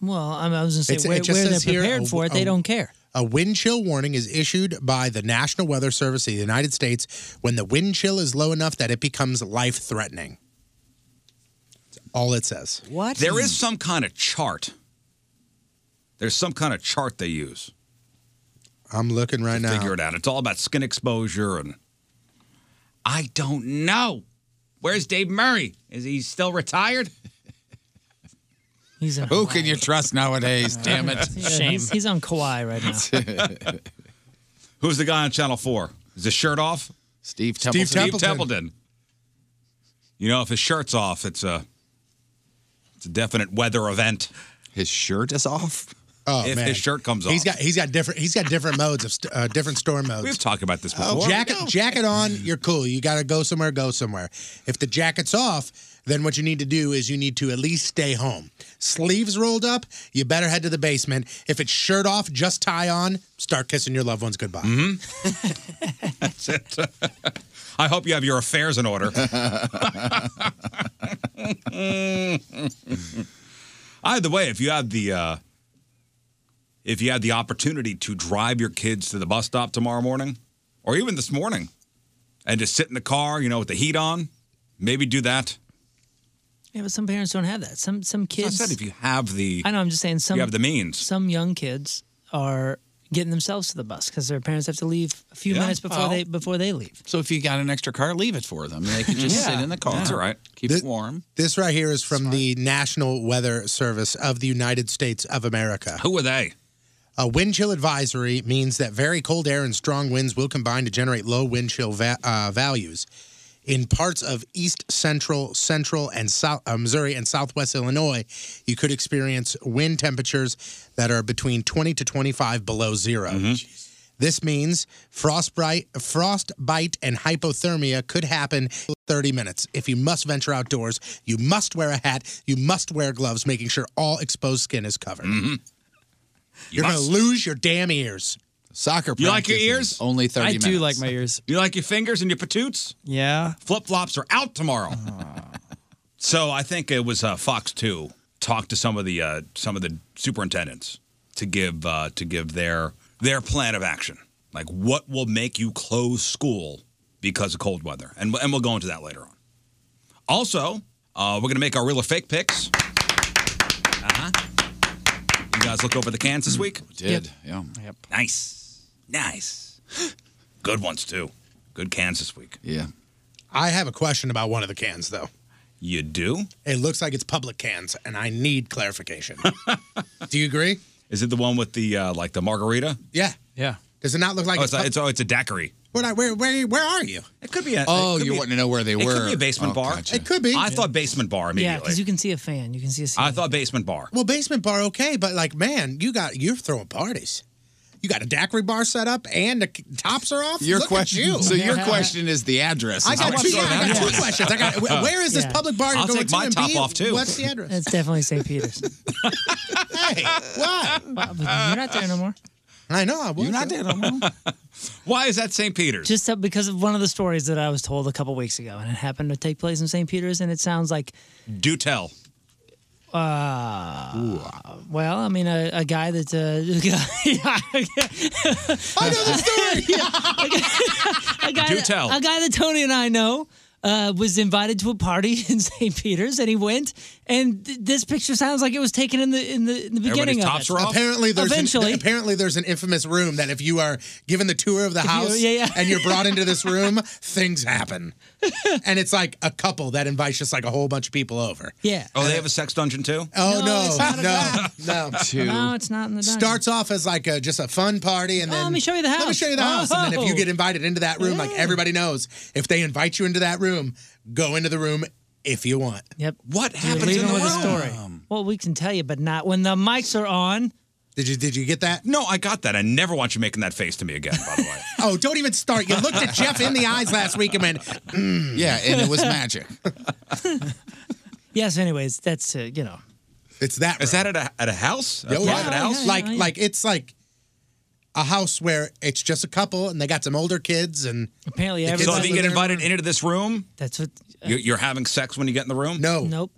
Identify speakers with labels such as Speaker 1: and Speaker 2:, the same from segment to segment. Speaker 1: well, I, mean, I was going to say
Speaker 2: It's-
Speaker 1: where,
Speaker 2: it just
Speaker 1: where they're
Speaker 2: says here,
Speaker 1: prepared
Speaker 2: a-
Speaker 1: for it,
Speaker 2: a-
Speaker 3: oh,
Speaker 1: they don't care.
Speaker 2: A wind chill warning is issued by the National Weather Service of the United States when the wind chill is low enough that it becomes life threatening. All it says.
Speaker 1: What?
Speaker 3: There is some kind of chart. There's some kind of chart they use.
Speaker 2: I'm looking right now.
Speaker 3: Figure it out. It's all about skin exposure and I don't know. Where's Dave Murray? Is he still retired?
Speaker 1: He's on
Speaker 4: Who can you trust
Speaker 3: oh,
Speaker 4: nowadays? Damn it!
Speaker 1: Yeah, He's, he's on Kawhi right now.
Speaker 3: Who's the guy on Channel 4? Is his shirt off?
Speaker 4: Steve
Speaker 1: Templeton.
Speaker 3: Steve Templeton. You know, if his shirt's off, it's a it's a definite weather event.
Speaker 4: His shirt is off?
Speaker 2: Oh
Speaker 3: if
Speaker 2: man,
Speaker 3: his shirt comes off.
Speaker 2: He's got he's got different he's got different modes of st- uh, different storm modes.
Speaker 3: We've talked about this
Speaker 2: Oh,
Speaker 3: before.
Speaker 2: jacket jacket on, you're cool. You got to go somewhere, go somewhere. If the jacket's off, then what you need to do is you need to at least stay home. Sleeves rolled up, you better head to the basement. If it's shirt off, just tie on, start kissing your loved ones goodbye.
Speaker 3: Mm-hmm. That's it. I hope you have your affairs in order. Either way, if you have the uh, if you have the opportunity to drive your kids to the bus stop tomorrow morning, or even this morning, and just sit in the car, you know, with the heat on, maybe do that.
Speaker 1: yeah, but some parents don't have that. Some some
Speaker 3: I
Speaker 1: kids.
Speaker 3: said if you have the,
Speaker 1: I know. I'm just saying some.
Speaker 3: you have the means.
Speaker 1: Some young kids are getting themselves to the bus because their parents have to leave a few
Speaker 4: Yeah,
Speaker 1: minutes before
Speaker 4: well.
Speaker 1: they before they leave.
Speaker 4: So if you got an extra car, leave it for them. They could just
Speaker 1: Yeah.
Speaker 4: sit in the car.
Speaker 1: That's all
Speaker 3: right.
Speaker 4: Keep it warm.
Speaker 2: This right here is from the National Weather Service of the United States of America.
Speaker 3: Who are they?
Speaker 2: A Uh, wind chill advisory means that very cold air and strong winds will combine to generate low wind chill va- uh, values. In parts of east central, central, and south uh, Missouri and southwest Illinois, you could experience wind temperatures that are between 20 to 25 below 0 This means frostbite, frostbite and hypothermia could happen in 30 minutes. If you must venture outdoors, you must wear a hat, you must wear gloves, making sure all exposed skin is covered. You're going to lose your damn ears.
Speaker 4: Soccer.
Speaker 3: You like your ears?
Speaker 4: Only thirty.
Speaker 3: I do like
Speaker 4: my
Speaker 5: ears.
Speaker 3: You like your fingers and your patoots?
Speaker 5: Yeah.
Speaker 3: Flip flops are out tomorrow. so I think it was uh, Fox Two talked to some of the uh, some of the superintendents to give uh, to give their their plan of action, like what will make you close school because of cold weather, and and we'll go into that later on. Also, uh, we're gonna make our real or fake picks. Uh-huh. You guys look over the cans this week.
Speaker 4: Did yeah.
Speaker 3: Nice, nice, good ones too. Good cans this week.
Speaker 4: Yeah.
Speaker 2: I have a question about one of the cans, though.
Speaker 3: You do?
Speaker 2: It looks like it's public cans, and I need clarification. Do you agree?
Speaker 3: Is it the one with the uh, like the margarita?
Speaker 2: Yeah.
Speaker 5: Yeah.
Speaker 2: Does it not look like
Speaker 3: oh,
Speaker 2: it's,
Speaker 3: it's,
Speaker 2: pub-
Speaker 3: a, it's, oh, it's a daiquiri.
Speaker 2: Where, I- where, where, where are you?
Speaker 3: It could be. A,
Speaker 4: Oh,
Speaker 3: it could
Speaker 4: you
Speaker 3: be-
Speaker 4: wouldn't know where they
Speaker 3: it
Speaker 4: were.
Speaker 3: could be a basement
Speaker 4: Oh,
Speaker 3: bar.
Speaker 4: gotcha.
Speaker 2: It could be.
Speaker 3: I thought basement bar
Speaker 1: Yeah,
Speaker 3: immediately.
Speaker 1: because you can see a fan. You can see a. Scene.
Speaker 3: I thought basement bar.
Speaker 2: Well, basement bar okay, but like, man, you got you're throwing parties. You got a daiquiri bar set up and the tops are off.
Speaker 4: Your
Speaker 2: Look at
Speaker 4: question.
Speaker 2: you.
Speaker 4: So your question is the address.
Speaker 2: I
Speaker 4: is
Speaker 2: got
Speaker 4: what
Speaker 2: two-
Speaker 4: you're
Speaker 2: yeah, I got
Speaker 4: asking.
Speaker 2: two questions. I got- wh- where is this public bar you're I'll going take to my and top B, off, too. what's the address?
Speaker 1: It's definitely St. Peter's.
Speaker 2: hey, what?
Speaker 1: You're not there no more.
Speaker 2: I know. I
Speaker 1: You're not there no more.
Speaker 3: Why is that St. Peter's?
Speaker 1: Just uh, because of one of the stories that I was told a couple weeks ago, and it happened to take place in St. Peter's, and it sounds like,
Speaker 3: Do tell.
Speaker 1: uh, well, I mean, a, a guy that, uh, I know the story. a guy
Speaker 3: Do
Speaker 1: that,
Speaker 3: tell.
Speaker 1: A guy that Tony and I know uh, was invited to a party in St. Peter's, and he went. And th- this picture sounds like it was taken in the in the, in the beginning of it.
Speaker 2: Apparently, there's
Speaker 1: eventually.
Speaker 2: An, apparently there's an infamous room that if you are given the tour of the
Speaker 1: If you-
Speaker 2: house
Speaker 1: yeah, yeah.
Speaker 2: and you're brought into this room, things happen. and it's like a couple that invites just like a whole bunch of people over.
Speaker 1: yeah.
Speaker 3: Oh, they have a sex dungeon too?
Speaker 2: Oh
Speaker 1: No, it's not a
Speaker 2: no, no, no,
Speaker 3: Two.
Speaker 1: No, it's not in the dungeon.
Speaker 2: Starts off as like a, just a fun party, and
Speaker 1: Oh,
Speaker 2: then
Speaker 1: let me show you the
Speaker 2: Let me
Speaker 1: house.
Speaker 2: show you the house, and then if you
Speaker 1: Oh.
Speaker 2: get invited into that room, like everybody knows, if they invite you into that room, go into the room if you want.
Speaker 1: Yep.
Speaker 3: What
Speaker 2: happens
Speaker 1: Leave
Speaker 2: in
Speaker 1: him
Speaker 2: the
Speaker 1: with
Speaker 2: room?
Speaker 1: a story. Well, we can tell you, but not when the mics are on.
Speaker 2: Did you Did you get that?
Speaker 3: No, I got that. I never want you making that face to me again, by the way.
Speaker 2: Oh, don't even start. You looked at Jeff in the eyes last week and went, mm.
Speaker 3: Yeah, and it was magic.
Speaker 1: Yes. Anyways, that's uh, you know.
Speaker 2: It's that.
Speaker 3: Is that at a, at a house? A
Speaker 2: Yeah, yeah,
Speaker 3: private house?
Speaker 2: Like like it's like a house where it's just a couple and they got some older kids and
Speaker 1: apparently
Speaker 3: so if you get invited into this room,
Speaker 1: That's what. uh,
Speaker 3: you- you're having sex when you get in the room?
Speaker 2: No.
Speaker 1: Nope.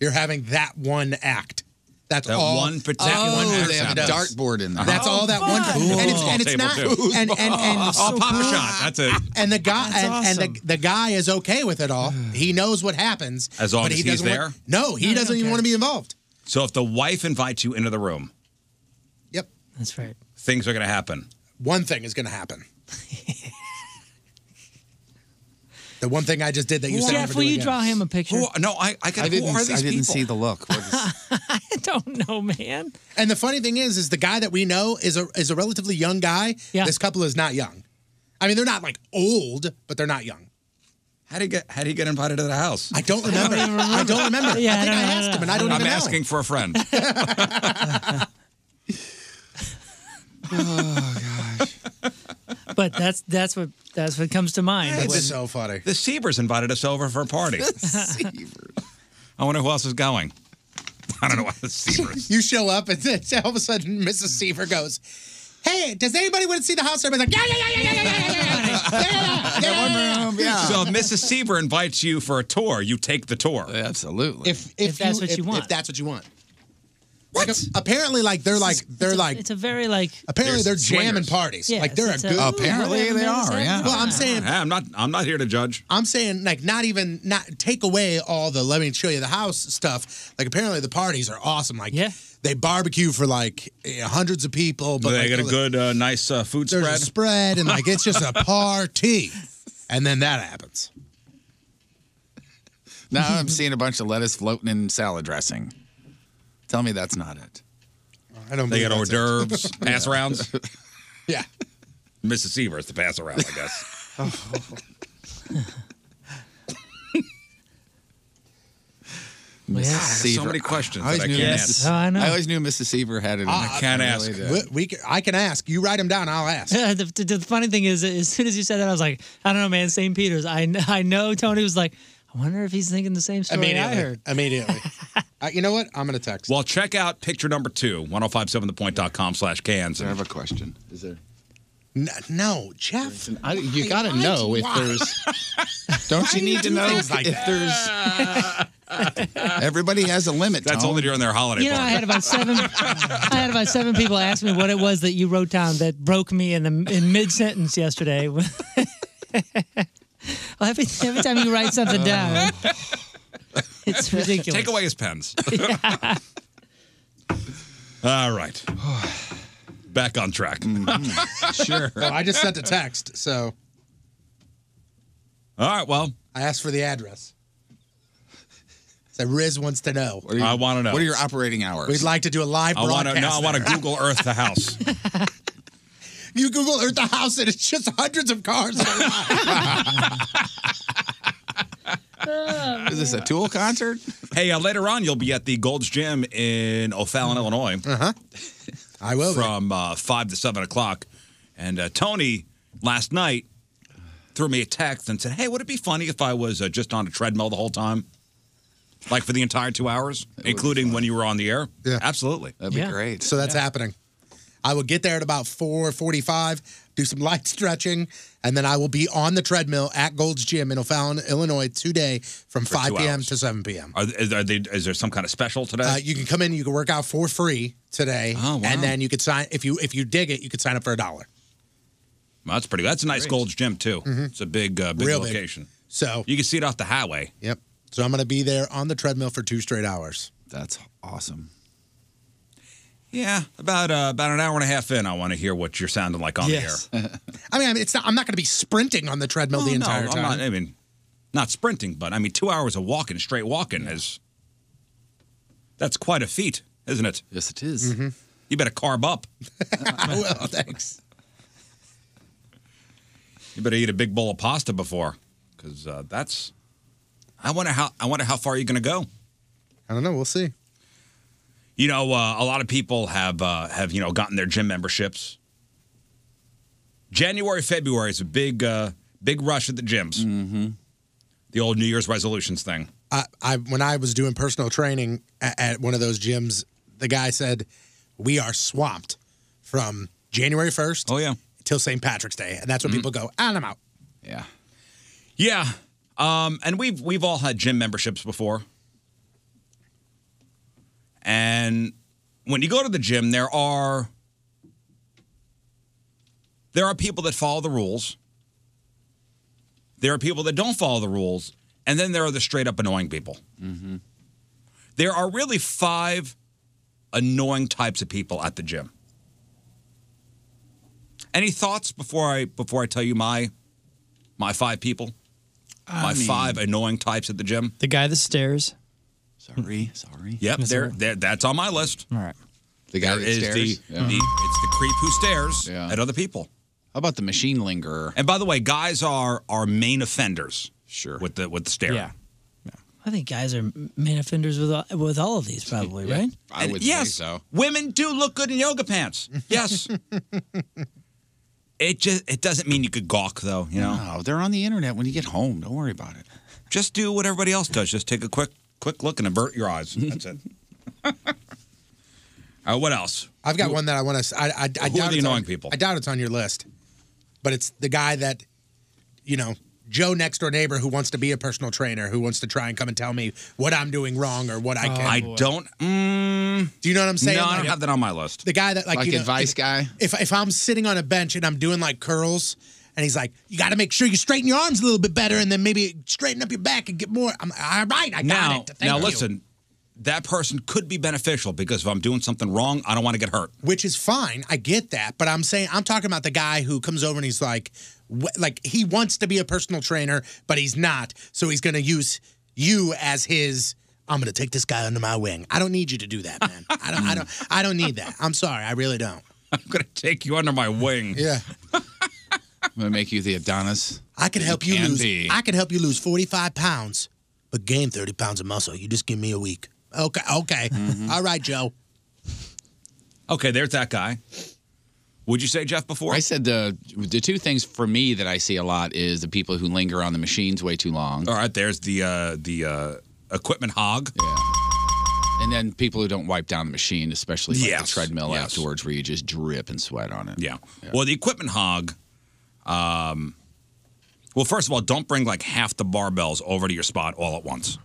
Speaker 2: You're having that one act. That's
Speaker 3: That
Speaker 2: all. Oh,
Speaker 3: one particular
Speaker 2: that one
Speaker 3: act
Speaker 2: act does.
Speaker 3: happens.
Speaker 2: That's
Speaker 4: Uh-huh.
Speaker 2: all that one. And it's, and it's not. And and and
Speaker 3: oh, Papa Shot. That's it.
Speaker 2: And the guy and,
Speaker 3: That's
Speaker 2: and the, the guy is okay with it all. He knows what happens.
Speaker 3: As long
Speaker 2: but
Speaker 3: as
Speaker 2: he
Speaker 3: he's
Speaker 2: doesn't
Speaker 3: there?
Speaker 2: Want, no, he
Speaker 3: No, he
Speaker 2: doesn't
Speaker 3: don't
Speaker 2: even
Speaker 3: care.
Speaker 2: want to be involved.
Speaker 3: So if the wife invites you into the room,
Speaker 1: That's right.
Speaker 3: things are going to happen.
Speaker 2: One thing is going to happen. the one thing I just did that you said.
Speaker 1: Jeff,
Speaker 2: never
Speaker 1: will
Speaker 2: do
Speaker 1: you
Speaker 2: again.
Speaker 1: draw him a picture?
Speaker 3: no, I, I,
Speaker 2: gotta- I didn't- who are these I didn't people? see
Speaker 4: the look.
Speaker 1: I don't know, man.
Speaker 2: And the funny thing is, is the guy that we know is a is a relatively young guy. Yeah. This couple is not young. I mean, they're not like old, but they're not young.
Speaker 3: How do you get How do you get invited to the house?
Speaker 2: I don't remember.
Speaker 3: even remember.
Speaker 2: I don't remember.
Speaker 3: Yeah,
Speaker 2: I think I,
Speaker 3: I don't know,
Speaker 2: asked him, and I don't
Speaker 3: I'm
Speaker 2: even know.
Speaker 3: asking for a friend.
Speaker 1: But that's that's what that's what comes to mind. When-
Speaker 2: funny.
Speaker 3: The Siebers invited us over for a party. I wonder who else is going. I don't know why the Siebers.
Speaker 2: You show up, and then all of a sudden, Mrs. Seaver goes, "Hey, does anybody want to see the house?" Everybody's like, "Yeah, yeah, yeah, yeah, yeah, yeah, yeah, yeah, yeah, yeah, yeah, yeah, yeah."
Speaker 3: So if Mrs. Sieber invites you for a tour, you take the tour. Absolutely.
Speaker 2: If, if,
Speaker 1: that's what you want.
Speaker 2: if that's what you want. What? apparently, like they're like they're
Speaker 1: it's a-
Speaker 2: like
Speaker 1: it's a very like.
Speaker 2: apparently they're
Speaker 3: There's
Speaker 2: jamming
Speaker 3: swingers.
Speaker 2: parties.
Speaker 1: Yes,
Speaker 2: like they're a
Speaker 1: it's a-
Speaker 2: good.
Speaker 1: Apparently Ooh, they are, yeah.
Speaker 2: Well, I'm saying
Speaker 3: Yeah, I'm not. I'm not here to judge.
Speaker 2: I'm saying like not even not take away all the let me show you the house stuff. Like apparently the parties are awesome. Like yeah. they barbecue for like eh, hundreds of people. But
Speaker 3: they
Speaker 2: like,
Speaker 3: got a good, uh, nice uh, food
Speaker 2: there's
Speaker 3: spread.
Speaker 2: a spread and like it's just a party. And then that happens.
Speaker 4: Now I'm seeing a bunch of lettuce floating in salad dressing. Tell me that's not it.
Speaker 2: I don't.
Speaker 3: They
Speaker 4: believe
Speaker 3: got hors
Speaker 4: that's it.
Speaker 3: d'oeuvres, pass rounds.
Speaker 2: Yeah.
Speaker 3: Mrs. Sieber is the pass around, I guess.
Speaker 4: Mrs.
Speaker 3: God, I have so
Speaker 4: Seaver.
Speaker 3: many questions
Speaker 4: always
Speaker 3: that I
Speaker 4: knew
Speaker 3: can't
Speaker 4: Mrs.
Speaker 3: ask. Oh, I know.
Speaker 4: I always knew Mrs. Seaver had it.
Speaker 2: Ah, We,
Speaker 4: Really
Speaker 2: we can, I can ask. You write them down. I'll ask.
Speaker 1: Yeah, the, the, the funny thing is, as soon as you said that, I was like, I don't know, man. St. Peter's. I kn- I know Tony was like, I wonder if he's thinking the same story I heard.
Speaker 2: Immediately. uh, you know what? I'm gonna text.
Speaker 3: Well, check out picture number two, 1057thepoint.com slash cans. I have a question. Is there?
Speaker 2: N- No, Jeff.
Speaker 4: I, you
Speaker 2: got to
Speaker 4: know if there's- Don't you need to know
Speaker 2: things like
Speaker 4: if there's? Everybody has a limit.
Speaker 3: That's only during their holiday
Speaker 1: You know, I
Speaker 3: party.
Speaker 1: had about seven. I had about seven people ask me what it was that you wrote down that broke me in the in mid sentence yesterday. well, every, every time you write something down, it's ridiculous.
Speaker 3: Take away his pens. All right. Back on track. Mm-hmm.
Speaker 2: sure. Well, I just sent a text, so
Speaker 3: All right. Well,
Speaker 2: I asked for the address. So Riz wants to know.
Speaker 4: are you-
Speaker 3: I want to know.
Speaker 4: What are your operating hours?
Speaker 2: We'd like to do a live
Speaker 3: I want
Speaker 2: broadcast.
Speaker 3: to. No, I want to Google Earth the house.
Speaker 2: You Google Earth the house, and it's just hundreds of cars.
Speaker 3: Is this a Tool concert? Hey, uh, later on you'll be at the Gold's Gym in O'Fallon, Illinois. Uh huh.
Speaker 2: Uh-huh. I will be.
Speaker 3: from uh, five to seven o'clock. And uh, Tony last night threw me a text and said, "Hey, would it be funny if I was uh, just on a treadmill the whole time, like for the entire two hours, including when you were on the air?" Yeah, absolutely. That'd
Speaker 2: So that's happening. I will get there at about 4:45, do some light stretching, and then I will be on the treadmill at Gold's Gym in O'Fallon, Illinois today from
Speaker 3: For
Speaker 2: 5
Speaker 3: two
Speaker 2: p.m.
Speaker 3: hours.
Speaker 2: to 7 p.m.
Speaker 3: Are, th- are they? Is there some kind of special today? Oh,
Speaker 2: Uh, you can come in, you can work out for free today, and then you could sign if you if you dig it, you could sign up for a dollar.
Speaker 3: Well, that's pretty. That's a nice Gold's Gym too.
Speaker 2: Mhm.
Speaker 3: It's a big, uh, big
Speaker 2: Real big.
Speaker 3: location.
Speaker 2: So
Speaker 3: you can see it off the highway.
Speaker 2: Yep. So I'm going to be there on the treadmill for two straight hours.
Speaker 3: That's awesome. Yeah, about uh, about an hour and a half in, I want to hear what you're sounding like on
Speaker 2: Yes.
Speaker 3: the air.
Speaker 2: I mean, I mean, it's not. I'm not going to be sprinting on the treadmill the
Speaker 3: Well,
Speaker 2: entire
Speaker 3: Oh, no,
Speaker 2: time.
Speaker 3: I'm not, I mean, not sprinting, but I mean, two hours of walking, straight walking is that's quite a feat, isn't it? Yes, it
Speaker 2: Mhm.
Speaker 3: You better carb up.
Speaker 2: well, thanks.
Speaker 3: You better eat a big bowl of pasta before, because uh, that's. I wonder how I wonder how far you're going to go.
Speaker 2: I don't know. We'll see.
Speaker 3: You know, uh, a lot of people have uh, have you know gotten their gym memberships. January, February is a big uh, big rush at the gyms. Mm-hmm. The old New Year's resolutions thing.
Speaker 2: I, I when I was doing personal training at, at one of those gyms, the guy said, "We are swamped from January 1st. Oh
Speaker 3: yeah,
Speaker 2: till St. Patrick's Day, and that's when people go, and I'm out.
Speaker 3: Yeah. Yeah. Um, and we've we've all had gym memberships before. And when you go to the gym, there are there are people that follow the rules. There are people that don't follow the rules, and then there are the straight up annoying people.
Speaker 5: Mm-hmm.
Speaker 3: There are really five annoying types of people at the gym. Any thoughts before I before I tell you my my five people?
Speaker 1: I
Speaker 3: my
Speaker 1: mean-
Speaker 3: five annoying types at the gym?
Speaker 1: The guy that stares.
Speaker 3: Sorry, sorry. Yep,
Speaker 1: That's
Speaker 3: there,
Speaker 1: all right.
Speaker 3: there that's on my list.
Speaker 1: All right.
Speaker 3: The
Speaker 4: guy that stares?
Speaker 3: The,
Speaker 4: Yeah.
Speaker 3: the- it's the creep who stares at other people. How about the machine lingerer? And by the way, guys are are main offenders. Sure. With the with the stare. Yeah.
Speaker 1: I think guys are main offenders with all, with all of these, probably, right?
Speaker 3: And yes, Women do look good in yoga pants. Yes. it just it doesn't mean you could gawk though, you know.
Speaker 4: No, they're on the internet when you get home. Don't worry about it.
Speaker 3: Just do what everybody else does. Just take a quick quick look and avert your eyes. That's it. All right, what else?
Speaker 2: I've got
Speaker 3: Who-
Speaker 2: one that I want to. I, I, I
Speaker 3: Who
Speaker 2: doubt
Speaker 3: are the
Speaker 2: it's on-
Speaker 3: annoying people?
Speaker 2: I doubt it's on your list, but it's the guy that, you know, Joe next door neighbor who wants to be a personal trainer who wants to try and come and tell me what I'm doing wrong or what I can.
Speaker 3: I don't. Mm,
Speaker 2: Do you know what I'm saying?
Speaker 3: No, I
Speaker 2: Like-
Speaker 3: don't have that on my list.
Speaker 2: The guy that like,
Speaker 3: Like
Speaker 2: you know,
Speaker 3: advice
Speaker 2: if-
Speaker 3: guy?
Speaker 2: If if I'm sitting on a bench and I'm doing like curls, and he's like, "You got to make sure you straighten your arms a little bit better, and then maybe straighten up your back and get more." I'm all right. I got
Speaker 3: now,
Speaker 2: it. Thank
Speaker 3: now
Speaker 2: you."
Speaker 3: listen. That person could be beneficial because if I'm doing something wrong, I don't want to get hurt.
Speaker 2: which is fine. I get that, but I'm saying I'm talking about the guy who comes over and he's like, wh- like he wants to be a personal trainer, but he's not. So he's going to use you as his. I'm going to take this guy under my wing. I don't need you to do that, man. I don't. I don't. I don't need that. I'm sorry. I really don't.
Speaker 3: I'm gonna take you under my wing.
Speaker 2: Yeah.
Speaker 4: I'm gonna make you the Adonis.
Speaker 2: I could
Speaker 4: that
Speaker 2: help you,
Speaker 4: can
Speaker 2: lose.
Speaker 4: be.
Speaker 2: I could help you lose 45 pounds, but gain 30 pounds of muscle. You just give me a week. Okay. Okay. All right, Joe.
Speaker 3: Okay, there's that guy. Would you say Jeff before?
Speaker 4: I said the the two things for me that I see a lot is the people who linger on the machines way too long.
Speaker 3: All right, there's the uh, the uh, equipment hog.
Speaker 4: Yeah. And then people who don't wipe down the machine, especially like the treadmill afterwards, where you just drip and sweat on it.
Speaker 3: Yeah. Well, the equipment hog. Um, well, first of all, don't bring like half the barbells over to your spot all at once.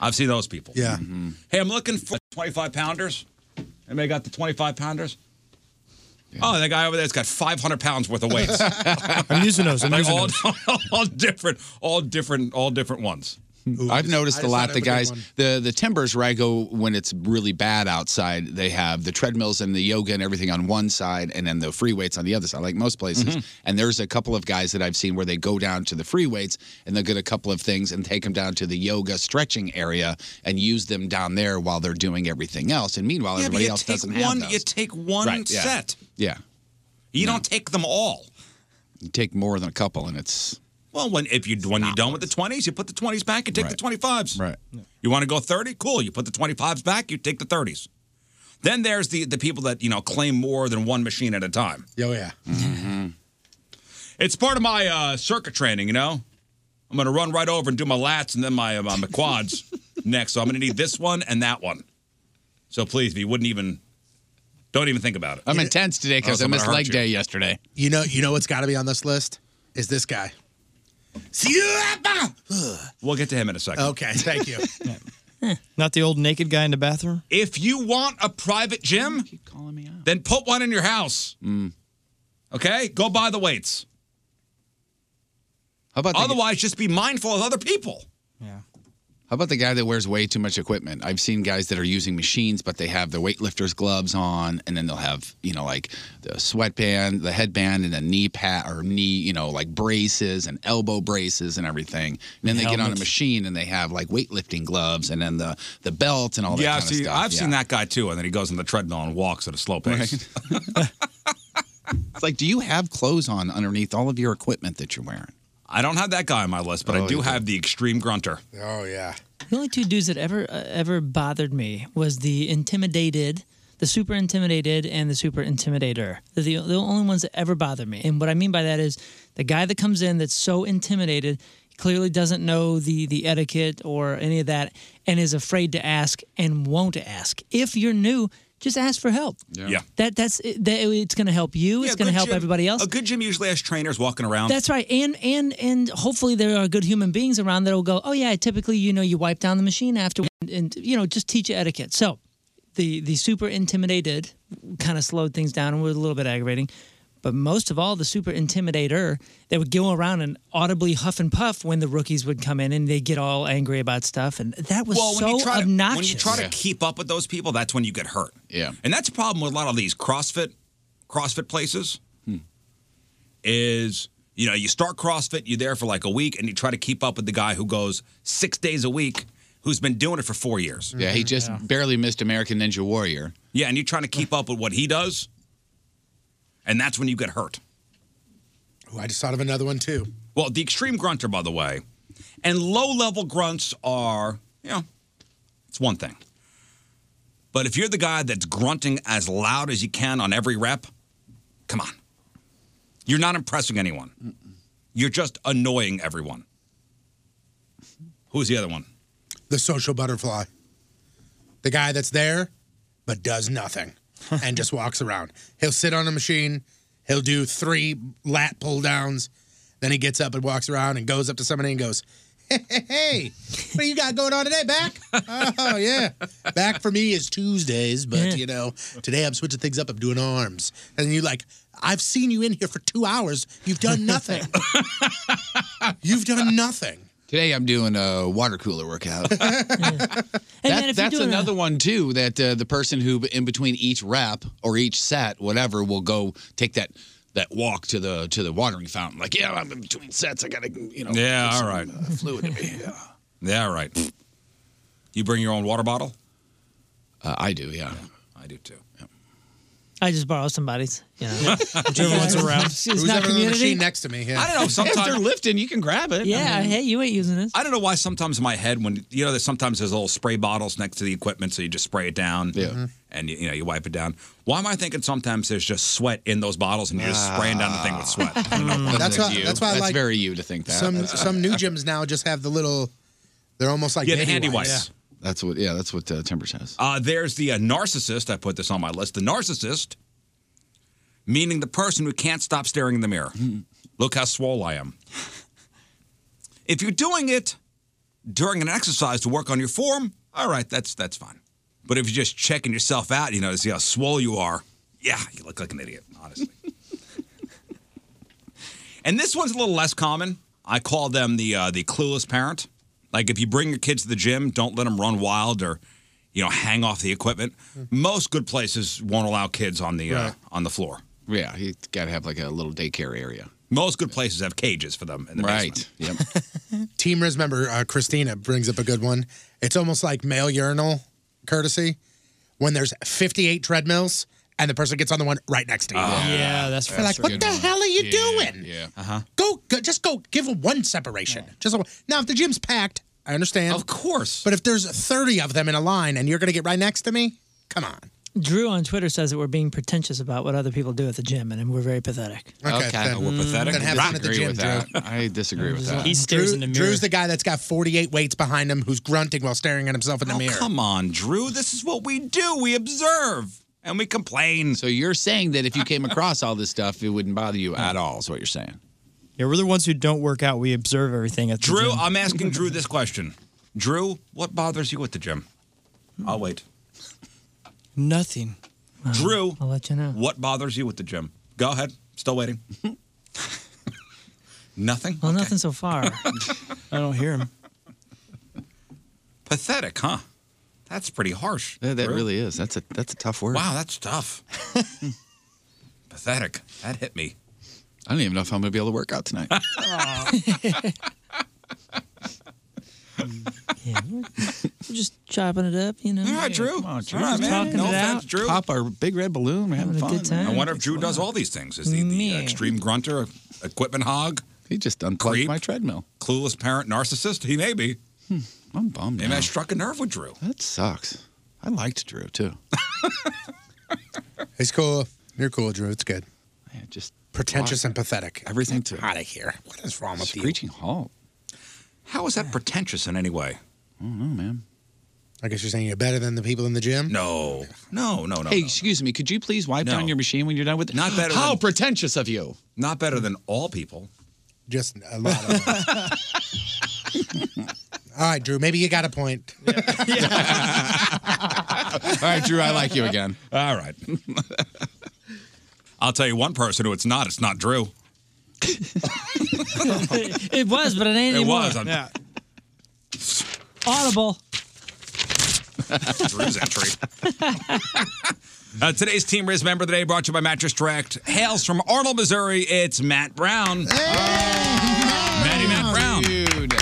Speaker 3: I've seen those people. Mm-hmm.
Speaker 2: Yeah.
Speaker 3: Hey, I'm looking for 25 pounders. Anybody got the 25 pounders? Oh, that guy over there's got 500 pounds worth of weights.
Speaker 6: I'm using those. I'm
Speaker 3: Like
Speaker 6: using
Speaker 3: all,
Speaker 6: those.
Speaker 3: all different, all different, all different ones.
Speaker 4: I've noticed
Speaker 3: I
Speaker 4: a
Speaker 3: just
Speaker 4: lot
Speaker 3: thought
Speaker 4: the
Speaker 3: of a good
Speaker 4: guys
Speaker 3: one.
Speaker 4: the the timbers where I go when it's really bad outside they have the treadmills and the yoga and everything on one side and then the free weights on the other side like most places
Speaker 3: Mhm.
Speaker 4: and there's a couple of guys that I've seen where they go down to the free weights and they'll get a couple of things and take them down to the yoga stretching area and use them down there while they're doing everything else and meanwhile
Speaker 3: Yeah, but
Speaker 4: everybody
Speaker 3: you
Speaker 4: else
Speaker 3: take
Speaker 4: doesn't
Speaker 3: one-
Speaker 4: have those.
Speaker 3: you take one
Speaker 4: Right, yeah.
Speaker 3: set.
Speaker 4: yeah
Speaker 3: You don't take them all.
Speaker 4: you take more than a couple and it's
Speaker 3: Well, when if you when you're done with the 20s, you put the 20s back and take the 25s.
Speaker 4: Right.
Speaker 3: You want to go 30? Cool. You put the 25s back, you take the 30s. Then there's the the people that you know claim more than one machine at a time.
Speaker 2: Oh yeah.
Speaker 3: Mm-hmm. It's part of my uh, circuit training, you know. I'm gonna run right over and do my lats and then my uh, my quads next. So I'm gonna need this one and that one. So please, if you wouldn't even, don't even think about it.
Speaker 4: I'm intense today
Speaker 3: Or
Speaker 4: because
Speaker 3: else
Speaker 4: I
Speaker 3: I'm gonna
Speaker 4: missed
Speaker 3: hurt
Speaker 4: leg
Speaker 3: you.
Speaker 4: day yesterday.
Speaker 2: You know, you know what's got to be on this list is this guy.
Speaker 3: We'll get to him in a second.
Speaker 2: Okay, thank you.
Speaker 5: Not the old naked guy in the bathroom?
Speaker 3: If you want a private gym, then put one in your house.
Speaker 4: Mm.
Speaker 3: Okay, go buy the weights.
Speaker 4: How about
Speaker 3: Otherwise, just be mindful of other people.
Speaker 4: How about the guy that wears way too much equipment? I've seen guys that are using machines, but they have the weightlifters gloves on, and then they'll have you know like the sweatband, the headband, and the knee pad or knee you know like braces and elbow braces and everything. And then they get on a
Speaker 3: Helmets.
Speaker 4: machine and they have like weightlifting gloves and then the the belt and all that.
Speaker 3: yeah,
Speaker 4: kind
Speaker 3: see,
Speaker 4: of stuff.
Speaker 3: I've seen that guy too, and then he goes on the treadmill and walks at a slow pace.
Speaker 4: It's like, do you have clothes on underneath all of your equipment that you're wearing?
Speaker 3: I don't have that guy on my list,
Speaker 4: Oh,
Speaker 3: but I do have the extreme grunter.
Speaker 2: Oh yeah.
Speaker 1: The only two dudes that ever uh, ever bothered me was the intimidated, the super intimidated, and the super intimidator. They're the, the only ones that ever bothered me. And what I mean by that is the guy that comes in that's so intimidated, clearly doesn't know the the etiquette or any of that, and is afraid to ask and won't ask. If you're new, just ask for help.
Speaker 3: Yeah.
Speaker 1: That that's that, it's going to help you.
Speaker 3: Yeah,
Speaker 1: it's going
Speaker 3: good
Speaker 1: to help
Speaker 3: gym-
Speaker 1: everybody else.
Speaker 3: A good gym usually has trainers walking around.
Speaker 1: That's right, and and and hopefully there are good human beings around that will go. Oh yeah, typically you know you wipe down the machine after, and, and you know just teach you etiquette. So, the the super intimidated kind of slowed things down and was a little bit aggravating, but most of all the super intimidator they would go around and audibly huff and puff when the rookies would come in and they get all angry about stuff, and that was
Speaker 3: well,
Speaker 1: so
Speaker 3: when you try To,
Speaker 1: obnoxious.
Speaker 3: when you try to keep up with those people, that's when you get hurt.
Speaker 4: Yeah.
Speaker 3: And that's a problem with a lot of these CrossFit CrossFit places.
Speaker 4: Hmm.
Speaker 3: Is you know you start CrossFit, you're there for like a week, and you try to keep up with the guy who goes six days a week, who's been doing it for four years.
Speaker 4: Yeah,
Speaker 1: Mm-hmm.
Speaker 4: he just barely missed American Ninja Warrior.
Speaker 3: Yeah, and you're trying to keep up with what he does, and that's when you get hurt.
Speaker 2: Oh, I just thought of another one too.
Speaker 3: Well, the extreme grunter, by the way, and low level grunts are, you know, it's one thing. But if you're the guy that's grunting as loud as you can on every rep, come on. You're not impressing anyone. You're just annoying everyone. Who's the other one?
Speaker 2: The social butterfly. The guy that's there but does nothing and just walks around. He'll sit on a machine, he'll do three lat pull downs, then he gets up and walks around and goes up to somebody and goes, Hey, hey, hey, what do you got going on today, back? Oh, yeah. Back for me is Tuesdays, but you know, today I'm switching things up. I'm doing arms. And you're like, I've seen you in here for two hours. You've done nothing. You've done nothing.
Speaker 4: Today I'm doing a water cooler workout. That-
Speaker 2: man, if you're
Speaker 4: that's
Speaker 2: doing a-
Speaker 4: another one too. That uh, the person who, in between each rep or each set, whatever, will go take that that walk to the to the watering fountain. Like, yeah, I'm in between sets. I gotta, you know.
Speaker 3: Yeah,
Speaker 4: give
Speaker 3: all
Speaker 4: some,
Speaker 3: right.
Speaker 4: uh, fluid to me. Yeah.
Speaker 3: Yeah, all right. You bring your own water bottle?
Speaker 4: Uh, I do, yeah.
Speaker 3: I do too.
Speaker 1: I just borrow somebody's. You know,
Speaker 2: Whichever one's around.
Speaker 1: It's
Speaker 2: Who's
Speaker 1: not
Speaker 2: ever on the
Speaker 1: community.
Speaker 2: machine next to me, yeah.
Speaker 3: I don't know. Sometimes
Speaker 2: If they're
Speaker 3: lifting, you can grab it.
Speaker 1: Yeah, hey, you ain't using this.
Speaker 3: I don't know why sometimes in my head when you know there's sometimes there's little spray bottles next to the equipment, so you just spray it down.
Speaker 1: Yeah.
Speaker 3: And you, you know you wipe it down. Why am I thinking sometimes there's just sweat in those bottles and you're just spraying down the thing with sweat? I don't know.
Speaker 2: That's why- you. that's why I That's like- very
Speaker 4: you to think uh,
Speaker 2: some some new gyms now just have the little. They're almost like
Speaker 3: Yeah, the
Speaker 2: baby
Speaker 3: handy
Speaker 2: wipes.
Speaker 3: wipes.
Speaker 4: That's what. Yeah, that's what uh, Timber says.
Speaker 3: Uh, there's the uh, narcissist. I put this on my list. The narcissist, meaning the person who can't stop staring in the mirror. Look how swole I am. If you're doing it during an exercise to work on your form, all right, that's that's fine. But if you're just checking yourself out, you know, to see how swole you are, yeah, you look like an idiot, honestly. and this one's a little less common. I call them the uh, the clueless parent. Like if you bring your kids to the gym, don't let them run wild or you know hang off the equipment. Most good places won't allow kids on the uh,
Speaker 4: Right.
Speaker 3: on the floor.
Speaker 4: Yeah, you got to have like a little daycare area.
Speaker 3: Most good places have cages for them in the basement.
Speaker 4: Yep.
Speaker 2: Team Riz member uh, Christina brings up a good one. It's almost like male urinal courtesy when there's 58 treadmills and the person gets on the one right next to you.
Speaker 3: Ah,
Speaker 1: yeah, that's
Speaker 2: You're Oh, like, what the hell are you doing?
Speaker 4: Yeah.
Speaker 3: Uh huh.
Speaker 2: Go, go, just go. Give them one separation. Just a one. now, if the gym's packed, I understand. Of
Speaker 3: course.
Speaker 2: But if there's 30 of them in a line and you're going to get right next to me, come on.
Speaker 1: Drew on Twitter says that we're being pretentious about what other people do at the gym, and we're very pathetic.
Speaker 4: Okay, then-
Speaker 3: we're pathetic.
Speaker 4: Then have
Speaker 3: I
Speaker 4: fun at the
Speaker 3: agree
Speaker 4: gym,
Speaker 3: with
Speaker 4: Drew.
Speaker 3: that.
Speaker 4: I disagree with
Speaker 3: He's
Speaker 4: that.
Speaker 3: like- He stares in the mirror.
Speaker 2: Drew's the guy that's got 48 weights behind him who's grunting while staring at himself in the mirror.
Speaker 3: Oh, Come on, Drew. This is what we do. We observe and we complain.
Speaker 4: So you're saying that if you came across all this stuff, it wouldn't bother you at all, is what you're saying.
Speaker 5: Yeah, we're the ones who don't work out. We observe everything at the
Speaker 3: Drew,
Speaker 5: gym.
Speaker 3: I'm asking Drew this question. Drew, what bothers you at the gym? I'll wait.
Speaker 5: Nothing.
Speaker 3: Drew,
Speaker 1: I'll let you know.
Speaker 3: what bothers you at the gym? Go ahead. Still waiting. Nothing?
Speaker 1: Well, nothing so far.
Speaker 5: I don't hear him.
Speaker 3: Pathetic, huh? That's pretty harsh.
Speaker 4: Yeah, that
Speaker 3: Drew.
Speaker 4: really is. That's a that's a tough word.
Speaker 3: Wow, that's tough. Pathetic. That hit me.
Speaker 4: I don't even know if I'm going to be able to work out tonight.
Speaker 1: We're just chopping it up, you know.
Speaker 3: All right, Drew.
Speaker 1: Come on,
Speaker 3: All right,
Speaker 1: Just
Speaker 3: man.
Speaker 1: talking
Speaker 3: No
Speaker 1: it
Speaker 3: offense,
Speaker 1: out.
Speaker 3: Drew.
Speaker 4: Pop our big red balloon. We're having,
Speaker 1: Having a
Speaker 4: fun.
Speaker 1: good time.
Speaker 3: I wonder if Drew does all these things. Is he the uh,
Speaker 1: Man.
Speaker 3: extreme grunter, equipment hog?
Speaker 4: He just unplugged my treadmill. Hmm.
Speaker 3: Clueless parent, narcissist? He may be.
Speaker 4: I'm bummed.
Speaker 3: Maybe
Speaker 4: now.
Speaker 3: I struck a nerve with Drew.
Speaker 4: That sucks. I liked Drew too.
Speaker 2: It's cool. You're cool, Drew. It's good.
Speaker 4: just
Speaker 2: pretentious and pathetic.
Speaker 4: Everything to
Speaker 2: out of here. What is wrong with
Speaker 4: Screeching halt.
Speaker 3: How is that pretentious in any way?
Speaker 4: I don't know, man.
Speaker 2: I guess you're saying you're better than the people in the gym?
Speaker 3: No. No, no, no.
Speaker 4: hey,
Speaker 3: no.
Speaker 4: excuse me. Could you please wipe down your machine when you're done with it?
Speaker 3: Not better
Speaker 4: How
Speaker 3: than-
Speaker 4: pretentious of you.
Speaker 3: Not better than all people.
Speaker 2: Just a lot of them. All right, Drew, maybe you got a point.
Speaker 4: All right, Drew. I like you again.
Speaker 3: All right. I'll tell you one person who it's not. It's not Drew.
Speaker 1: it was, but it ain't
Speaker 3: It
Speaker 1: anymore.
Speaker 3: was. I'm-
Speaker 1: Audible.
Speaker 3: Drew's entry. Uh, today's Team Riz member of the day brought to you by Mattress Direct. Hails from Arnold, Missouri. It's Matt Brown. Uh, Matty Matt Brown.
Speaker 4: Dude.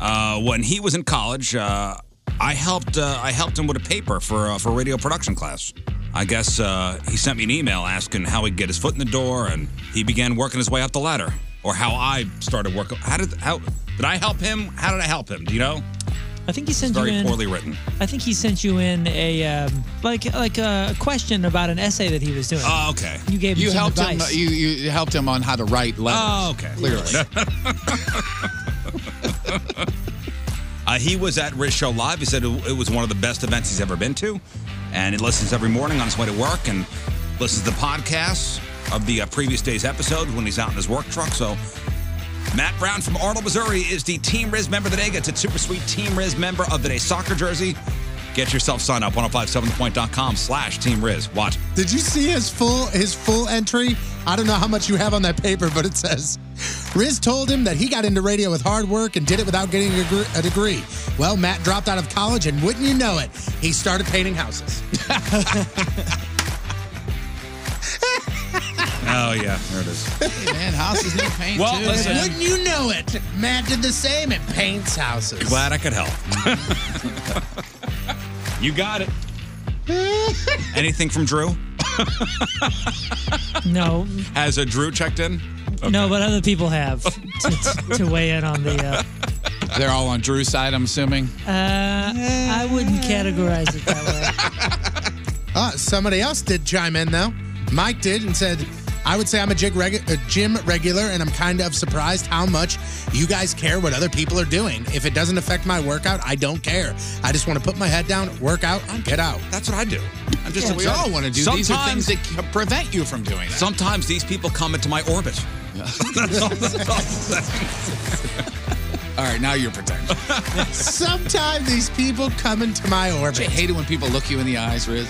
Speaker 3: Uh, when he was in college, uh, I helped uh, I helped him with a paper for uh, for a radio production class. I guess uh, he sent me an email asking how he'd get his foot in the door, and he began working his way up the ladder, or how I started working. How did how did I help him? How did I help him? Do you know?
Speaker 1: I think he
Speaker 3: It's
Speaker 1: sent you
Speaker 3: very
Speaker 1: in.
Speaker 3: poorly written.
Speaker 1: I think he sent you in a um, like like a question about an essay that he was doing.
Speaker 3: Oh, okay.
Speaker 1: you gave him
Speaker 4: You
Speaker 1: some
Speaker 4: helped him. uh,
Speaker 1: advice.
Speaker 4: You, you helped him on how to write letters.
Speaker 3: Oh, okay.
Speaker 4: Clearly.
Speaker 3: Uh, he was at Rich Show Live. He said it it was one of the best events he's ever been to, and he listens every morning on his way to work and listens to the podcasts of the uh, previous day's episode when he's out in his work truck. So, Matt Brown from Arnold, Missouri, is the Team Riz member of the day. Gets a super sweet Team Riz member of the day soccer jersey. Get yourself signed up 1057thepoint.com slash Team Riz. What?
Speaker 2: Did you see his full his full entry? I don't know how much you have on that paper, but it says Riz told him that he got into radio with hard work and did it without getting a gr- a degree. Well, Matt dropped out of college, and wouldn't you know it, he started painting houses.
Speaker 3: Oh, yeah. There it is.
Speaker 4: Hey, man, house is new paint
Speaker 3: Well,
Speaker 4: too.
Speaker 3: listen.
Speaker 2: And wouldn't you know it, Matt did the same and paints houses.
Speaker 3: Glad I could help. you got it. Anything from Drew?
Speaker 1: no,
Speaker 3: Has a Drew checked in?
Speaker 1: no, but other people have to, to weigh in on the. Uh,
Speaker 4: They're all on Drew's side, I'm assuming.
Speaker 1: uh, I wouldn't categorize it that way.
Speaker 2: Uh, somebody else did chime in though. Mike did and said, "I would say I'm a, jig regu- a gym regular, and I'm kind of surprised how much you guys care what other people are doing. If it doesn't affect my workout, I don't care. I just want to put my head down, work out, and get out."
Speaker 3: That's what I do. I'm just
Speaker 4: Yeah, we all want to do. These are things that c- prevent you from doing that.
Speaker 3: sometimes these people come into my orbit. That's all- that's all I'm saying.
Speaker 4: all right, now you're pretentious.
Speaker 2: Sometimes these people come into my
Speaker 4: I
Speaker 2: orbit.
Speaker 4: hate it when people look you in the eyes, Riz.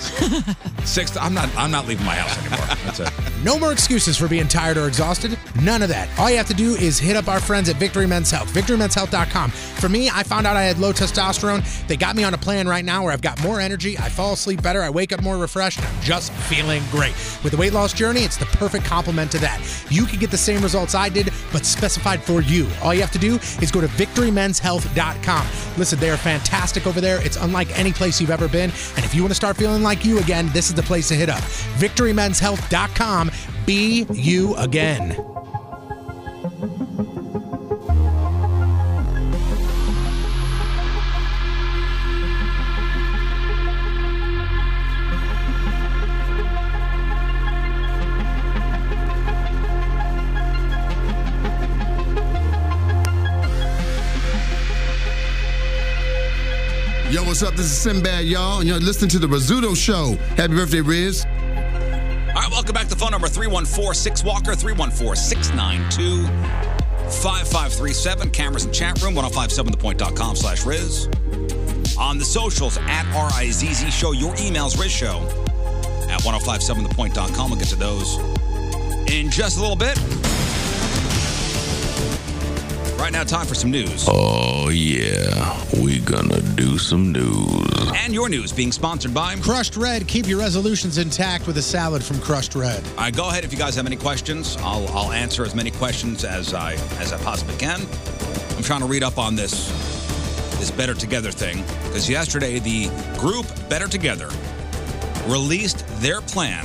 Speaker 3: Sixth, I'm not. I'm not leaving my house anymore. That's it.
Speaker 2: No more excuses for being tired or exhausted. None of that. All you have to do is hit up our friends at Victory Men's Health, victorymenshealth.com. For me, I found out I had low testosterone. They got me on a plan right now where I've got more energy, I fall asleep better, I wake up more refreshed, and I'm just feeling great. With the weight loss journey, it's the perfect complement to that. You can get the same results I did, but specified for you. All you have to do is go to victorymenshealth.com. Listen, they are fantastic over there. It's unlike any place you've ever been. And if you want to start feeling like you again, this is the place to hit up. victorymenshealth.com. Be you again.
Speaker 6: what's up? This is Sinbad, y'all, and you're listening to the Rizzuto Show. Happy birthday, Riz.
Speaker 3: All right, welcome back to phone number 314 6 Walker, 314 692 5537. Cameras and chat room, 1057thepoint.com slash Riz. On the socials, at RIZZ Show. Your emails, Riz Show at 1057thepoint.com. We'll get to those in just a little bit. Right now, time for some news.
Speaker 7: Oh, yeah. We gonna do some news.
Speaker 3: And your news being sponsored by.
Speaker 2: Crushed Red, keep your resolutions intact with a salad from Crushed Red.
Speaker 3: All right, Uh, go ahead if you guys have any questions. I'll, I'll answer as many questions as I as I possibly can. I'm trying to read up on this this Better Together thing because yesterday the group Better Together released their plan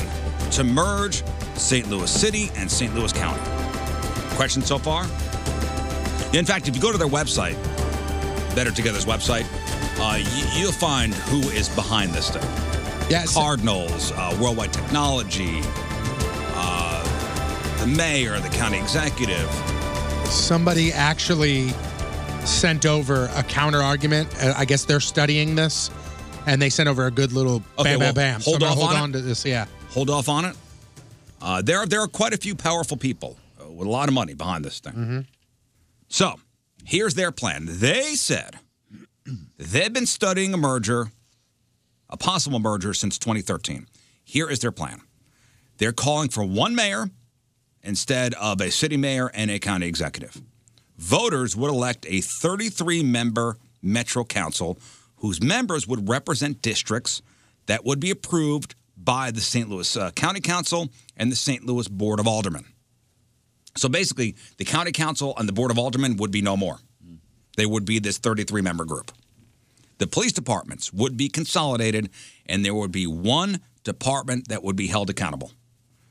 Speaker 3: to merge St. Louis City and St. Louis County. Questions so far? In fact, if you go to their website, Better Together's website, uh, you, you'll find who is behind this thing.
Speaker 2: Yes.
Speaker 3: Cardinals, uh, Worldwide Technology, uh, the mayor, the county executive.
Speaker 2: Somebody actually sent over a counter argument. Uh, I guess they're studying this, and they sent over a good little
Speaker 3: Okay,
Speaker 2: bam,
Speaker 3: well,
Speaker 2: bam, bam.
Speaker 3: hold
Speaker 2: so I'm
Speaker 3: off
Speaker 2: gonna hold
Speaker 3: on
Speaker 2: on to this. Yeah.
Speaker 3: Hold off on it. Uh, there, there are quite a few powerful people uh, with a lot of money behind this thing.
Speaker 2: Mm-hmm.
Speaker 3: So here's their plan. They said they've been studying a merger, a possible merger, since 2013. Here is their plan. They're calling for one mayor instead of a city mayor and a county executive. Voters would elect a 33 member Metro Council whose members would represent districts that would be approved by the St. Louis uh, County Council and the St. Louis Board of Aldermen. So basically, the county council and the board of aldermen would be no more. They would be this 33 member group. The police departments would be consolidated, and there would be one department that would be held accountable.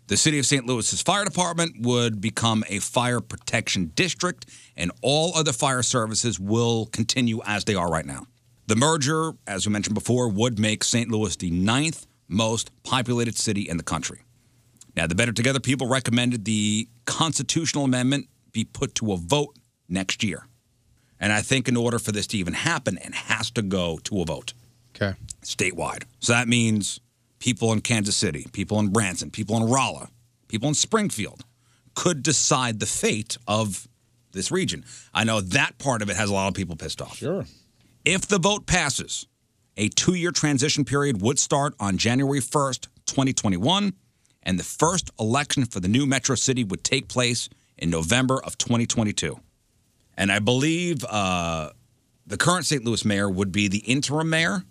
Speaker 3: The city of St. Louis's fire department would become a fire protection district, and all other fire services will continue as they are right now. The merger, as we mentioned before, would make St. Louis the ninth most populated city in the country. Now, the Better Together people recommended the constitutional amendment be put to a vote next year. And I think in order for this to even happen, it has to go to a vote
Speaker 2: Okay.
Speaker 3: statewide. So that means people in Kansas City, people in Branson, people in Rolla, people in Springfield could decide the fate of this region. I know that part of it has a lot of people pissed off. Sure. If the vote passes, a two year transition period would start on January 1st, 2021, and the first election for the new metro city would take place in November of 2022. And I believe uh, the current St. Louis mayor would be the interim mayor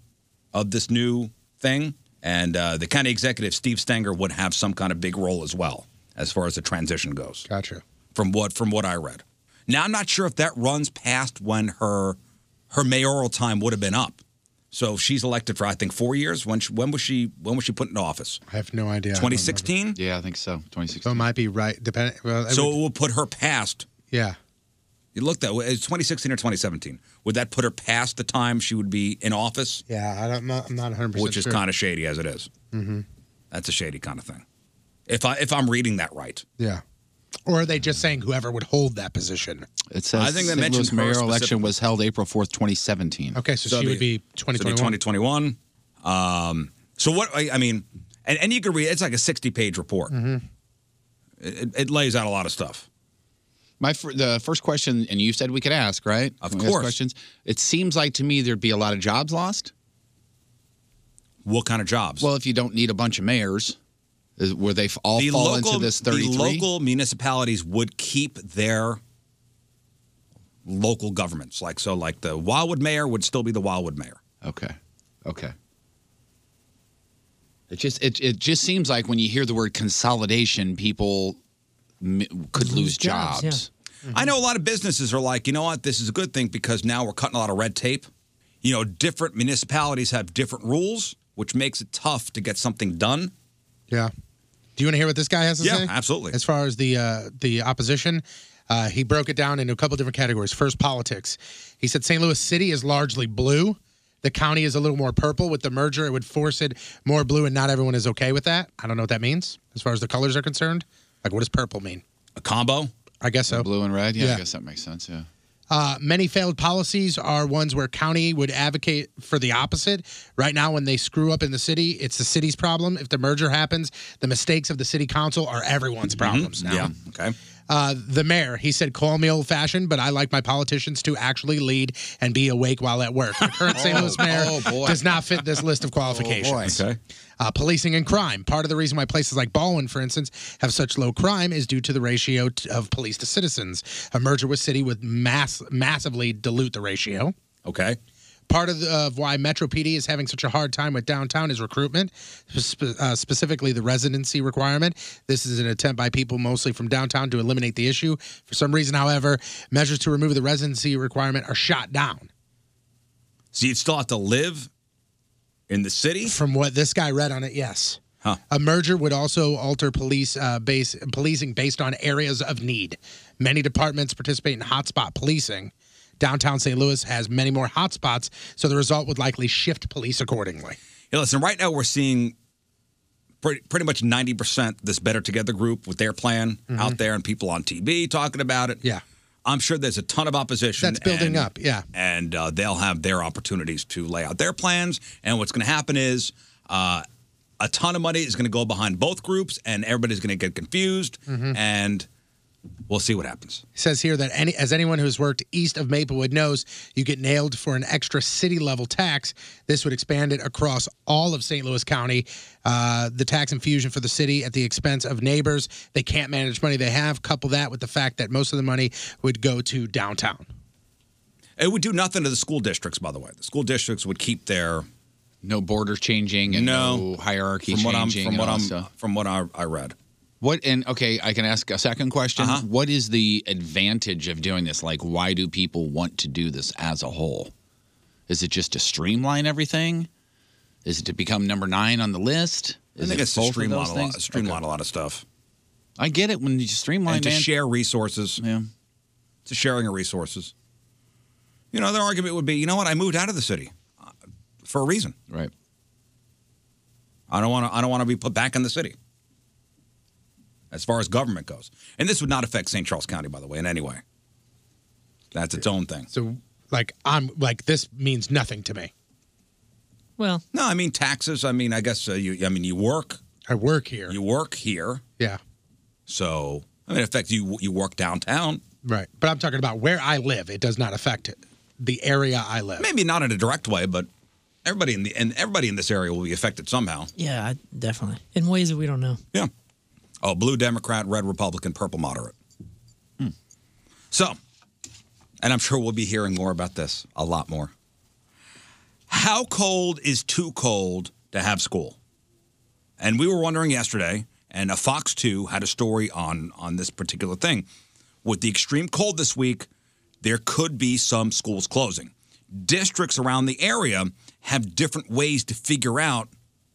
Speaker 3: of this new thing. And uh, the county executive, Steve Stenger, would have some kind of big role as well, as far as the transition goes.
Speaker 2: Gotcha.
Speaker 3: From what from what I read. Now I'm not sure if that runs past when her her mayoral time would have been up. So if she's elected for I think four years. When she, when was she when was she put in office?
Speaker 2: I have no idea. I don't remember.
Speaker 3: 2016. Yeah, I think so. 2016.
Speaker 2: So it might be right. Depending. Well, it
Speaker 3: So
Speaker 2: would-
Speaker 3: it will put her past.
Speaker 2: yeah.
Speaker 3: You look that way. It's 2016 or 2017. Would that put her past the time she would be in office?
Speaker 2: Yeah. I don't, I'm not. I'm not 100.
Speaker 3: which is kind of shady as it is.
Speaker 2: Mm-hmm.
Speaker 3: That's a shady kind of thing. If I if I'm reading that right,
Speaker 2: Yeah. Or are they just saying whoever would hold that position?
Speaker 4: It says
Speaker 3: I think
Speaker 4: St.
Speaker 3: they
Speaker 4: Louis
Speaker 3: mentioned her
Speaker 4: mayor
Speaker 3: specific-
Speaker 4: election was held April 4th, 2017.
Speaker 2: Okay, so, she would be
Speaker 3: so it'd
Speaker 2: 2021.
Speaker 3: 2021. Um, so what I, I mean, and, and you could read it's like a 60 page report.
Speaker 4: Mhm.
Speaker 3: It, it- it lays out a lot of stuff.
Speaker 4: My fir- the first question, and you said we could ask, right? Of
Speaker 3: course.
Speaker 4: Questions. It seems like to me there'd be a lot of jobs lost.
Speaker 3: What kind of jobs?
Speaker 4: Well, if you don't need a bunch of mayors, is, where they f- all
Speaker 3: the
Speaker 4: fall
Speaker 3: local
Speaker 4: into this
Speaker 3: the
Speaker 4: 33.
Speaker 3: local municipalities would keep their local governments like so like the Wildwood mayor would still be the Wildwood mayor.
Speaker 4: Okay. Okay. It just it, it just seems like when you hear the word consolidation, people mi- could lose jobs.
Speaker 3: I know a lot of businesses are like, you know what, this is a good thing because now we're cutting a lot of red tape. You know, different municipalities have different rules, which makes it tough to get something done.
Speaker 2: Yeah. Do you want to hear what this guy has to
Speaker 3: Yeah,
Speaker 2: say?
Speaker 3: absolutely.
Speaker 2: As far as the uh, the opposition, uh, he broke it down into a couple different categories. First, politics. He said St. Louis City is largely blue. The county is a little more purple. With the merger, it would force it more blue, and not everyone is okay with that. I don't know what that means as far as the colors are concerned. Like, what does purple mean?
Speaker 3: A combo?
Speaker 2: I guess so.
Speaker 4: Blue and red. Yeah,
Speaker 2: Yeah.
Speaker 4: I guess that makes sense. Yeah.
Speaker 2: Uh, many failed policies are ones where county would advocate for the opposite. Right now, when they screw up in the city, it's the city's problem. If the merger happens, the mistakes of the city council are everyone's
Speaker 4: Mm-hmm.
Speaker 1: mm-hmm,
Speaker 2: problems now.
Speaker 3: Yeah. Okay.
Speaker 2: Uh, the mayor, he said, call me old fashioned, but I like my politicians to actually lead and be awake while at work. The current St. Louis mayor
Speaker 4: Oh, boy.
Speaker 2: does not fit this list of qualifications. Uh, policing and crime. Part of the reason why places like Baldwin, for instance, have such low crime is due to the ratio t- of police to citizens. A merger with city would mass massively dilute the ratio.
Speaker 3: Okay.
Speaker 2: Part of, the, of why Metro PD is having such a hard time with downtown is recruitment, spe- uh, specifically the residency requirement. This is an attempt by people mostly from downtown to eliminate the issue. For some reason, however, measures to remove the residency requirement are shot down.
Speaker 3: So you'd still have to live in the city?
Speaker 2: From what this guy read on it, yes.
Speaker 3: Huh.
Speaker 2: A merger would also alter police uh, base policing based on areas of need. Many departments participate in hotspot policing. Downtown St. Louis has many more hotspots, so the result would likely shift police accordingly.
Speaker 3: Hey, listen, right now we're seeing pretty, pretty much 90% this Better Together group with their plan out there and people on TV talking about it.
Speaker 2: Mm-hmm. Yeah.
Speaker 3: I'm sure there's a ton of opposition.
Speaker 2: That's building
Speaker 3: and-
Speaker 2: up, yeah.
Speaker 3: And uh, they'll have their opportunities to lay out their plans. And what's going to happen is uh, a ton of money is going to go behind both groups, and everybody's going to get confused.
Speaker 2: Mhm.
Speaker 3: And we'll see what happens.
Speaker 2: It says here that any, as anyone who's worked east of Maplewood knows, you get nailed for an extra city level tax. This would expand it across all of St. Louis County. Uh, the tax infusion for the city at the expense of neighbors. They can't manage money they have. Couple that with the fact that most of the money would go to downtown.
Speaker 3: It would do nothing to the school districts, by the way. The school districts would keep their
Speaker 4: no border changing and no, hierarchy
Speaker 3: from what I'm
Speaker 4: changing.
Speaker 3: from
Speaker 4: and
Speaker 3: what
Speaker 4: all
Speaker 3: I'm
Speaker 4: that stuff.
Speaker 3: from what I, I read.
Speaker 4: What and okay, I can ask a second question.
Speaker 3: Uh-huh.
Speaker 4: What is the advantage of doing this? Like, why do people want to do this as a whole? Is it just to streamline everything? Is it to become number nine on the list?
Speaker 3: I
Speaker 4: Is
Speaker 3: think
Speaker 4: it
Speaker 3: it's to
Speaker 4: both of
Speaker 3: streamline
Speaker 4: those
Speaker 3: a lot-
Speaker 4: things?
Speaker 3: streamline a lot of stuff.
Speaker 4: I get it when you streamline
Speaker 3: and to
Speaker 4: man.
Speaker 3: share resources.
Speaker 4: Yeah.
Speaker 3: To sharing of resources. You know, their argument would be, you know what, I moved out of the city uh, for a reason.
Speaker 4: Right.
Speaker 3: I don't want to. I don't want to be put back in the city. As far as government goes, and this would not affect St. Charles County, by the way, in any way. That's its own thing.
Speaker 2: So, like, I'm like this means nothing to me.
Speaker 1: Well,
Speaker 3: no, I mean taxes. I mean, I guess uh, you. I mean, you work.
Speaker 2: I work here.
Speaker 3: You work here,
Speaker 2: Yeah,
Speaker 3: so I mean, in effect, you you work downtown.
Speaker 2: right. But I'm talking about where I live. It does not affect it. The area I live.
Speaker 3: Maybe not in a direct way, but everybody in the and everybody in this area will be affected somehow.
Speaker 1: yeah, I- definitely. In ways that we don't know.
Speaker 3: Yeah. Oh, blue Democrat, red Republican, purple moderate. Hmm. So, and I'm sure we'll be hearing more about this, a lot more. How cold is too cold to have school? And we were wondering yesterday, and a Fox 2 had a story on on this particular thing. With the extreme cold this week, there could be some schools closing. Districts around the area have different ways to figure out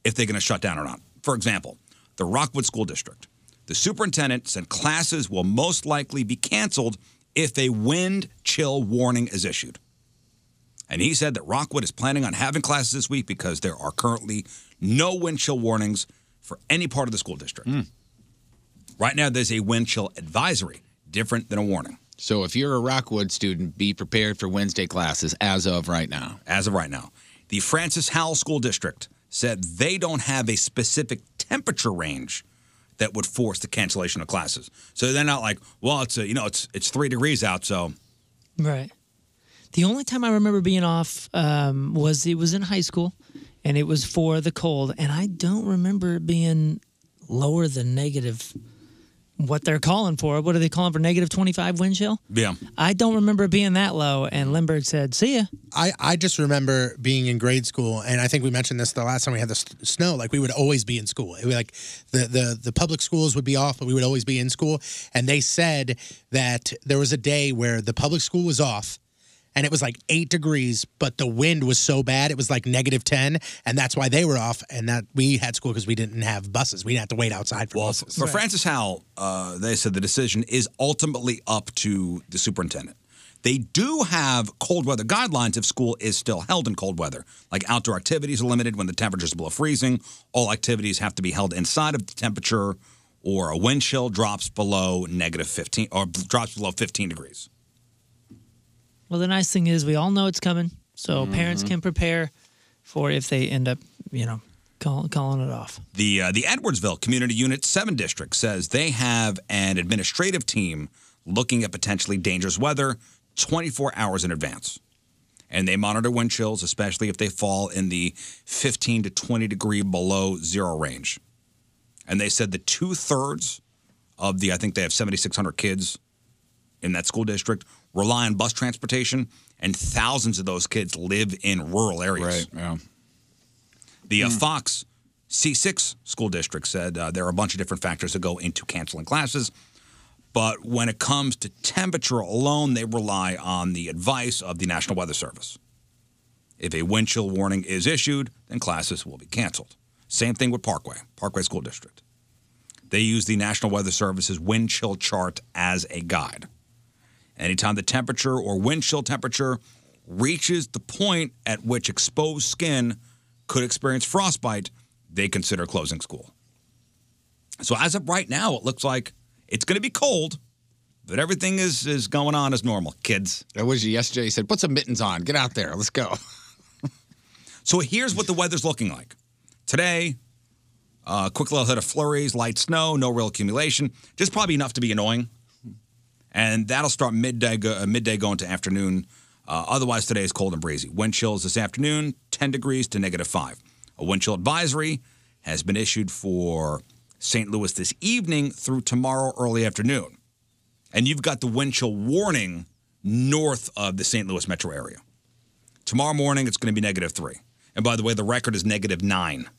Speaker 3: if they're going to shut down or not. For example, the Rockwood School District. The superintendent said classes will most likely be canceled if a wind chill warning is issued. And he said that Rockwood is planning on having classes this week because there are currently no wind chill warnings for any part of the school district.
Speaker 4: Hmm.
Speaker 3: Right now, there's a wind chill advisory, different than a warning.
Speaker 4: So if you're a Rockwood student, be prepared for Wednesday classes as of right now.
Speaker 3: As of right now. The Francis Howell School District said they don't have a specific temperature range that would force the cancellation of classes. So they're not like, well, it's a, you know, it's it's three degrees out, so
Speaker 1: Right. The only time I remember being off um, was it was in high school, and it was for the cold, and I don't remember it being lower than negative. What they're calling for? What are they calling for? Negative twenty-five wind chill?
Speaker 3: yeah.
Speaker 1: I don't remember it being that low. And Lindbergh said, "See ya."
Speaker 2: I, I just remember being in grade school, and I think we mentioned this the last time we had the s- snow. Like we would always be in school. It was like the, the the public schools would be off, but we would always be in school. And they said that there was a day where the public school was off, and it was like eight degrees, but the wind was so bad it was like negative ten, and that's why they were off. And that we had school because we didn't have buses. We didn't have to wait outside for buses.
Speaker 3: For Francis Howell, uh, they said the decision is ultimately up to the superintendent. They do have cold weather guidelines if school is still held in cold weather. Like outdoor activities are limited when the temperature is below freezing. All activities have to be held inside of the temperature or a wind chill drops below negative 15 or drops below 15 degrees.
Speaker 1: Well, the nice thing is we all know it's coming, so parents
Speaker 3: Mhm.
Speaker 1: can prepare for if they end up, you know, call, calling it off.
Speaker 3: The uh, the Edwardsville Community Unit 7 District says they have an administrative team looking at potentially dangerous weather 24 hours in advance. And they monitor wind chills, especially if they fall in the 15 to 20 degree below zero range. And they said the two thirds of the, I think they have 7,600 kids in that school district rely on bus transportation, and thousands of those kids live in rural areas. Right, yeah. The uh, Fox C6 school district said uh, there are a bunch of different factors that go into canceling classes. But when it comes to temperature alone, they rely on the advice of the National Weather Service. If a wind chill warning is issued, then classes will be canceled. Same thing with Parkway, Parkway School District. They use the National Weather Service's wind chill chart as a guide. Anytime the temperature or wind chill temperature reaches the point at which exposed skin could experience frostbite, they consider closing school. So as of right now, it looks like it's going to be cold, but everything is is going on as normal, kids. That was yesterday. You said, "Put some mittens on. Get out there. Let's go." so here's what the weather's looking like today. Uh, quick little hit of flurries, light snow, no real accumulation, just probably enough to be annoying. And that'll start midday, go, uh, midday going to afternoon. Uh, otherwise, today is cold and breezy. Wind chills this afternoon, 10 degrees to negative 5. A wind chill advisory has been issued for St. Louis this evening through tomorrow early afternoon. And you've got the wind chill warning north of the St. Louis metro area. Tomorrow morning, it's going to be negative 3. And by the way, the record is negative 9,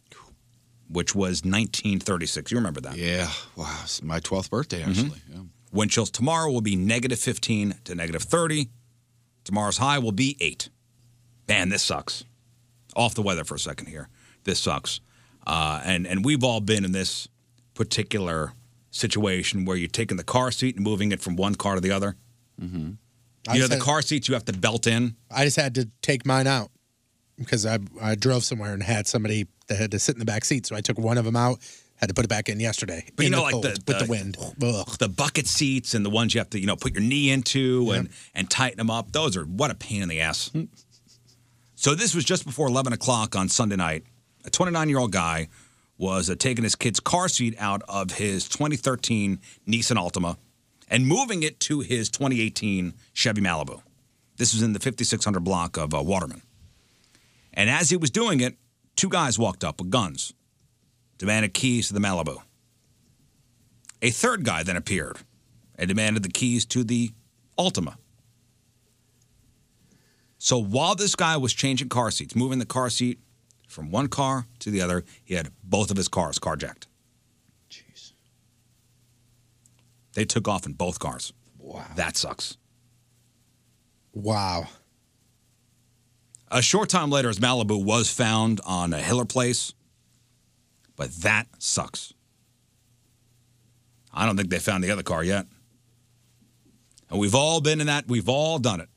Speaker 3: which was 1936. You remember that? Yeah. Wow. It's my 12th birthday,
Speaker 4: actually.
Speaker 3: Wind chills tomorrow will be negative 15 to negative 30. Tomorrow's high will be 8. Man, this sucks. Off the weather for a second here. This sucks. Uh, and, and we've all been in this particular situation where you're taking the car seat and moving it from one car to the other. Mm-hmm.
Speaker 2: I
Speaker 3: You know, the
Speaker 2: said-
Speaker 3: car seats you have to belt in.
Speaker 2: I just had to take mine out because I I drove somewhere and had somebody that had to sit in the back seat, so I took one of them out, had to put it back in yesterday.
Speaker 3: But you
Speaker 2: in
Speaker 3: know,
Speaker 2: the
Speaker 3: like
Speaker 2: cold,
Speaker 3: the,
Speaker 2: with the wind.
Speaker 3: the bucket seats and the ones you have to, you know, put your knee into and and tighten them up. Those are what a pain in the ass. so this was just before eleven o'clock on Sunday night. A 29 year old guy was uh, taking his kid's car seat out of his 2013 Nissan Altima and moving it to his 2018 Chevy Malibu. This was in the 5600 block of uh, Waterman. And as he was doing it, two guys walked up with guns, demanded keys to the Malibu. A third guy then appeared and demanded the keys to the Altima. So while this guy was changing car seats, moving the car seat from one car to the other, he had both of his cars carjacked. Jeez. They took off in both cars. Wow. That sucks. Wow. A short time later, his Malibu was found on a Hiller place, but that sucks. I don't think they found the other car yet. And we've all been in that. We've all done it.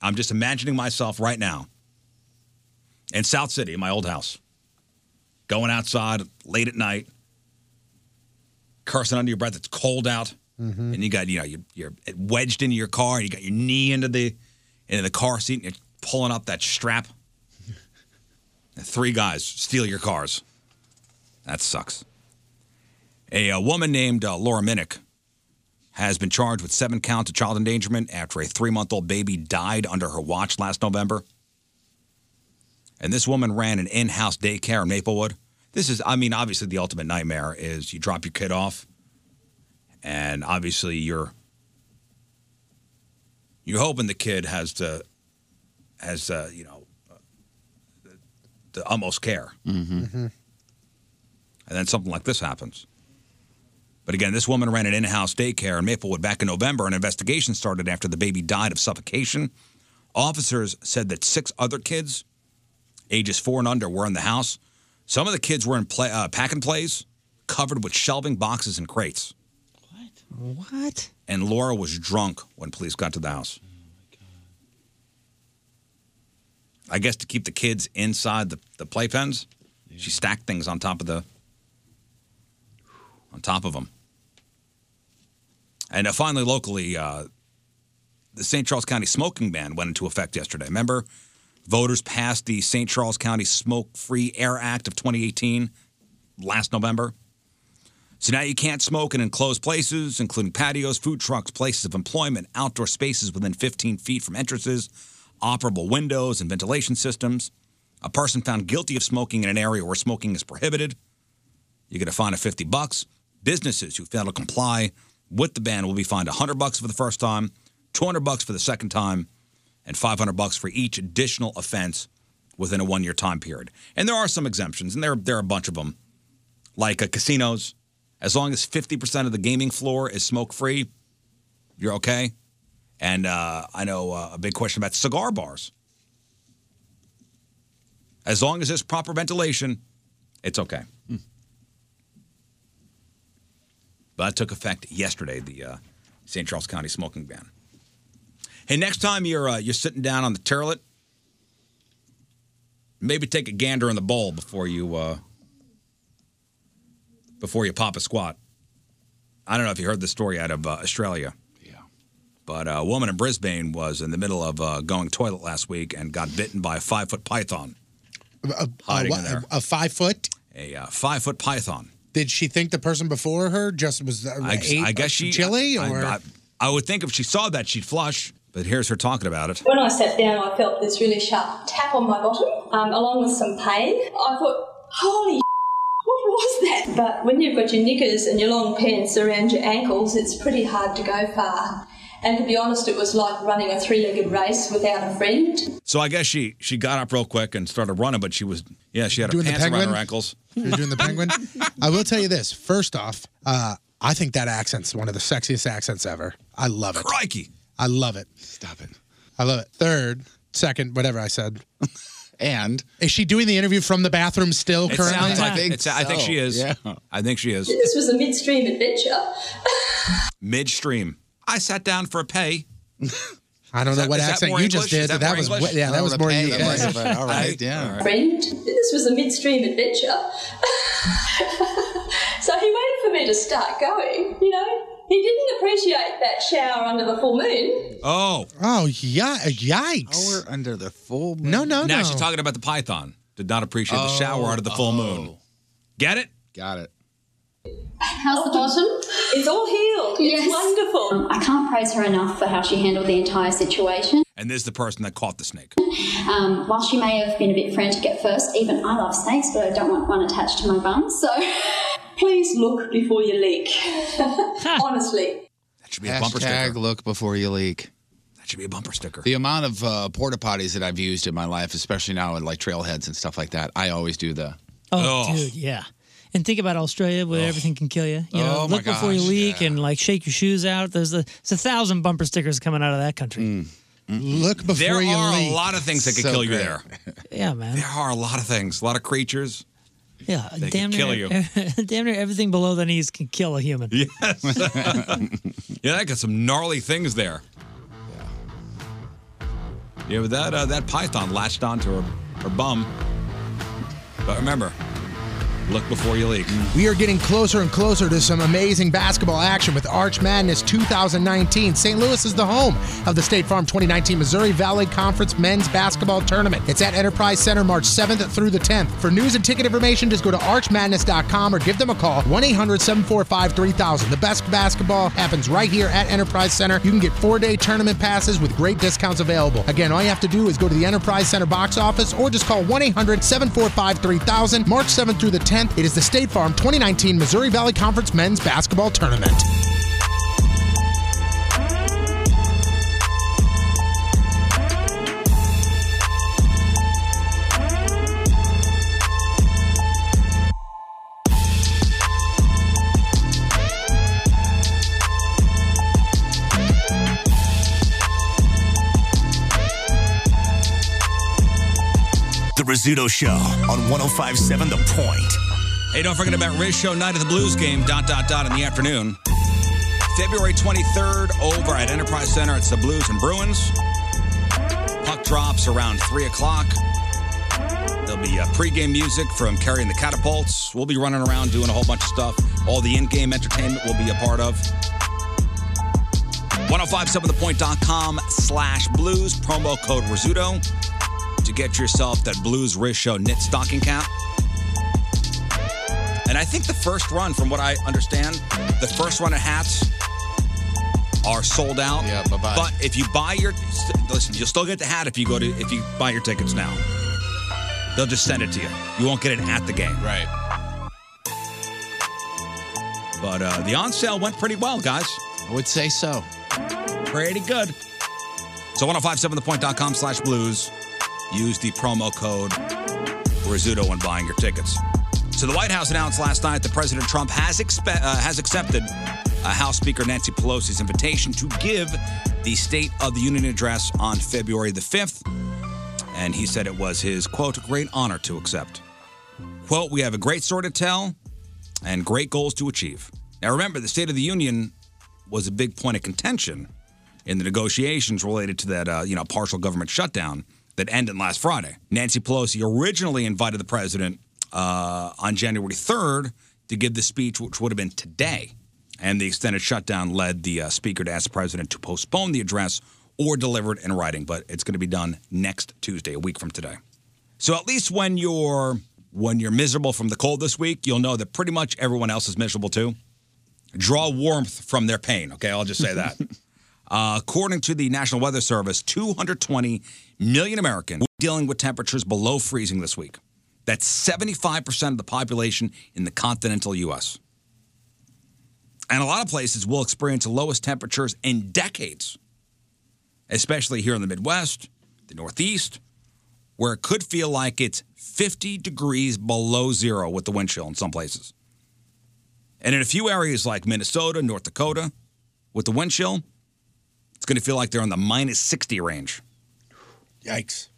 Speaker 3: I'm just imagining myself right now in South City, in my old house, going outside late at night, cursing under your breath. It's cold out, and you got you know you're, you're wedged into your car, and you got your knee into the into the car seat, and you're pulling up that strap. And three guys steal your cars. That sucks. A, uh, woman named uh, Laura Minnick has been charged with seven counts of child endangerment after a three month old baby died under her watch last November. And this woman ran an in house daycare in Maplewood. This is, I mean, obviously, the ultimate nightmare is you drop your kid off, and obviously, you're you're hoping the kid has the has the, you know uh, the, the almost care,
Speaker 8: Mm-hmm.
Speaker 3: and then something like this happens. But again, this woman ran an in house daycare in Maplewood back in November. An investigation started after the baby died of suffocation. Officers said that six other kids, ages four and under, were in the house. Some of the kids were in play, uh, pack and plays, covered with shelving boxes and crates.
Speaker 1: What?
Speaker 3: And Laura was drunk when police got to the house. I guess to keep the kids inside the, the playpens, she stacked things on top of the on top of them. And uh, finally, locally, uh, the St. Charles County smoking ban went into effect yesterday. Remember, voters passed the St. Charles County Smoke Free Air Act of 2018 last November. So now you can't smoke in enclosed places, including patios, food trucks, places of employment, outdoor spaces within 15 feet from entrances, operable windows, and ventilation systems. A person found guilty of smoking in an area where smoking is prohibited, you get a fine of 50 bucks. Businesses who fail to comply with the ban will be fined 100 bucks for the first time, 200 bucks for the second time, and 500 bucks for each additional offense within a one-year time period. And there are some exemptions, and there there are a bunch of them, like uh, casinos. As long as 50% of the gaming floor is smoke-free, you're okay. And uh, I know uh, a big question about cigar bars. As long as there's proper ventilation, it's okay. But it took effect yesterday, the uh, St. Charles County smoking ban. Hey, next time you're uh, you're sitting down on the toilet, maybe take a gander in the bowl before you uh, before you pop a squat. I don't know if you heard the story out of uh, Australia. Yeah. But uh, a woman in Brisbane was in the middle of uh, going toilet last week and got bitten by a five foot python
Speaker 2: A, a,
Speaker 3: hiding
Speaker 2: what-
Speaker 3: in there.
Speaker 2: a five foot?
Speaker 3: A uh, five foot python.
Speaker 2: Did she think the person before her just was uh,
Speaker 3: I,
Speaker 2: ate
Speaker 3: I guess she
Speaker 2: chili
Speaker 3: I-
Speaker 2: or
Speaker 3: I, I would think if she saw that she'd flush. But here's her talking about it.
Speaker 8: When I sat down, I felt this really sharp tap on my bottom, um, along with some pain. I thought, holy what was that? But when you've got your knickers and your long pants around your ankles, it's pretty hard to go far. And to be honest, it was like running a three legged race without a friend.
Speaker 3: So I guess she she got up real quick and started running, but she was yeah she had her
Speaker 2: Doing the
Speaker 3: pants around her
Speaker 2: penguin?
Speaker 3: ankles.
Speaker 2: You're doing the penguin. I will tell you this. First off, uh, I think that accent's one of the sexiest accents ever. I love it.
Speaker 3: Crikey.
Speaker 2: I love it. Stop it. I love it. Third, second, whatever I said.
Speaker 4: and
Speaker 2: is she doing the interview from the bathroom still
Speaker 3: It
Speaker 2: currently?
Speaker 3: sounds like it's- I think she is. I think she is
Speaker 8: This was a midstream adventure.
Speaker 3: midstream. I sat down for a pay.
Speaker 2: I don't
Speaker 3: Is
Speaker 2: know
Speaker 3: that-
Speaker 2: what
Speaker 3: is that
Speaker 2: accent
Speaker 3: more
Speaker 2: you just
Speaker 3: English? Is
Speaker 2: did.
Speaker 3: that
Speaker 2: That,
Speaker 3: more
Speaker 2: was
Speaker 3: English?
Speaker 2: wa- yeah, that
Speaker 3: Oh,
Speaker 2: was
Speaker 3: the
Speaker 2: more
Speaker 3: pay,
Speaker 2: you.
Speaker 3: yeah. Yeah. All right, yeah, all right.
Speaker 8: Friend. This was a midstream adventure. so he waited for me to start going, you know. He didn't appreciate that shower under the full moon.
Speaker 3: Oh.
Speaker 2: Oh yeah, yikes.
Speaker 4: we're under the full
Speaker 2: No, no,
Speaker 3: now
Speaker 2: no.
Speaker 3: she's talking about the python. Did not appreciate the shower
Speaker 4: Oh,
Speaker 3: out of the full moon. Get it?
Speaker 4: Got it.
Speaker 9: How's the bottom?
Speaker 8: It's all healed.
Speaker 9: Yes. It's wonderful. I can't praise her enough for how she handled the entire situation.
Speaker 3: And this is the person that caught the snake.
Speaker 9: Um, while she may have been a bit frantic at first, even I love snakes, but I don't want one attached to my bum, so.
Speaker 8: Please look before you leak. Honestly.
Speaker 3: That should
Speaker 8: be a bumper
Speaker 4: Hashtag
Speaker 8: sticker.
Speaker 4: look before you leak.
Speaker 3: That should be a bumper sticker.
Speaker 4: The amount of uh, porta potties that I've used in my life, especially now at like trailheads and stuff like that, I always do the.
Speaker 1: Oh, dude, yeah. And think about Australia, where everything can kill you. You know,
Speaker 4: Oh, my
Speaker 1: look before you
Speaker 4: gosh,
Speaker 1: leak and like shake your shoes out. There's a, it's a thousand bumper stickers coming out of that country.
Speaker 2: Look before
Speaker 3: Mm. there are a lot of things that could kill you there.
Speaker 1: Yeah, man.
Speaker 3: There are a lot of things, a lot of creatures.
Speaker 1: Yeah,
Speaker 3: They could
Speaker 1: damn
Speaker 3: kill
Speaker 1: near, damn near everything below the knees can kill a human.
Speaker 3: Yes. yeah, I got some gnarly things there. Yeah, but that uh, that python latched onto her her bum. But remember, look before you leak.
Speaker 2: We are getting closer and closer to some amazing basketball action with Arch Madness 2019. St. Louis is the home of the State Farm 2019 Missouri Valley Conference Men's Basketball Tournament. It's at Enterprise Center March 7th through the 10th. For news and ticket information, just go to archmadness.com or give them a call 1 800 745 3000. The best basketball happens right here at Enterprise Center. You can get four day tournament passes with great discounts available. Again, all you have to do is go to the Enterprise Center box office or just call 1 800 745 3000. March 7th through the 10th, it is the State Farm 2019 Missouri Valley Conference Men's Basketball Tournament.
Speaker 10: The Rizzuto Show on 1057 The Point.
Speaker 3: Hey, don't forget about Riz Show Night of the Blues game, dot, dot, dot, in the afternoon. February 23rd over at Enterprise Center. It's the Blues and Bruins. Puck drops around 3 o'clock. There'll be uh, pregame music from Carrie and the Catapults. We'll be running around doing a whole bunch of stuff. All oh the in game entertainment we'll be a part of. 1057thepoint.com slash blues, promo code Rizzuto to get yourself that Blues Riz Show knit stocking cap. And I think the first run, from what I understand, the first run of hats are sold out. Yeah, bye-bye. But if you buy your listen, you'll still get the hat if you go to if you buy your tickets now. They'll just send it to you. You won't get it at the game. Right. But uh, the on sale went pretty well, guys. I would say so. Pretty good. So 1057thepoint.com slash blues. Use the promo code Rizzuto when buying your tickets. So the White House announced last night that President Trump has, expe- uh, has accepted uh, House Speaker Nancy Pelosi's invitation to give the State of the Union address on February the 5th. And he said it was his, quote, great honor to accept. Quote, we have a great story to tell and great goals to achieve. Now, remember, the State of the Union was a big point of contention in the negotiations related to that, uh, you know, partial government shutdown that ended last Friday. Nancy Pelosi originally invited the president uh, on January 3rd to give the speech, which would have been today. And the extended shutdown led the uh, speaker to ask the president to postpone the address or deliver it in writing, but it's going to be done next Tuesday, a week from today. So at least when you're when you're miserable from the cold this week, you'll know that pretty much everyone else is miserable too. Draw warmth from their pain. Okay, I'll just say that. uh, according to the National Weather Service, 220 million Americans are dealing with temperatures below freezing this week. That's 75% of the population in the continental U.S. And a lot of places will experience the lowest temperatures in decades, especially here in the Midwest, the Northeast, where it could feel like it's 50 degrees below zero with the wind chill in some places. And in a few areas like Minnesota, North Dakota, with the wind chill, it's going to feel like they're in the minus 60 range. Yikes.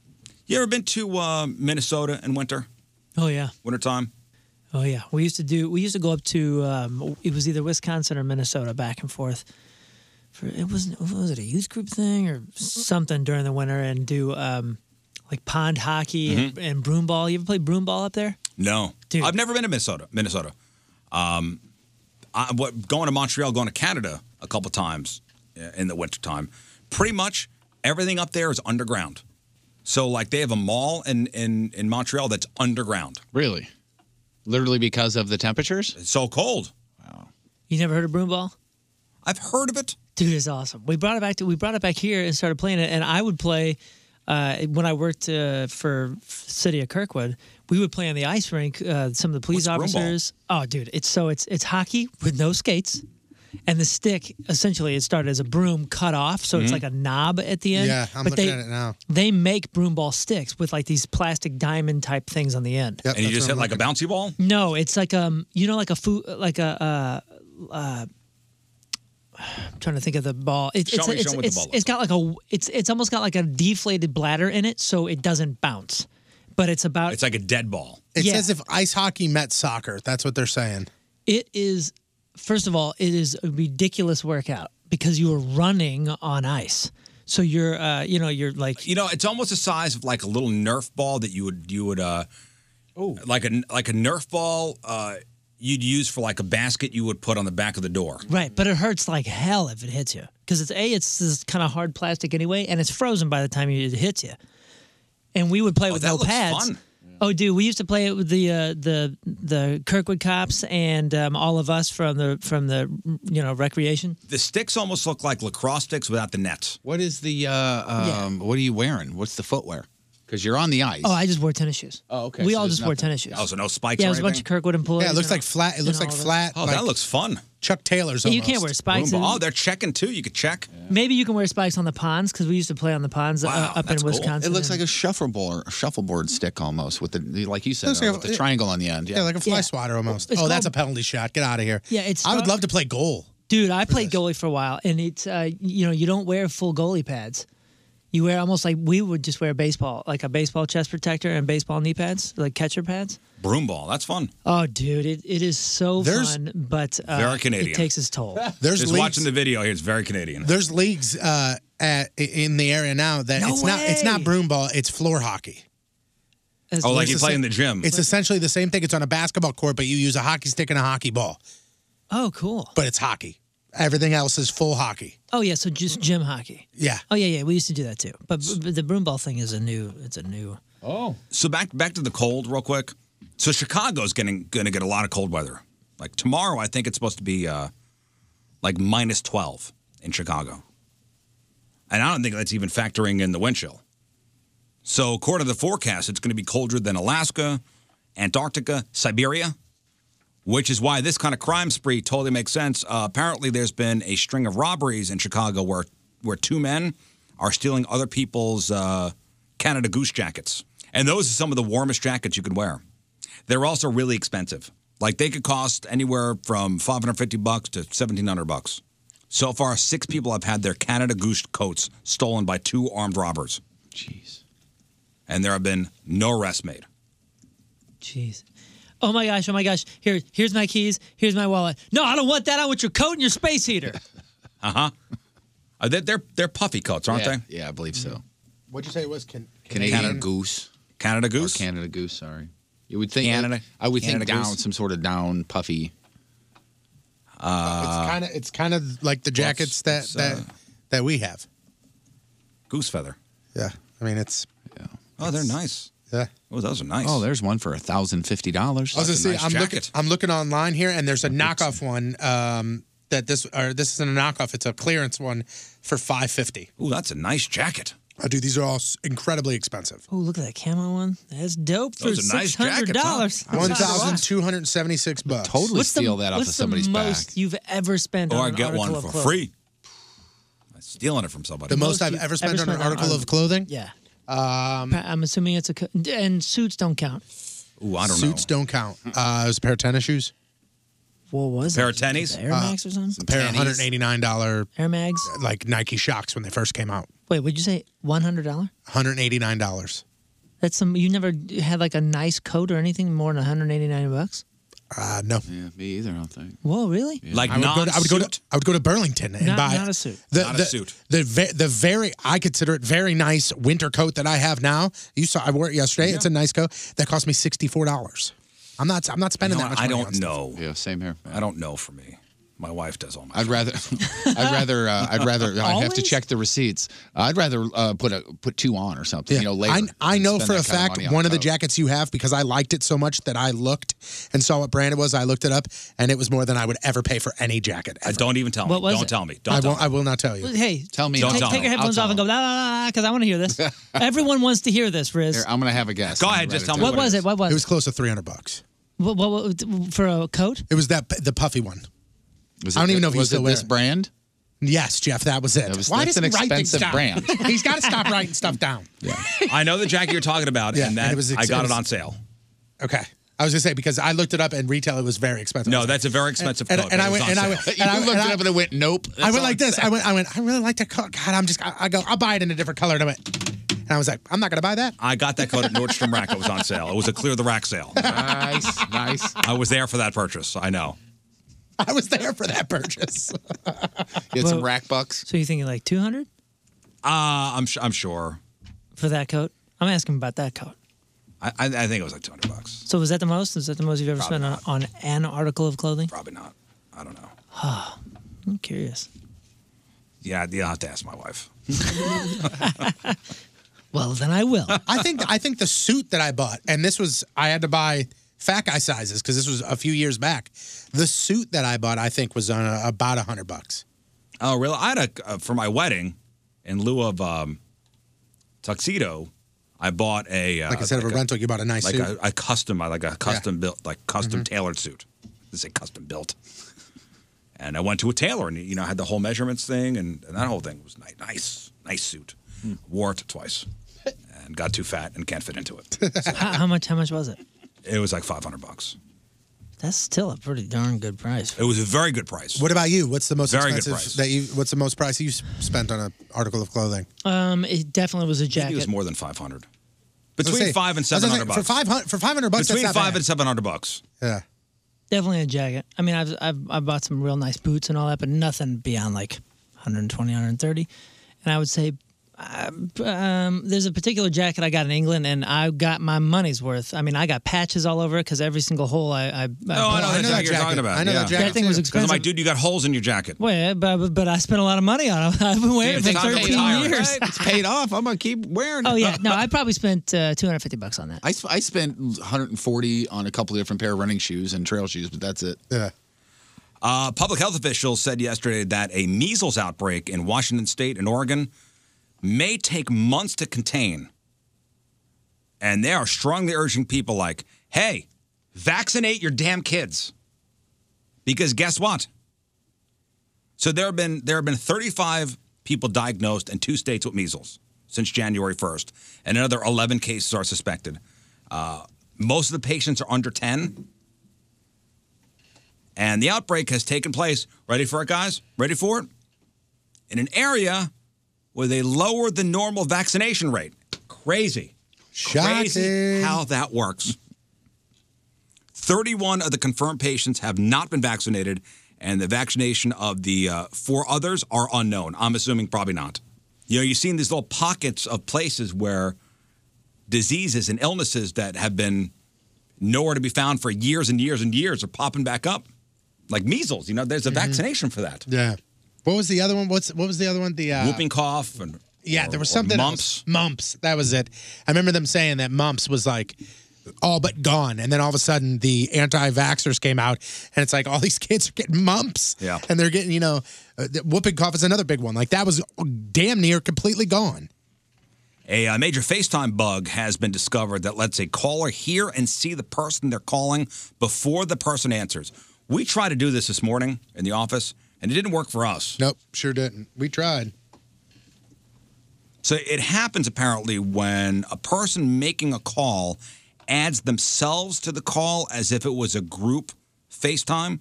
Speaker 3: You ever been to uh, Minnesota in winter,
Speaker 1: Oh yeah.
Speaker 3: wintertime?
Speaker 1: Oh yeah, we used to do. We used to go up to. Um, it was either Wisconsin or Minnesota, back and forth. For it wasn't. what Was it a youth group thing or something during the winter and do um, like pond hockey
Speaker 3: Mm-hmm.
Speaker 1: and, and broom ball? You ever play broom ball up there?
Speaker 3: No. I've never been to Minnesota. Minnesota. Um, I, what, going to Montreal, going to Canada a couple times uh, in the wintertime. Pretty much everything up there is underground. So, like, they have a mall in, in, in Montreal that's underground. Really? Literally because of the temperatures? It's so cold.
Speaker 1: You never heard of broom ball?
Speaker 3: I've heard of it.
Speaker 1: Dude, it's awesome. We brought it back to we brought it back here and started playing it. And I would play uh, when I worked uh, for City of Kirkwood. We would play on the ice rink. Uh, some of the police
Speaker 11: What's broom ball?
Speaker 1: officers. Oh, dude, it's so it's it's hockey with no skates. And the stick, essentially, it started as a broom cut off, so it's
Speaker 2: Mhm.
Speaker 1: like a knob at the end.
Speaker 2: Yeah, I'm
Speaker 1: but
Speaker 2: looking
Speaker 1: they,
Speaker 2: at it now.
Speaker 1: They make broom ball sticks with like these plastic diamond type things on the end.
Speaker 3: and you just hit like a bouncy ball?
Speaker 1: No, it's like um, you know, like a food, like a uh, uh, I'm trying to think of the ball. It,
Speaker 3: Show
Speaker 1: it's
Speaker 3: me-
Speaker 1: it's,
Speaker 3: show me what the
Speaker 1: it's,
Speaker 3: ball
Speaker 1: it's got like a it's it's almost got like a deflated bladder in it, so it doesn't bounce. But it's about
Speaker 3: It's like a dead ball.
Speaker 2: It
Speaker 1: Yeah.
Speaker 2: says if ice hockey met soccer. That's what they're saying.
Speaker 1: it is first of all it is a ridiculous workout because you are running on ice, so you're uh, you know you're like
Speaker 3: You know, it's almost the size of like a little Nerf ball that you would you would uh, like a like a Nerf ball uh, you'd use for like a basket you would put on the back of the door.
Speaker 1: right, but it hurts like hell if it hits you because it's a it's this kind of hard plastic anyway, and it's frozen by the time it hits you. And we would play with
Speaker 3: that
Speaker 1: no
Speaker 3: looks
Speaker 1: pads.
Speaker 3: fun.
Speaker 1: Oh, dude, we used to play it with the uh, the the Kirkwood cops and um, all of us from the from the you know recreation.
Speaker 3: The sticks almost look like lacrosse sticks without the nets.
Speaker 4: What is the uh, um, what are you wearing? What's the footwear? Because you're on the ice.
Speaker 1: Oh, I just wore tennis shoes.
Speaker 4: Oh, okay,
Speaker 1: We
Speaker 4: so
Speaker 1: all
Speaker 4: there's
Speaker 1: just wore
Speaker 4: nothing.
Speaker 1: tennis shoes.
Speaker 4: Oh, so no spikes or
Speaker 1: Yeah, it was a bunch of
Speaker 4: anything?
Speaker 1: Kirkwood employees.
Speaker 2: Yeah, it looks like flat. It looks like flat.
Speaker 3: Oh, that looks fun.
Speaker 2: Chuck Taylor's.
Speaker 1: Yeah, you can't almost. wear spikes
Speaker 3: Boom.
Speaker 1: in-
Speaker 3: Oh, they're checking too. You could check.
Speaker 1: Maybe you can wear spikes on the ponds because we used to play on the ponds uh, up in Wisconsin.
Speaker 4: It looks
Speaker 1: and-
Speaker 4: like a shuffleboard, a shuffleboard stick almost with the like you said
Speaker 2: Looks
Speaker 4: uh,
Speaker 2: like a-
Speaker 4: with the triangle on the end. Yeah,
Speaker 2: Yeah, like a fly swatter almost.
Speaker 1: It's
Speaker 2: oh, that's a
Speaker 1: called-
Speaker 2: penalty shot. Get out of here.
Speaker 1: Yeah, it's
Speaker 2: I would
Speaker 1: called-
Speaker 2: love to play goal.
Speaker 1: Dude, I played goalie for a while, and it's uh, you know you don't wear full goalie pads. You wear almost like we would just wear baseball, like a baseball chest protector and baseball knee pads, like catcher pads.
Speaker 3: Broom ball. That's fun.
Speaker 1: Oh, dude, it, it is so
Speaker 2: There's-
Speaker 1: fun, but uh,
Speaker 3: Very Canadian.
Speaker 1: It takes its toll.
Speaker 2: There's
Speaker 3: just
Speaker 2: leagues-
Speaker 3: watching the video here. It's very Canadian.
Speaker 2: There's leagues uh, at, i- in the area now that
Speaker 3: No
Speaker 2: it's not it's not broom ball. It's floor hockey.
Speaker 3: As- Oh, like you
Speaker 2: It's
Speaker 3: play in
Speaker 2: same-
Speaker 3: the gym.
Speaker 2: It's essentially the same thing. It's on a basketball court, but you use a hockey stick and a hockey ball.
Speaker 1: Oh, cool.
Speaker 2: But it's hockey. Everything else is full hockey.
Speaker 1: Oh yeah, so just gym hockey.
Speaker 2: Yeah.
Speaker 1: Oh yeah, yeah. We used to do that too. But, but the broom ball thing is a new. It's a new.
Speaker 3: Oh. So back back to the cold real quick. So Chicago's getting going to get a lot of cold weather. Like tomorrow, I think it's supposed to be uh, like minus twelve in Chicago, and I don't think that's even factoring in the wind chill. So according to the forecast, it's going to be colder than Alaska, Antarctica, Siberia, which is why this kind of crime spree totally makes sense. Uh, apparently, there's been a string of robberies in Chicago where where two men are stealing other people's. Uh, Canada Goose jackets. And those are some of the warmest jackets you can wear. They're also really expensive. Like they could cost anywhere from 550 bucks to 1700 bucks. So far, six people have had their Canada Goose coats stolen by two armed robbers. Jeez. And there have been no arrests made.
Speaker 1: Jeez. Oh my gosh. Oh my gosh. Here, here's my keys. Here's my wallet. No, I don't want that. I want your coat and your space heater.
Speaker 3: Uh huh. Uh, they- they're, they're puffy coats, aren't
Speaker 4: Yeah.
Speaker 3: they? Mm. Yeah, I believe so.
Speaker 2: What'd you say it was? Can-
Speaker 4: Canada goose.
Speaker 3: Canada goose.
Speaker 4: Canada goose. Sorry. You would think
Speaker 3: Canada-
Speaker 4: I would
Speaker 3: Canada
Speaker 4: think down
Speaker 3: goose?
Speaker 4: some sort of down puffy. Uh,
Speaker 2: it's kind of it's kind of like the jackets that
Speaker 4: it's,
Speaker 2: that
Speaker 4: uh,
Speaker 2: that we have.
Speaker 3: Goose feather.
Speaker 2: Yeah, I mean it's.
Speaker 3: Oh, they're nice.
Speaker 2: Yeah.
Speaker 3: Oh, those are nice.
Speaker 4: Oh, there's one for thousand fifty dollars.
Speaker 2: I was gonna say I'm looking I'm looking online here, and there's a knockoff one. Um, that this or this isn't a knockoff; it's a clearance one for five fifty.
Speaker 3: Ooh, that's a nice jacket.
Speaker 2: Oh, dude, these are all s- incredibly expensive.
Speaker 1: Oh, look at that camo one. That's dope for
Speaker 2: Those are nice
Speaker 1: six hundred dollars.
Speaker 2: jackets, huh? $1,276 bucks.
Speaker 4: Totally
Speaker 1: What's the-
Speaker 4: steal that off
Speaker 1: what's
Speaker 4: of somebody's
Speaker 1: the
Speaker 4: back.
Speaker 1: most you've ever spent
Speaker 3: Or
Speaker 1: on
Speaker 3: I
Speaker 1: an
Speaker 3: get one
Speaker 1: article of
Speaker 3: for
Speaker 1: clothes?
Speaker 3: free. I'm stealing it from somebody.
Speaker 2: The most I've ever spent on an article of clothing.
Speaker 1: Yeah.
Speaker 2: Um,
Speaker 1: I'm assuming it's a co- and suits don't count.
Speaker 3: Ooh, I don't know.
Speaker 2: Suits don't count. Uh, it was a pair of tennis shoes.
Speaker 1: What was
Speaker 3: Pair it? of tennies?
Speaker 1: Air
Speaker 2: Uh,
Speaker 1: Max or something?
Speaker 2: A pair of hundred eighty nine dollar
Speaker 1: Air Mags,
Speaker 2: like Nike Shocks when they first came out.
Speaker 1: Wait, would you say one hundred dollar?
Speaker 2: Hundred eighty nine dollars.
Speaker 1: That's some. You never had like a nice coat or anything more than one hundred eighty nine bucks.
Speaker 2: Uh, no.
Speaker 4: Yeah, me either. I don't think.
Speaker 1: Whoa, really?
Speaker 2: I would, go to, I would go to I would go to Burlington and
Speaker 1: Not-
Speaker 2: buy
Speaker 1: not a suit.
Speaker 2: The,
Speaker 1: Not a
Speaker 2: the,
Speaker 1: suit.
Speaker 2: The ve- the very I consider it very nice winter coat that I have now. You saw I wore it yesterday. It's a nice coat that cost me sixty four dollars. I'm not I'm not
Speaker 3: You know
Speaker 2: spending
Speaker 3: what?
Speaker 2: that much
Speaker 3: I
Speaker 2: money on
Speaker 3: don't
Speaker 2: stuff.
Speaker 3: know.
Speaker 4: Yeah, same here.
Speaker 3: I don't know for me. My wife does all my.
Speaker 4: I'd rather, I'd rather, uh, I'd rather. I'd have to
Speaker 3: Always?
Speaker 4: check the receipts. I'd rather uh, put a put two on or something. You know, later.
Speaker 2: I, I
Speaker 4: than
Speaker 2: know
Speaker 4: spend
Speaker 2: for a
Speaker 4: that kind
Speaker 2: fact
Speaker 4: money on
Speaker 2: one of the
Speaker 4: coat.
Speaker 2: jackets you have because I liked it so much that I looked and saw what brand it was. I looked it up and it was more than I would ever pay for any jacket.
Speaker 3: Uh, don't even tell
Speaker 1: What
Speaker 3: me.
Speaker 1: was
Speaker 3: Don't
Speaker 1: it?
Speaker 3: tell me. Don't
Speaker 2: I
Speaker 3: tell
Speaker 2: won't. I will not tell you.
Speaker 1: Hey,
Speaker 4: Tell me.
Speaker 1: Take,
Speaker 4: Don't tell
Speaker 1: take
Speaker 4: me.
Speaker 1: your
Speaker 4: I'll
Speaker 1: headphones
Speaker 4: tell
Speaker 1: off and go blah blah blah because I want to hear this. Everyone wants to hear this, Riz.
Speaker 4: Here, I'm gonna have a guess.
Speaker 2: Go
Speaker 4: I'm
Speaker 2: ahead,
Speaker 4: gonna
Speaker 2: just
Speaker 4: write
Speaker 2: tell me
Speaker 1: what
Speaker 2: what it
Speaker 1: was
Speaker 2: is.
Speaker 1: it? What was
Speaker 2: It was close to three hundred bucks.
Speaker 1: What, what, what- for a coat?
Speaker 2: It was that the puffy one.
Speaker 4: Was
Speaker 2: I don't
Speaker 4: it-
Speaker 2: even know if he
Speaker 4: was
Speaker 2: still
Speaker 4: it
Speaker 2: wear
Speaker 4: this
Speaker 2: it.
Speaker 4: brand?
Speaker 2: Yes, Jeff, that was it.
Speaker 4: was-
Speaker 2: Why
Speaker 4: that's
Speaker 2: does
Speaker 4: an
Speaker 2: he write things
Speaker 4: expensive
Speaker 2: down?
Speaker 4: brand.
Speaker 2: He's got to stop writing stuff down.
Speaker 3: me. I know the jacket you're talking about,
Speaker 2: Yeah,
Speaker 3: and that
Speaker 2: and it was
Speaker 3: I got it
Speaker 2: expensive.
Speaker 3: on sale.
Speaker 2: Okay. I was gonna say because I looked it up and retail it was very expensive.
Speaker 3: No, that's a very expensive
Speaker 2: and,
Speaker 3: coat,
Speaker 2: And
Speaker 3: but
Speaker 2: I
Speaker 3: it was
Speaker 2: went
Speaker 3: on
Speaker 2: and I
Speaker 3: sale.
Speaker 2: went.
Speaker 3: You
Speaker 2: and I,
Speaker 3: looked
Speaker 2: and
Speaker 3: it
Speaker 2: I-
Speaker 3: up and it went,
Speaker 4: nope.
Speaker 2: I
Speaker 4: That's
Speaker 2: went
Speaker 4: all
Speaker 2: like
Speaker 4: I'm
Speaker 2: this. I went. I went. I really like that coat. God, I'm just. I, I go. I'll buy it in a different color. And I went. And I was like, I'm not gonna buy that.
Speaker 3: I got that coat at Nordstrom Rack. It was on sale. It was a clear the rack sale.
Speaker 4: Nice, nice.
Speaker 3: I was there for that purchase. I know.
Speaker 2: I was there for that purchase.
Speaker 3: You
Speaker 1: had some Well-
Speaker 4: rack bucks.
Speaker 1: So you thinking like two hundred
Speaker 3: Uh, I'm su- I'm sure.
Speaker 1: for that coat? I'm asking about that coat.
Speaker 3: I, I I think it was like 200 bucks.
Speaker 1: So was that the most? Is that the most you've ever spent on, on an article of clothing?
Speaker 3: Probably not. I don't know.
Speaker 1: I'm curious.
Speaker 3: Yeah, you will have to ask my wife.
Speaker 1: Well, then I will.
Speaker 2: I think I think the suit that I bought, and this was I had to buy fat guy sizes because this was a few years back. The suit that I bought, I think, was on a, about a hundred bucks.
Speaker 3: Oh, really? I had a uh, for my wedding, in lieu of um, tuxedo, I bought a uh,
Speaker 2: Like instead of a rental, you bought a nice
Speaker 3: like
Speaker 2: suit. Mm-hmm.
Speaker 3: A, a custom, uh, like a custom built, like custom tailored suit. This is custom built. And I went to a tailor, and you know, I had the whole measurements thing, and, and that whole thing was nice, nice, nice suit.
Speaker 2: Hmm.
Speaker 3: Wore it twice, and got too fat and can't fit into it.
Speaker 1: how, how much? How much was it?
Speaker 3: It was like five hundred bucks.
Speaker 1: That's still a pretty darn good price.
Speaker 3: It was a very good price.
Speaker 2: What about you? What's the most
Speaker 3: Very good
Speaker 2: expensive
Speaker 3: price.
Speaker 2: that you? What's the most price you s- spent on an article of clothing?
Speaker 1: Um, it definitely was a
Speaker 3: I think
Speaker 1: jacket.
Speaker 3: it was more than five hundred.
Speaker 2: I was
Speaker 3: Between
Speaker 2: gonna say-
Speaker 3: five and
Speaker 2: I was
Speaker 3: seven
Speaker 2: gonna say,
Speaker 3: hundred bucks.
Speaker 2: For five hundred, for five hundred bucks,
Speaker 3: Between
Speaker 2: that's not
Speaker 3: five and seven hundred bucks.
Speaker 2: Yeah.
Speaker 1: Definitely a jacket. I mean, I've I've I bought some real nice boots and all that, but nothing beyond like 120, 130. And I would say uh, um, there's a particular jacket I got in England, and I got my money's worth. I mean, I got patches all over it because every single hole I. I, I
Speaker 3: Oh, I know that jacket you're talking about. yeah.
Speaker 1: That thing was expensive.
Speaker 3: I'm like, dude, you got holes in your jacket.
Speaker 1: Wait, but, but I spent a lot of money on it. I've been wearing
Speaker 3: Dude,
Speaker 1: it
Speaker 3: it's
Speaker 1: for
Speaker 3: not
Speaker 1: 13
Speaker 3: retiring,
Speaker 1: years.
Speaker 3: right? It's
Speaker 4: paid off. I'm gonna keep wearing
Speaker 1: Oh yeah, no, I probably spent uh, 250 bucks on that.
Speaker 4: I, sp- I spent 140 on a couple of different pair of running shoes and trail shoes, but that's it.
Speaker 2: Yeah.
Speaker 3: Uh, public health officials said yesterday that a measles outbreak in Washington State and Oregon may take months to contain. And they are strongly urging people like, hey, vaccinate your damn kids. Because guess what? So there have been there have been 35 people diagnosed in two states with measles since January 1st, and another 11 cases are suspected. Uh, most of the patients are under 10. And the outbreak has taken place. Ready for it, guys? Ready for it? In an area with a lower than normal vaccination rate. Crazy. Crazy
Speaker 2: Shocking.
Speaker 3: how that works. 31 of the confirmed patients have not been vaccinated, and the vaccination of the uh, four others are unknown. I'm assuming probably not. You know, you've seen these little pockets of places where diseases and illnesses that have been nowhere to be found for years and years and years are popping back up, like measles. You know, there's a vaccination for that.
Speaker 2: Yeah. What was the other one? What's what was the other one? The uh,
Speaker 3: Whooping cough and
Speaker 2: Yeah,
Speaker 3: or-
Speaker 2: there was
Speaker 3: or
Speaker 2: something
Speaker 3: mumps.
Speaker 2: else. Mumps. That was it. I remember them saying that mumps was like all but gone, and then all of a sudden the anti-vaxxers came out, and it's like all these kids are getting mumps.
Speaker 3: Yeah.
Speaker 2: and they're getting you know, uh, the whooping cough is another big one. Like that was damn near completely gone.
Speaker 3: A uh, major FaceTime bug has been discovered that lets a caller hear and see the person they're calling before the person answers. We tried to do this this morning in the office, and it didn't work for us.
Speaker 2: Nope, sure didn't. We tried.
Speaker 3: So it happens apparently when a person making a call adds themselves to the call as if it was a group FaceTime,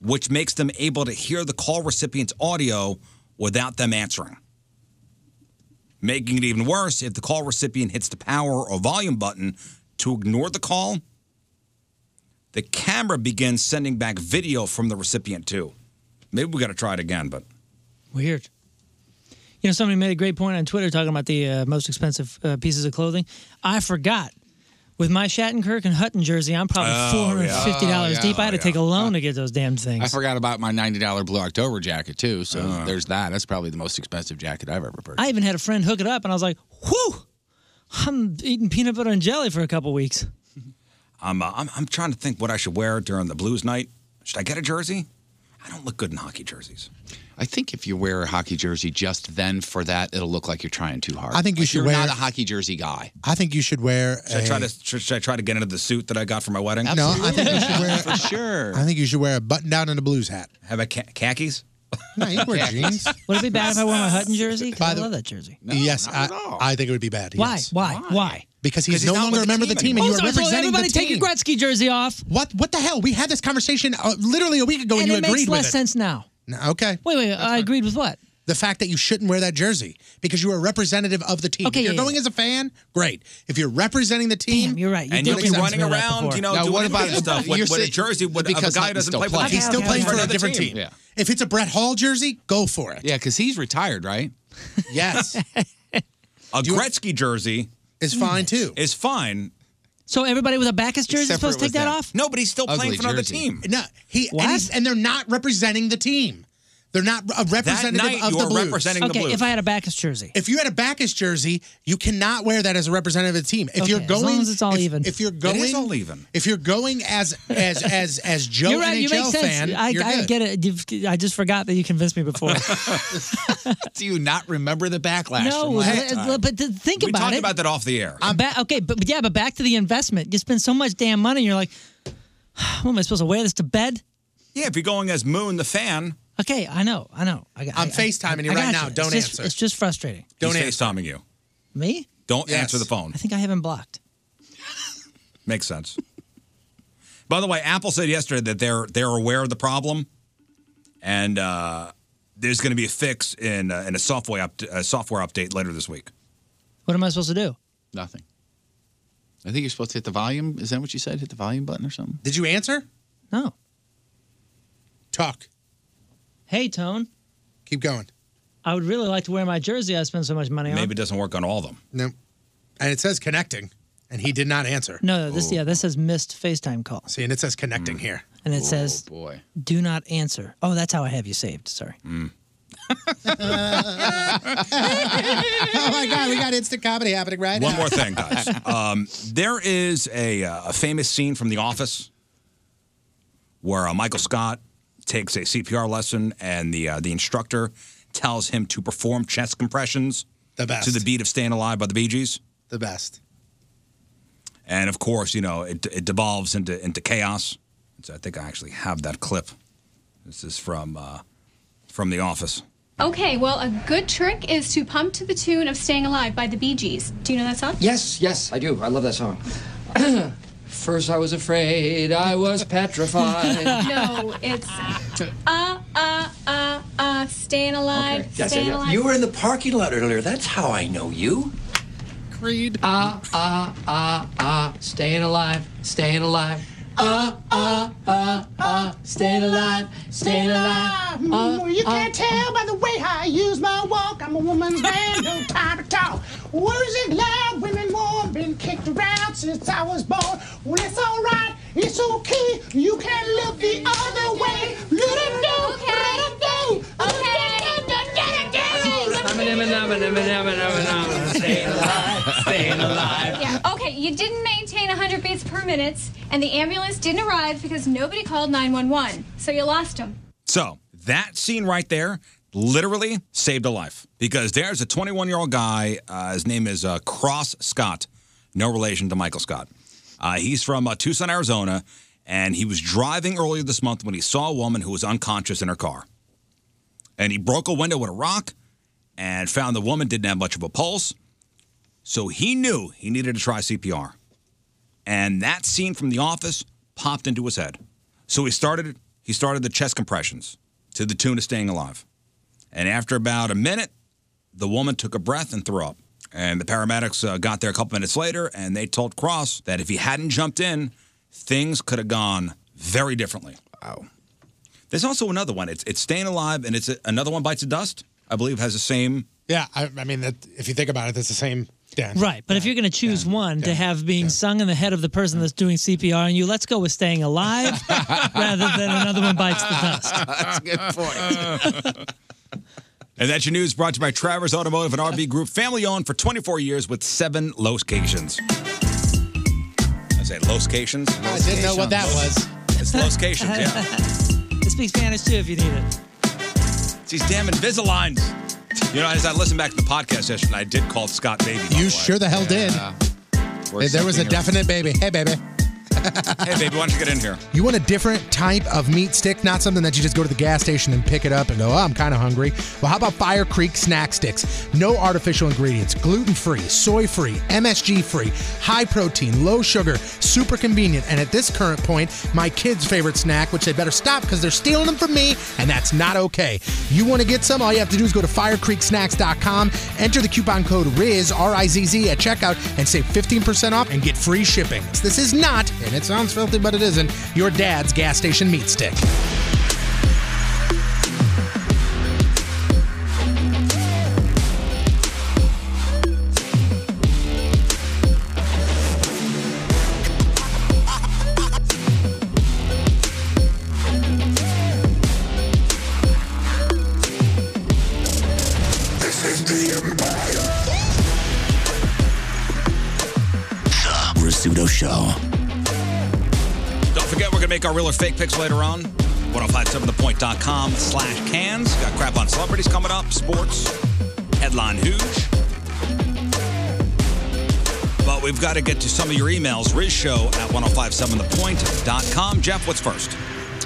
Speaker 3: which makes them able to hear the call recipient's audio without them answering. Making it even worse, if the call recipient hits the power or volume button to ignore the call, the camera begins sending back video from the recipient too. Maybe we got to try it again, but
Speaker 1: Weird. You know, somebody made a great point on Twitter talking about the uh, most expensive uh, pieces of clothing. I forgot. With my Shattenkirk and Hutton jersey, I'm probably
Speaker 4: Oh,
Speaker 1: $450
Speaker 4: yeah.
Speaker 1: deep. I had to
Speaker 4: Oh,
Speaker 1: take a loan to get those damn things.
Speaker 4: I forgot about my $90 Blue October jacket, too. So there's that. That's probably the most expensive jacket I've ever purchased.
Speaker 1: I even had a friend hook it up, and I was like, whew, I'm eating peanut butter and jelly for a couple weeks.
Speaker 3: I'm, uh, I'm I'm trying to think what I should wear during the Blues night. Should I get a jersey? I don't look good in hockey jerseys.
Speaker 4: I think if you wear a hockey jersey just then for that, it'll look like you're trying too hard.
Speaker 2: I think you
Speaker 4: Like,
Speaker 2: should
Speaker 4: you're
Speaker 2: wear-
Speaker 4: not a hockey jersey guy.
Speaker 2: I think you should wear.
Speaker 3: Should I
Speaker 2: a-
Speaker 3: try to should, should I try to get into the suit that I got for my wedding?
Speaker 2: No, I think you should wear
Speaker 4: for sure.
Speaker 2: I think you should wear a button down and a blues hat.
Speaker 3: Have a ca- khakis?
Speaker 2: No, you can wear jeans.
Speaker 1: Would it be bad if I wore my Hutton jersey? 'Cause I love that jersey.
Speaker 2: yes, I, I think it would be bad.
Speaker 1: Why?
Speaker 2: yes.
Speaker 1: Why? Why?
Speaker 2: Because he's, no longer a member of the team, and you
Speaker 1: Also,
Speaker 2: are
Speaker 1: I told
Speaker 2: representing the
Speaker 1: everybody
Speaker 2: team.
Speaker 1: take your Gretzky jersey off.
Speaker 2: What? What the hell? We had this conversation uh, literally a week ago,
Speaker 1: and
Speaker 2: and, you
Speaker 1: it
Speaker 2: agreed
Speaker 1: makes
Speaker 2: with
Speaker 1: less
Speaker 2: it.
Speaker 1: sense now.
Speaker 2: No, okay.
Speaker 1: Wait, wait. I agreed with what?
Speaker 2: The fact that you shouldn't wear that jersey because you are a representative of the team.
Speaker 1: Okay,
Speaker 2: if you're
Speaker 1: yeah,
Speaker 2: going
Speaker 1: yeah.
Speaker 2: as a fan, great. If you're representing the team,
Speaker 1: you're right.
Speaker 3: And you'll be running around, you know,
Speaker 2: Now,
Speaker 3: doing
Speaker 2: what
Speaker 3: all that
Speaker 2: about-
Speaker 3: stuff with,
Speaker 2: you're
Speaker 3: with a
Speaker 2: saying-
Speaker 3: jersey with
Speaker 4: because
Speaker 3: of a guy
Speaker 4: Hutton
Speaker 3: who doesn't
Speaker 4: still
Speaker 3: play for
Speaker 4: plays.
Speaker 3: the
Speaker 4: He's still
Speaker 3: team.
Speaker 4: playing for a
Speaker 3: another
Speaker 4: different team.
Speaker 3: Yeah.
Speaker 2: If it's a Brett Hall jersey, go for it.
Speaker 4: Yeah, because he's retired, right?
Speaker 2: Yes.
Speaker 3: A Gretzky jersey
Speaker 2: is fine too.
Speaker 3: Is fine.
Speaker 1: So everybody with a Backus jersey is supposed to take that, off?
Speaker 3: No, but he's still playing for another team.
Speaker 2: No, he and, he's, and they're not representing the team. They're not a representative
Speaker 3: night,
Speaker 2: of
Speaker 3: you
Speaker 2: the
Speaker 3: are
Speaker 2: Blues.
Speaker 3: representing the Okay, Blues. if I
Speaker 1: had a Backus jersey,
Speaker 2: if you had a Backus jersey, you cannot wear that as a representative of the team. If you're
Speaker 1: Okay,
Speaker 2: going,
Speaker 1: as long as it's all
Speaker 2: if,
Speaker 1: even.
Speaker 2: If you're
Speaker 1: It is
Speaker 2: going,
Speaker 1: all
Speaker 3: even.
Speaker 2: If you're going as as as as Joe
Speaker 1: you're right.
Speaker 2: NHL
Speaker 1: you make sense.
Speaker 2: fan,
Speaker 1: I,
Speaker 2: you're
Speaker 1: I
Speaker 2: good.
Speaker 1: get it. You've, I just forgot that you convinced me before.
Speaker 4: Do you not remember the backlash?
Speaker 1: no,
Speaker 4: from last
Speaker 1: uh,
Speaker 4: time?
Speaker 1: uh, but th- think
Speaker 4: We
Speaker 1: about
Speaker 4: talked
Speaker 1: it.
Speaker 4: about
Speaker 3: that off the air.
Speaker 1: I'm back. Okay, but, but yeah, but back to the investment. You spend so much damn money, and you're like, what am I supposed to wear this to bed?
Speaker 3: Yeah, if you're going as Moon the fan,
Speaker 1: Okay, I know, I know. I,
Speaker 2: I'm FaceTiming you right
Speaker 1: got
Speaker 2: now.
Speaker 1: It's
Speaker 2: Don't
Speaker 1: just-
Speaker 2: answer.
Speaker 1: It's just frustrating.
Speaker 3: don't he's FaceTiming you.
Speaker 1: Me?
Speaker 3: Don't answer the phone.
Speaker 1: I think I have him blocked.
Speaker 3: Makes sense. By the way, Apple said yesterday that they're they're aware of the problem, and uh, there's going to be a fix in uh, in a software up, a software update later this week.
Speaker 1: What am I supposed to do?
Speaker 4: Nothing. I think you're supposed to hit the volume. Is that what you said? Hit the volume button or something?
Speaker 2: Did you answer?
Speaker 1: No.
Speaker 2: Talk.
Speaker 1: Hey, Tone.
Speaker 2: Keep going.
Speaker 1: I would really like to wear my jersey I spent so much money on.
Speaker 3: Maybe it doesn't work on all of them.
Speaker 2: No. And it says connecting, and he did not Oh. answer.
Speaker 1: No, no, this yeah, this says missed FaceTime call.
Speaker 2: See, and it says
Speaker 3: Mm.
Speaker 2: connecting here.
Speaker 1: And it says
Speaker 3: Oh,
Speaker 2: boy.
Speaker 1: do not answer. Oh, that's how I have you saved. Sorry.
Speaker 2: oh my God, we got instant comedy happening right
Speaker 3: One
Speaker 2: now.
Speaker 3: more thing, guys. Um, there is a, uh, a famous scene from The Office where uh, Michael Scott takes a CPR lesson, and the uh, the instructor tells him to perform chest compressions
Speaker 2: The best.
Speaker 3: to the beat of "Staying Alive" by the Bee Gees.
Speaker 2: The best.
Speaker 3: And of course, you know it, it devolves into into chaos. So I think I actually have that clip. This is from uh, from The Office.
Speaker 11: Okay, well, a good trick is to pump to the tune of Staying Alive by the Bee Gees. Do you know that song?
Speaker 12: Yes, yes, I do. I love that song. First I was afraid, I was petrified.
Speaker 11: no, it's uh, uh, uh, uh, Staying Alive,
Speaker 12: Yes,
Speaker 11: Staying
Speaker 12: yes, yes.
Speaker 11: Alive.
Speaker 12: You were in the parking lot earlier. That's how I know you.
Speaker 2: Creed.
Speaker 12: Ah, ah, ah, ah, staying alive, staying alive. Ah, ah, ah, ah, staying alive, staying alive. Ah,
Speaker 13: Mm, you
Speaker 12: ah,
Speaker 13: can't tell by the way how I use my walk. I'm a woman's man, no time to talk. Words and loud, women warm, been kicked around since I was born. Well, it's all right, it's okay. You can look the other way. Little do, little do,
Speaker 12: Staying alive, staying alive.
Speaker 11: Yeah. Okay, you didn't maintain 100 beats per minute, and the ambulance didn't arrive because nobody called 911. So you lost him.
Speaker 3: So that scene right there literally saved a life because there's a 21 year old guy. Uh, his name is uh, Cross Scott, no relation to Michael Scott. Uh, he's from uh, Tucson, Arizona, and he was driving earlier this month when he saw a woman who was unconscious in her car. And he broke a window with a rock and found the woman didn't have much of a pulse. So he knew he needed to try CPR. And that scene from The Office popped into his head. So he started he started the chest compressions to the tune of staying alive. And after about a minute, the woman took a breath and threw up. And the paramedics uh, got there a couple minutes later and they told Cross that if he hadn't jumped in, things could have gone very differently. Wow. There's also another one. It's it's staying alive and it's a, another one bites the dust. I believe has the same
Speaker 2: Yeah, I, I mean, that, if you think about it, that's the same. Dan.
Speaker 1: Right, but if you're going to choose one to have being sung in the head of the person that's doing CPR on you, let's go with staying alive rather than another one bites the dust.
Speaker 3: That's a good point. and that's your news brought to you by Travers Automotive and RV Group, family owned for 24 years with seven locations. I say locations.
Speaker 2: I didn't know what that was.
Speaker 3: It's locations, yeah.
Speaker 1: Speak Spanish too if you need it.
Speaker 3: It's these damn Invisaligns. You know, as I listened back to the podcast session, I did call Scott Baby. by the
Speaker 2: You
Speaker 3: way.
Speaker 2: sure the hell did.
Speaker 3: Oh, Works
Speaker 2: there was a
Speaker 3: something or-
Speaker 2: definite baby. Hey, baby.
Speaker 3: Hey, baby, why don't you get in here?
Speaker 2: You want a different type of meat stick, not something that you just go to the gas station and pick it up and go, oh, I'm kind of hungry. Well, how about Fire Creek Snack Sticks? No artificial ingredients, gluten free, soy free, MSG free, high protein, low sugar, super convenient. And at this current point, my kids' favorite snack, which they better stop because they're stealing them from me, and that's not okay. You want to get some? All you have to do is go to firecreeksnacks.com, enter the coupon code RIZ, R I Z Z, at checkout, and save 15% off and get free shipping. This is not, and it sounds filthy, but it isn't, your dad's gas station meat stick.
Speaker 10: The Rizzuto Show.
Speaker 3: Don't forget, we're going to make our real or fake picks later on. 1057thepoint.com slash cans. Got crap on celebrities coming up, sports, headline huge. But we've got to get to some of your emails. Rizshow at 1057thepoint.com. Jeff, what's first?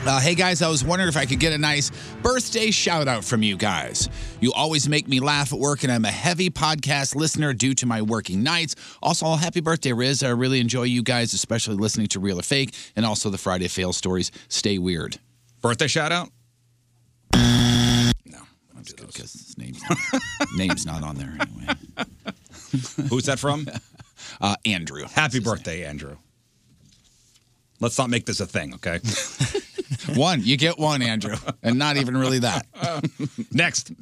Speaker 4: Uh, hey guys, I was wondering if I could get a nice birthday shout out from you guys. You always make me laugh at work, and I'm a heavy podcast listener due to my working nights. Also, happy birthday, Riz. I really enjoy you guys, especially listening to Real or Fake and also the Friday Fail stories. Stay weird.
Speaker 3: Birthday shout out?
Speaker 4: Because his name's not, name's not on there anyway.
Speaker 3: Who's that from?
Speaker 4: Uh, Andrew.
Speaker 3: Happy birthday, Andrew. Let's not make this a thing, okay?
Speaker 4: one. You get one, Andrew, and not even really that. Next.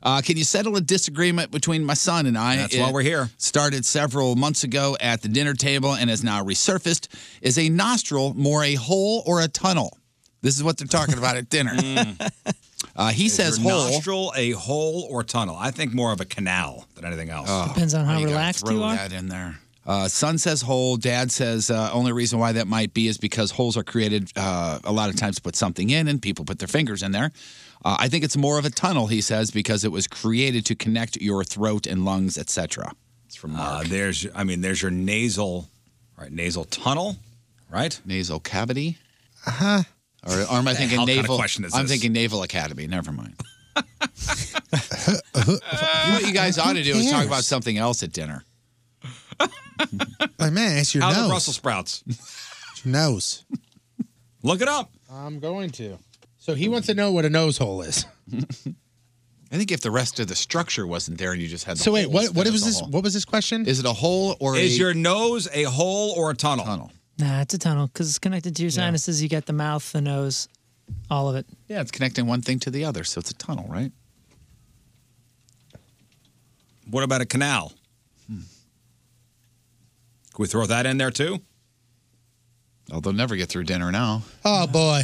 Speaker 4: Uh, can you settle a disagreement between my son and I?
Speaker 3: That's why
Speaker 4: It
Speaker 3: we're here.
Speaker 4: Started several months ago at the dinner table and has now resurfaced. Is a nostril more a hole or a tunnel? This is what they're talking about at dinner. Uh, he
Speaker 3: Mm. Is
Speaker 4: says
Speaker 3: your
Speaker 4: hole.
Speaker 3: nostril a hole or tunnel? I think more of a canal than anything else.
Speaker 1: Depends on how
Speaker 4: Oh. gotta
Speaker 1: relaxed you
Speaker 4: throw
Speaker 1: are.
Speaker 4: That in there. Uh, son says hole. Dad says uh, only reason why that might be is because holes are created uh, a lot of times to put something in, and people put their fingers in there. Uh, I think it's more of a tunnel, he says, because it was created to connect your throat and lungs, etc.
Speaker 3: It's from Mark. Uh, there's, I mean, there's your nasal, right? Nasal tunnel, right?
Speaker 4: Nasal cavity.
Speaker 3: Uh
Speaker 2: Uh-huh.
Speaker 3: huh.
Speaker 4: Or, or am I thinking
Speaker 3: hell kind of
Speaker 4: naval?
Speaker 3: question is
Speaker 4: I'm
Speaker 3: this?
Speaker 4: thinking Naval Academy. Never mind. You know what you guys ought to do is talk about something else at dinner.
Speaker 2: Like, man, it's your
Speaker 3: How's the
Speaker 2: nose.
Speaker 3: Brussels sprouts?
Speaker 2: It's your nose.
Speaker 3: Look it up.
Speaker 2: I'm going to. So he wants to know what a nose hole is.
Speaker 4: I think if the rest of the structure wasn't there and you just had the
Speaker 2: So wait,
Speaker 4: holes,
Speaker 2: what what
Speaker 4: then
Speaker 2: was
Speaker 4: it's a
Speaker 2: this?
Speaker 4: hole.
Speaker 2: What was this question?
Speaker 4: Is it a hole or
Speaker 3: Is
Speaker 4: a-
Speaker 3: your nose a hole or a tunnel? Tunnel.
Speaker 1: Nah, it's a tunnel because it's connected to your sinuses. You got the mouth, the nose, all of it.
Speaker 4: Yeah, it's connecting one thing to the other, so it's a tunnel, right?
Speaker 3: What about a canal?
Speaker 4: Hmm.
Speaker 3: Can we throw that in there too?
Speaker 4: Oh, they'll never get through dinner now.
Speaker 2: Oh boy.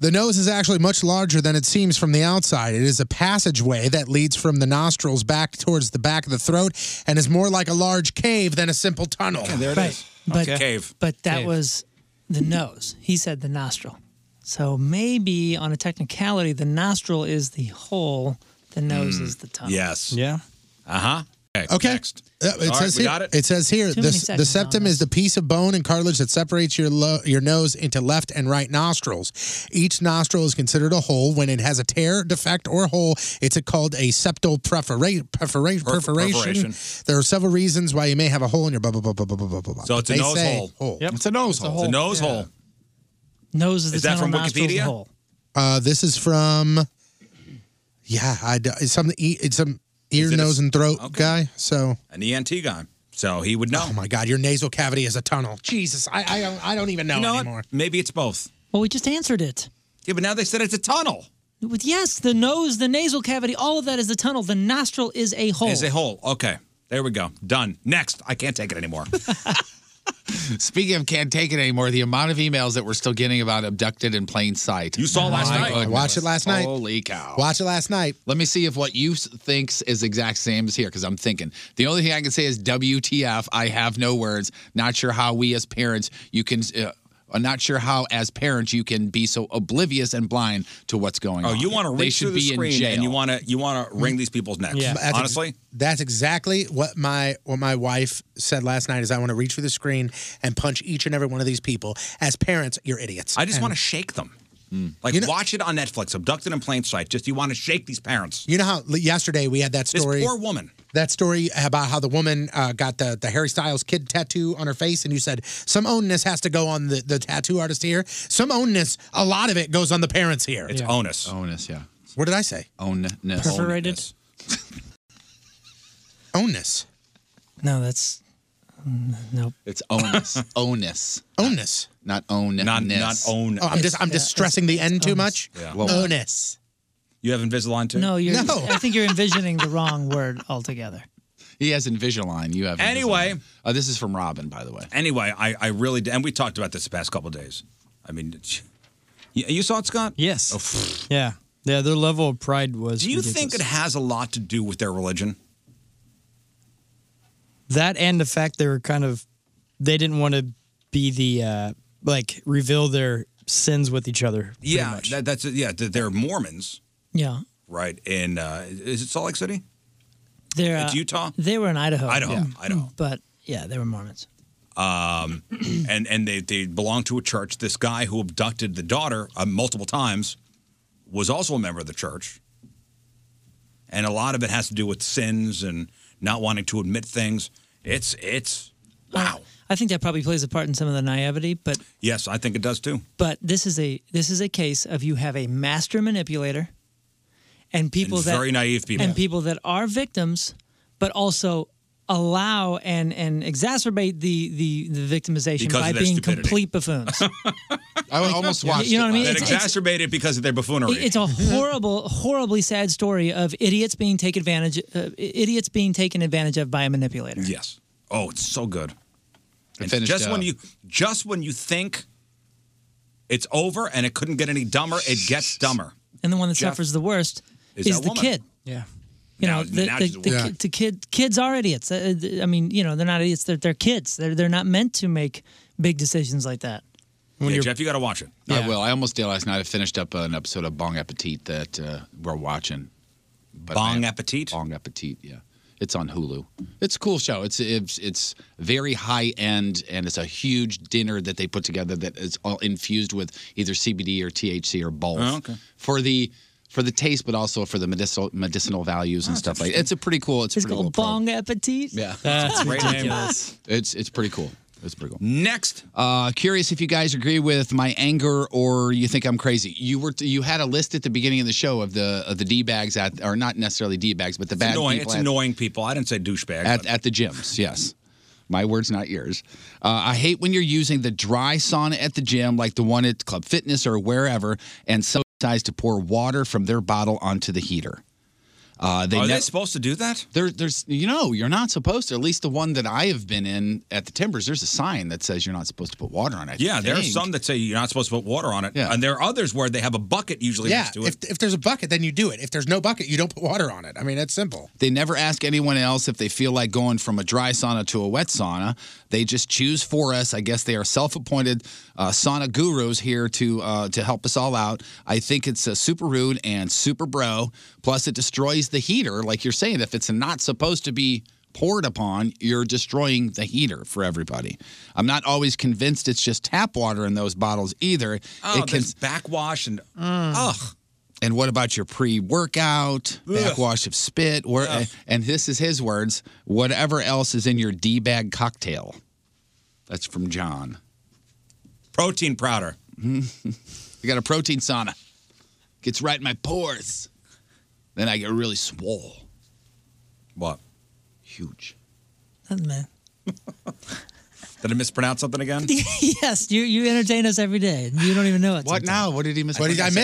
Speaker 2: The nose is actually much larger than it seems from the outside. It is a passageway that leads from the nostrils back towards the back of the throat and is more like a large cave than a simple tunnel.
Speaker 3: there it
Speaker 1: Right,
Speaker 3: is.
Speaker 1: But,
Speaker 3: Cave.
Speaker 1: But that
Speaker 2: Cave.
Speaker 1: was the nose. He said the nostril. So maybe on a technicality, the nostril is the hole, the nose is the tunnel.
Speaker 3: Hmm. Yes.
Speaker 5: Yeah.
Speaker 3: Uh huh. Okay.
Speaker 2: Okay.
Speaker 3: Next.
Speaker 2: Uh,
Speaker 3: All
Speaker 2: it,
Speaker 3: right,
Speaker 2: says
Speaker 3: we
Speaker 2: here,
Speaker 3: got it.
Speaker 2: it says here
Speaker 3: Too
Speaker 2: the,
Speaker 3: many
Speaker 2: s- the
Speaker 3: seconds on
Speaker 2: septum is the piece of bone and cartilage that separates your lo- your nose into left and right nostrils. Each nostril is considered a hole. When it has a tear, defect, or hole, it's called a septal perfora- perfora- perforation.
Speaker 3: Perf- perforation.
Speaker 2: There are several reasons why you may have a hole in your blah, blah, blah, blah, blah, blah, blah, blah.
Speaker 3: So it's a
Speaker 2: They
Speaker 3: nose
Speaker 2: say
Speaker 3: hole.
Speaker 4: It's a nose hole.
Speaker 3: It's a nose hole.
Speaker 1: Nose
Speaker 3: Is that from Wikipedia?
Speaker 2: Uh, this is from, yeah, I, d- it's some, e- it's some ear,
Speaker 3: it a
Speaker 2: nose,
Speaker 3: s-
Speaker 2: and throat guy. So,
Speaker 3: An E ENT guy. So he would know.
Speaker 2: oh my God, your nasal cavity is a tunnel. Jesus, I, I, don't, I don't even know,
Speaker 3: you know
Speaker 2: anymore.
Speaker 3: What? Maybe it's both.
Speaker 1: Well, we just answered it.
Speaker 3: Yeah, but now they said it's a tunnel.
Speaker 1: With yes, the nose, the nasal cavity, all of that is the tunnel. The nostril is a hole.
Speaker 3: Is a hole. Okay. There we go. Done. Next. I can't take it anymore.
Speaker 4: Speaking of can't take it anymore, the amount of emails that we're still getting about abducted in plain sight. You
Speaker 2: saw last night. I watched it last night.
Speaker 4: Holy cow.
Speaker 2: Watch it last night.
Speaker 4: Let me see if what you s- thinks is exact same as here, because I'm thinking. The only thing I can say is WTF. I have no words. Not sure how we as parents you can. Uh, I'm not sure how as parents you can be so oblivious and blind to what's going
Speaker 3: Oh,
Speaker 4: on.
Speaker 3: you want to
Speaker 4: They
Speaker 3: reach
Speaker 4: should
Speaker 3: through the
Speaker 4: be in
Speaker 3: screen
Speaker 4: jail.
Speaker 3: and you want to you want to wring these people's necks.
Speaker 2: Hmm. That's ex-
Speaker 3: Honestly,
Speaker 2: that's exactly what my what my wife said last night. Is I want to reach for the screen and punch each and every one of these people. As parents, you're idiots.
Speaker 3: I just
Speaker 2: And
Speaker 3: want to shake them.
Speaker 2: Hmm.
Speaker 3: Like watch it on Netflix, Abducted in Plain Sight. Just you want to shake these parents.
Speaker 2: You know how l- yesterday we had that story.
Speaker 3: This poor woman.
Speaker 2: That story about how the woman uh, got the, the Harry Styles kid tattoo on her face, and you said some ownness has to go on the, the tattoo artist here. Some ownness, a lot of it goes on the parents here.
Speaker 3: It's onus.
Speaker 4: Onus, yeah.
Speaker 2: What did I say?
Speaker 4: Ownness.
Speaker 1: Perforated?
Speaker 2: Onus.
Speaker 1: No, that's mm, nope.
Speaker 4: It's onus. onus.
Speaker 2: Onus.
Speaker 4: Not own.
Speaker 3: Not- not own-
Speaker 2: Oh, I'm just I'm just stressing the end too much.
Speaker 3: Yeah.
Speaker 2: Onus.
Speaker 3: You have Invisalign too.
Speaker 1: No, you're. I think you're envisioning the wrong word altogether.
Speaker 4: He has Invisalign. You have
Speaker 3: Anyway.
Speaker 4: Invisalign. Uh, this is from Robin, by the way.
Speaker 3: Anyway, I, I really did. And we talked about this the past couple of days. I mean, it's- you, you saw it, Scott?
Speaker 5: Yes.
Speaker 3: Oh, pfft.
Speaker 5: Yeah. Yeah, their level of pride was.
Speaker 3: Do you think it has a lot to do with their religion?
Speaker 5: that and the fact they were kind of they didn't want to be the uh like reveal their sins with each other.
Speaker 3: Yeah, that, that's it. yeah. th- They're Mormons,
Speaker 1: Yeah,
Speaker 3: right? In uh, is it Salt Lake City?
Speaker 1: they're.
Speaker 3: It's
Speaker 1: uh,
Speaker 3: Utah?
Speaker 1: They were in Idaho.
Speaker 3: Idaho,
Speaker 1: Yeah.
Speaker 3: Idaho.
Speaker 1: But yeah, they were Mormons.
Speaker 3: um, and and they they belong to a church. This guy who abducted the daughter uh, multiple times was also a member of the church, and a lot of it has to do with sins and not wanting to admit things. It's it's wow.
Speaker 1: I think that probably plays a part in some of the naivety, but
Speaker 3: Yes, I think it does too.
Speaker 1: but this is a this is a case of you have a master manipulator and people
Speaker 3: And
Speaker 1: that
Speaker 3: very naive people.
Speaker 1: and people that are victims but also allow and and exacerbate the the, the victimization
Speaker 3: Because
Speaker 1: by
Speaker 3: of their
Speaker 1: being
Speaker 3: stupidity.
Speaker 1: complete buffoons.
Speaker 3: I almost
Speaker 1: watched You know it what I mean?
Speaker 3: That
Speaker 1: It's- it's-
Speaker 3: exacerbated because of their buffoonery.
Speaker 1: It- It's a horrible, horribly sad story of idiots being taken advantage, uh, idiots being taken advantage of by a manipulator.
Speaker 3: Yes. Oh, it's so good. And
Speaker 4: finished,
Speaker 3: just when
Speaker 4: uh,
Speaker 3: you just when you think it's over and it couldn't get any dumber, it gets dumber.
Speaker 1: And the one that
Speaker 3: Jeff
Speaker 1: suffers the worst
Speaker 3: is
Speaker 1: is,
Speaker 3: that
Speaker 1: the
Speaker 3: woman.
Speaker 1: kid.
Speaker 5: Yeah.
Speaker 1: You
Speaker 3: Now-
Speaker 1: know, the,
Speaker 3: now
Speaker 1: the,
Speaker 3: she's
Speaker 1: the,
Speaker 3: the worst.
Speaker 1: kid, the kid, kids are idiots. Uh, th- I mean, you know, they're not idiots. They're, they're kids. They're, they're not meant to make big decisions like that.
Speaker 4: Yeah,
Speaker 3: Jeff, you got to watch it.
Speaker 4: I will. I almost did last night. I finished up an episode of Bong Appetit that uh, we're watching. But Bong
Speaker 3: Appetit.
Speaker 4: Bong Appetit. Yeah, it's on Hulu. It's a cool show. It's it's it's very high end, and it's a huge dinner that they put together that is all infused with either CBD or THC or both
Speaker 3: Oh, okay.
Speaker 4: for the for the taste, but also for the medicinal medicinal values
Speaker 3: Oh,
Speaker 4: and stuff like. It's a pretty cool. It's, a
Speaker 1: It's
Speaker 4: pretty
Speaker 1: called
Speaker 4: cool.
Speaker 1: Bong Appetit.
Speaker 4: Yeah,
Speaker 1: That's ridiculous.
Speaker 4: It's it's pretty cool. It's pretty cool.
Speaker 3: Next,
Speaker 4: uh, curious if you guys agree with my anger or you think I'm crazy. You were you had a list at the beginning of the show of the of the d bags at or not necessarily d bags, but the
Speaker 3: It's
Speaker 4: bad
Speaker 3: annoying.
Speaker 4: people
Speaker 3: It's
Speaker 4: at-
Speaker 3: annoying people. I didn't say douchebag.
Speaker 4: at, at the gyms. Yes. My words, not yours. Uh, I hate when you're using the dry sauna at the gym, like the one at Club Fitness or wherever, and someone decides to pour water from their bottle onto the heater. Uh,
Speaker 3: Are they
Speaker 4: ne-
Speaker 3: supposed to do that?
Speaker 4: there, there's, you know, you're not supposed to. At least the one that I have been in at the Timbers, there's a sign that says you're not supposed to put water on it.
Speaker 3: yeah, there are
Speaker 4: Dang.
Speaker 3: some that say you're not supposed to put water on it,
Speaker 4: Yeah.
Speaker 3: and there are others where they have a bucket usually
Speaker 2: yeah,
Speaker 3: next to
Speaker 2: if,
Speaker 3: it.
Speaker 2: if there's a bucket, then you do it. If there's no bucket, you don't put water on it. I mean, it's simple.
Speaker 4: They never ask anyone else if they feel like going from a dry sauna to a wet sauna. They just choose for us. I guess they are self-appointed uh, sauna gurus here to uh, to help us all out. I think it's uh, super rude and super bro. Plus, it destroys the heater. Like you're saying, if it's not supposed to be poured upon, you're destroying the heater for everybody. I'm not always convinced it's just tap water in those bottles either.
Speaker 3: Oh, there's backwash and ugh.
Speaker 4: And what about your pre-workout backwash of spit? Where, and this is his words: whatever else is in your d-bag cocktail. That's from John.
Speaker 3: Protein powder.
Speaker 4: I got a protein sauna. Gets right in my pores. Then I get really swole.
Speaker 3: What?
Speaker 4: Huge.
Speaker 1: Nothing, man.
Speaker 3: Did I mispronounce something again?
Speaker 1: yes, you, you entertain us every day. and You don't even know it.
Speaker 3: What
Speaker 1: now?
Speaker 4: What did he miss?
Speaker 3: What did
Speaker 2: I
Speaker 3: I say? Pro-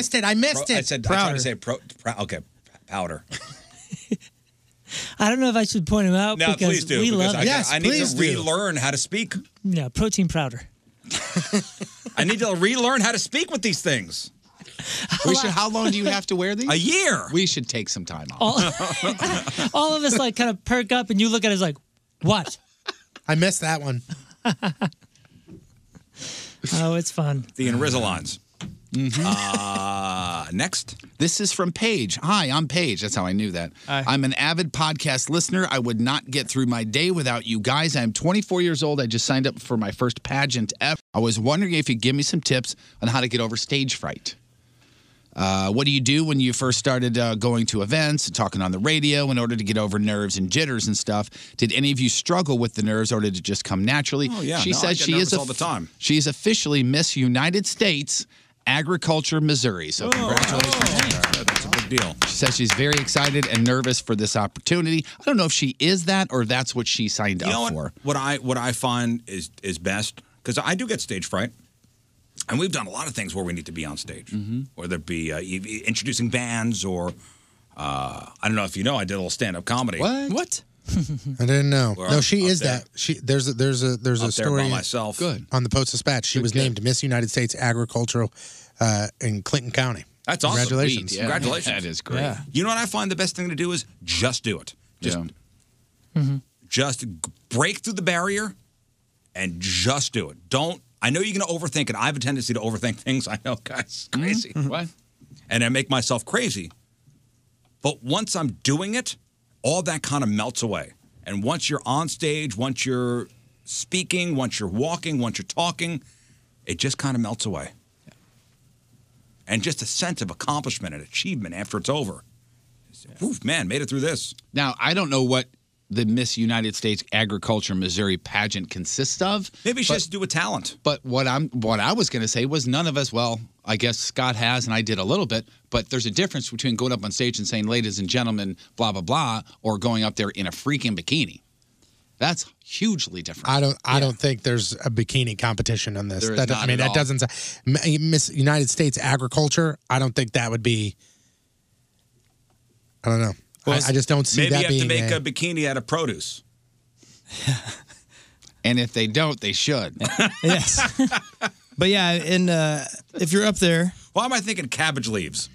Speaker 3: I said I tried to say pro, pro, okay, powder.
Speaker 1: I don't know if I should point him out
Speaker 3: No,
Speaker 1: Oh, because
Speaker 3: please do.
Speaker 1: we
Speaker 3: because
Speaker 1: love
Speaker 3: I,
Speaker 1: him.
Speaker 3: I need to relearn how to speak.
Speaker 1: Yeah, protein powder.
Speaker 3: I need to relearn how to speak with these things.
Speaker 4: We should. How long do you have to wear these?
Speaker 3: A year.
Speaker 4: We should take some time off.
Speaker 1: All, all of us like kind of perk up, and you look at us like, "What?"
Speaker 2: I missed that one.
Speaker 1: oh, it's fun.
Speaker 3: The Invisaligns. Uh, next.
Speaker 4: Mm-hmm. This is from Paige. Hi, I'm Paige. That's how I knew that. I'm an avid podcast listener. I would not get through my day without you guys. I'm 24 years old. I just signed up for my first pageant ever. I was wondering if you'd give me some tips on how to get over stage fright. Uh, what do you do when you first started uh, going to events and talking on the radio in order to get over nerves and jitters and stuff? Did any of you struggle with the nerves or did it just come naturally?
Speaker 3: Oh, yeah.
Speaker 4: She
Speaker 3: No, I
Speaker 4: says
Speaker 3: get
Speaker 4: she
Speaker 3: nervous
Speaker 4: is
Speaker 3: all the time.
Speaker 4: She is officially Miss United States Agriculture, Missouri. So congratulations.
Speaker 3: That's a big deal.
Speaker 4: She says she's very excited and nervous for this opportunity. I don't know if she is that or that's what she signed
Speaker 3: You know
Speaker 4: up
Speaker 3: what,
Speaker 4: for.
Speaker 3: what I what I find is is best because I do get stage fright, and we've done a lot of things where we need to be on stage, whether it be uh, e- e- introducing bands or uh, I don't know if you know I did a little stand up comedy. What?
Speaker 4: What?
Speaker 2: I didn't know.
Speaker 3: We're
Speaker 2: no,
Speaker 3: up-
Speaker 2: she
Speaker 3: up
Speaker 2: is
Speaker 3: there.
Speaker 2: that. She there's a there's a there's a
Speaker 3: Up there by
Speaker 2: story
Speaker 3: myself. Good.
Speaker 2: on the Post Dispatch. She was named Miss United States Agricultural uh, in Clinton County.
Speaker 3: That's awesome.
Speaker 2: Congratulations.
Speaker 3: Congratulations.
Speaker 2: Yeah.
Speaker 3: You know what I find the best thing to do is just do it. Just,
Speaker 1: Mhm.
Speaker 3: just g- break through the barrier and just do it. Don't. I know you're going to overthink it. I have a tendency to overthink things. I know, guys, it's crazy.
Speaker 4: Mm-hmm. What?
Speaker 3: And I make myself crazy. But once I'm doing it, all that kind of melts away. And once you're on stage, once you're speaking, once you're walking, once you're talking, it just kind of melts away. And just a sense of accomplishment and achievement after it's over. Oof, man, made it through this.
Speaker 4: Now, I don't know what the Miss United States Agriculture Missouri pageant consists of.
Speaker 3: Maybe she has to do with talent.
Speaker 4: But what I'm what I was going to say was none of us, well, I guess Scott has and I did a little bit, but there's a difference between going up on stage and saying ladies and gentlemen, blah blah blah or going up there in a freaking bikini. That's hugely different.
Speaker 2: I don't. I don't think there's a bikini competition on this.
Speaker 4: There is
Speaker 2: That-
Speaker 4: not
Speaker 2: I mean, that
Speaker 4: at all.
Speaker 2: doesn't. s- M- eh, Miss United States Agriculture. I don't think that would be. I don't know. I, I just don't see
Speaker 3: Maybe
Speaker 2: that
Speaker 3: you have
Speaker 2: being.
Speaker 3: to make
Speaker 2: a-
Speaker 3: a bikini out of produce.
Speaker 4: And if they don't, they should.
Speaker 5: yes. But yeah, and uh, if you're up there,
Speaker 3: Why am I thinking cabbage leaves?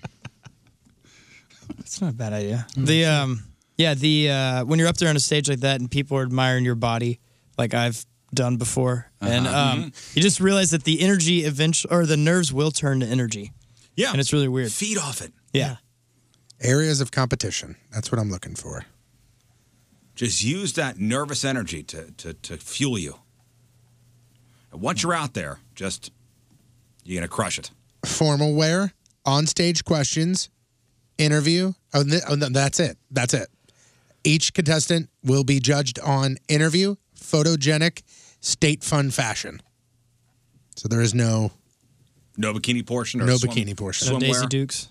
Speaker 5: That's not a bad idea.
Speaker 3: Mm-hmm.
Speaker 5: The um yeah, the uh when you're up there on a stage like that and people are admiring your body like I've done before and
Speaker 3: Uh-huh.
Speaker 5: um you just realize that the energy eventually or the nerves will turn to energy.
Speaker 3: Yeah.
Speaker 5: And it's really weird.
Speaker 3: Feed off it.
Speaker 5: Yeah.
Speaker 2: areas of competition. That's what I'm looking for.
Speaker 3: Just use that nervous energy to, to, to fuel you. And once you're out there, just you're gonna crush it.
Speaker 2: Formal wear, on-stage questions, interview. Oh, th- oh, no, that's it. That's it. Each contestant will be judged on interview, photogenic, state fun fashion. So there is no.
Speaker 3: No bikini portion or
Speaker 2: No
Speaker 3: swim-
Speaker 2: bikini portion.
Speaker 5: No
Speaker 3: swimwear.
Speaker 5: Daisy Dukes.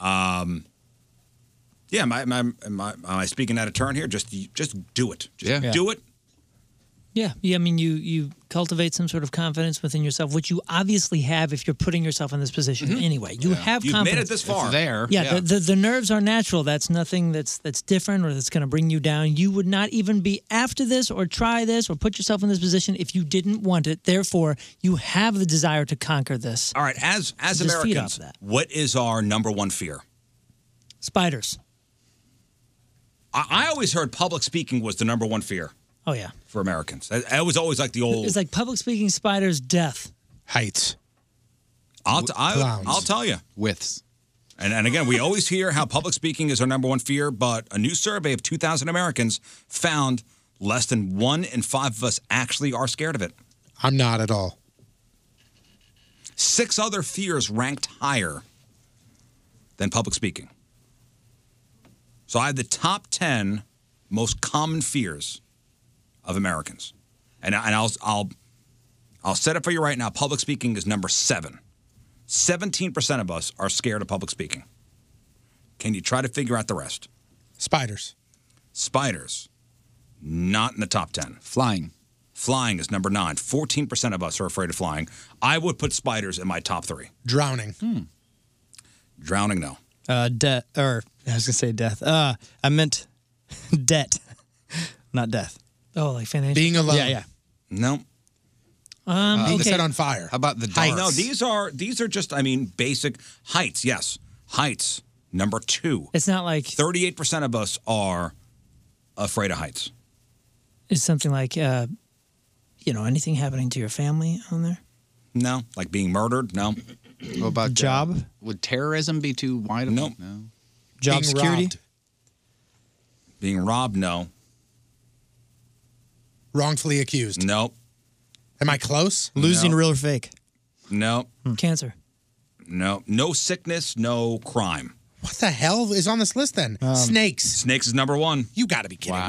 Speaker 3: Um, yeah, am I, am, I, am, I, am I speaking out of turn here? Just just do it. Just
Speaker 1: Yeah.
Speaker 3: do it.
Speaker 1: Yeah, yeah. I mean, you you cultivate some sort of confidence within yourself, which you obviously have if you're putting yourself in this position anyway. You have
Speaker 3: Mm-hmm. You've made it
Speaker 1: confidence.
Speaker 3: this far. It's
Speaker 4: there.
Speaker 1: Yeah,
Speaker 3: Yeah.
Speaker 1: The, the the nerves are natural. That's nothing that's that's different or that's going to bring you down. You would not even be after this or try this or put yourself in this position if you didn't want it. Therefore, you have the desire to conquer this.
Speaker 3: All right, as as
Speaker 1: Just feed
Speaker 3: Americans,
Speaker 1: off that.
Speaker 3: what is our number one fear?
Speaker 1: Spiders.
Speaker 3: I, I always heard public speaking was the number one fear
Speaker 1: Oh yeah.
Speaker 3: for Americans. That, that was always like the old.
Speaker 1: It's like public speaking. Spiders. Death.
Speaker 2: heights.
Speaker 3: I'll, t- I,
Speaker 1: Clowns.
Speaker 3: I'll tell you.
Speaker 4: Widths.
Speaker 3: And, and again, we always hear how public speaking is our number one fear, but a new survey of 2,000 Americans found less than one in five of us actually are scared of it.
Speaker 2: I'm not at all.
Speaker 3: Six other fears ranked higher than public speaking. So I had the top 10 most common fears of Americans. And, I- and I'll, I'll, I'll set it for you right now. Public speaking is number seven. 17% of us are scared of public speaking. Can you try to figure out the rest?
Speaker 2: Spiders.
Speaker 3: Spiders, not in the top 10.
Speaker 4: Flying.
Speaker 3: Flying is number nine. 14% of us are afraid of flying. I would put spiders in my top three.
Speaker 2: Drowning.
Speaker 3: Drowning, no.
Speaker 5: Uh death or I was going to say death. Uh I meant debt. Not death.
Speaker 1: Oh, like financial.
Speaker 5: Yeah, yeah.
Speaker 3: No.
Speaker 2: Uh,
Speaker 1: Um, okay.
Speaker 2: fire.
Speaker 4: How about the
Speaker 3: heights?
Speaker 4: dark?
Speaker 3: No, these are these are just I mean basic heights. Yes, heights. Number two.
Speaker 1: It's not like
Speaker 3: Thirty-eight percent of us are afraid of heights.
Speaker 1: Is something like, uh, you know, anything happening to your family on there?
Speaker 3: No, like being murdered. No.
Speaker 4: What about uh,
Speaker 5: job?
Speaker 4: Would terrorism be too wide? Of
Speaker 3: No.
Speaker 4: no.
Speaker 3: Job Being security? robbed. Being robbed. No.
Speaker 2: Wrongfully accused.
Speaker 3: No.
Speaker 2: Am I close?
Speaker 3: Losing No.
Speaker 5: real or fake?
Speaker 3: No.
Speaker 1: Hmm. Cancer.
Speaker 3: No. No sickness. No crime.
Speaker 2: What the hell is on this list then?
Speaker 3: Um,
Speaker 2: Snakes.
Speaker 3: Snakes is number one.
Speaker 2: You got to be kidding.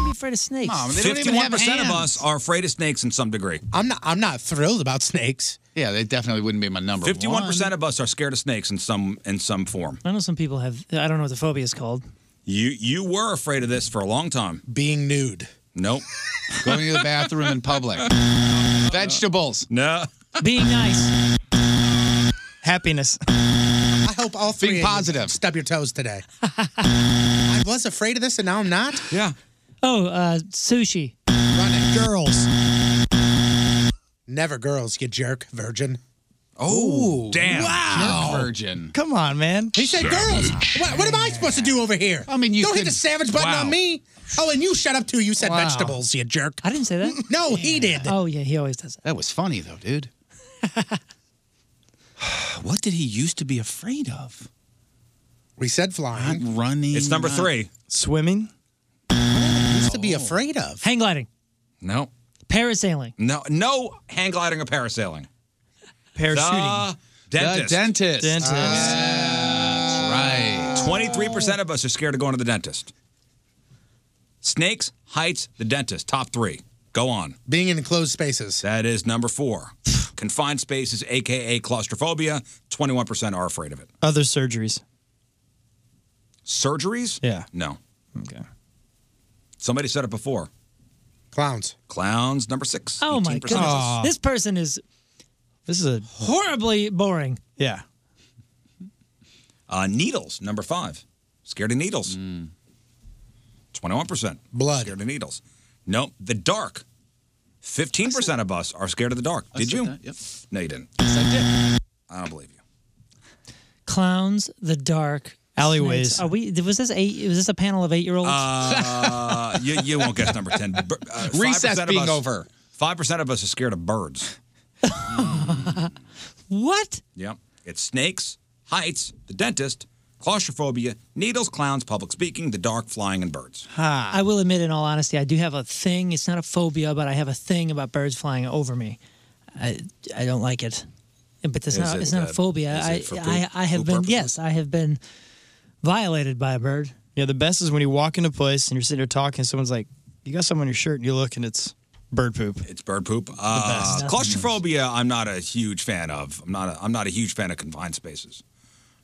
Speaker 1: Be afraid of snakes.
Speaker 3: Fifty-one percent of us are afraid of snakes in some degree.
Speaker 2: I'm not. I'm not thrilled about snakes.
Speaker 4: Yeah, they definitely wouldn't be my number.
Speaker 3: Fifty-one percent of us are scared of snakes in some in some form.
Speaker 1: I know some people have. I don't know what the phobia is called.
Speaker 3: You you were afraid of this for a long time.
Speaker 2: Being nude.
Speaker 3: Nope.
Speaker 4: Going to the bathroom in public. Vegetables.
Speaker 3: No.
Speaker 1: Being nice.
Speaker 5: Happiness.
Speaker 2: I hope all three.
Speaker 5: Being
Speaker 2: of you Stub your toes today. I was afraid of this, and now I'm not.
Speaker 3: Yeah.
Speaker 1: Oh, uh, sushi.
Speaker 2: Girls. Never girls, you jerk, virgin.
Speaker 3: Oh,
Speaker 4: damn.
Speaker 2: Wow.
Speaker 4: Jerk virgin.
Speaker 5: Come on, man.
Speaker 2: He said girls. What, what am I supposed to do over here? I mean, you don't hit
Speaker 4: could-
Speaker 2: the savage button
Speaker 4: Wow.
Speaker 2: on me. Oh, and you shut up too. You said
Speaker 4: Wow.
Speaker 2: vegetables, you jerk.
Speaker 1: I didn't say that.
Speaker 2: no, he did.
Speaker 1: Oh yeah, he always does that.
Speaker 4: That was funny though, dude.
Speaker 3: what did he used to be afraid of?
Speaker 2: We said flying.
Speaker 4: Not running.
Speaker 3: It's number
Speaker 4: not-
Speaker 3: three.
Speaker 5: Swimming.
Speaker 2: Used to be afraid of.
Speaker 1: Hang gliding.
Speaker 3: No.
Speaker 1: Parasailing.
Speaker 3: No. No hang gliding or parasailing.
Speaker 5: Parachuting.
Speaker 3: The dentist.
Speaker 5: The dentist. Dentist.
Speaker 2: Ah.
Speaker 3: That's right. Twenty-three percent of us are scared of going to the dentist. Snakes, heights, the dentist. Top three. Go on.
Speaker 2: Being in enclosed spaces.
Speaker 3: That is number four. Confined spaces, aka claustrophobia. Twenty-one percent are afraid of it.
Speaker 5: Other surgeries.
Speaker 3: Surgeries?
Speaker 5: Yeah.
Speaker 3: No.
Speaker 5: Okay.
Speaker 3: Somebody said it before.
Speaker 2: Clowns.
Speaker 3: Clowns, number six.
Speaker 1: Oh my
Speaker 3: 18%.
Speaker 1: goodness! This person is
Speaker 3: This is a.
Speaker 1: horribly boring.
Speaker 3: Yeah. Uh, needles, number five. Scared of needles. 21%. Blood. Scared of needles. Nope. The dark. 15% of us are scared of the dark.
Speaker 4: I
Speaker 3: Did
Speaker 4: said
Speaker 3: you?
Speaker 4: that, yep.
Speaker 3: No, you didn't. I did. I don't believe you.
Speaker 1: Clowns, the dark
Speaker 3: Alleyways.
Speaker 1: snakes. Are we? Was this eight? Was this a panel of eight-year-olds?
Speaker 3: Uh, you, you won't guess number 10. Bir- Uh,
Speaker 1: Recess
Speaker 3: 5% of
Speaker 1: being
Speaker 3: us-
Speaker 1: over.
Speaker 3: 5% of us are scared of birds.
Speaker 1: what?
Speaker 3: Yep. It's snakes, heights, the dentist, claustrophobia, needles, clowns, public speaking, the dark, flying, and birds.
Speaker 1: I will admit, in all honesty, I do have a thing. It's not a phobia, but I have a thing about birds flying over me. I I don't like it, but it's
Speaker 5: Is
Speaker 1: not
Speaker 5: it,
Speaker 1: it's not
Speaker 5: uh,
Speaker 1: a phobia.
Speaker 5: is
Speaker 1: I,
Speaker 5: it for poop-
Speaker 1: I I have
Speaker 5: poop
Speaker 1: been yes, I have been violated by a bird.
Speaker 5: Yeah, the best is when you walk into a place and you're sitting there talking, and someone's like, "You got something on your shirt," and you look, and it's bird poop.
Speaker 3: It's bird poop. Uh,
Speaker 5: best.
Speaker 3: claustrophobia, I'm not a huge fan of. I'm not. A, I'm not a huge fan of confined spaces.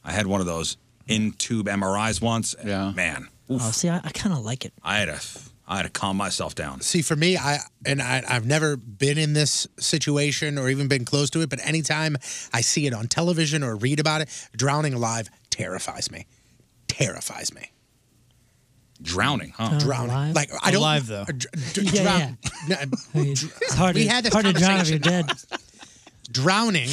Speaker 3: I had one of those in tube MRIs once. Yeah. Man,
Speaker 1: Oh, see, I, I kind of like it.
Speaker 3: I had to. I had to calm myself down.
Speaker 2: See, for me, I and I, I've never been in this situation or even been close to it, but anytime I see it on television or read about it, drowning alive terrifies me. Terrifies me.
Speaker 3: Drowning, huh?
Speaker 2: drowning. Like I don't
Speaker 3: Oh, Alive, though.
Speaker 2: uh, dr- dr-
Speaker 3: Yeah,
Speaker 2: drown- no, dr-
Speaker 1: It's hard
Speaker 2: we
Speaker 1: to-
Speaker 2: had this
Speaker 1: hard to drown if
Speaker 2: conversation.
Speaker 1: you're dead.
Speaker 2: Drowning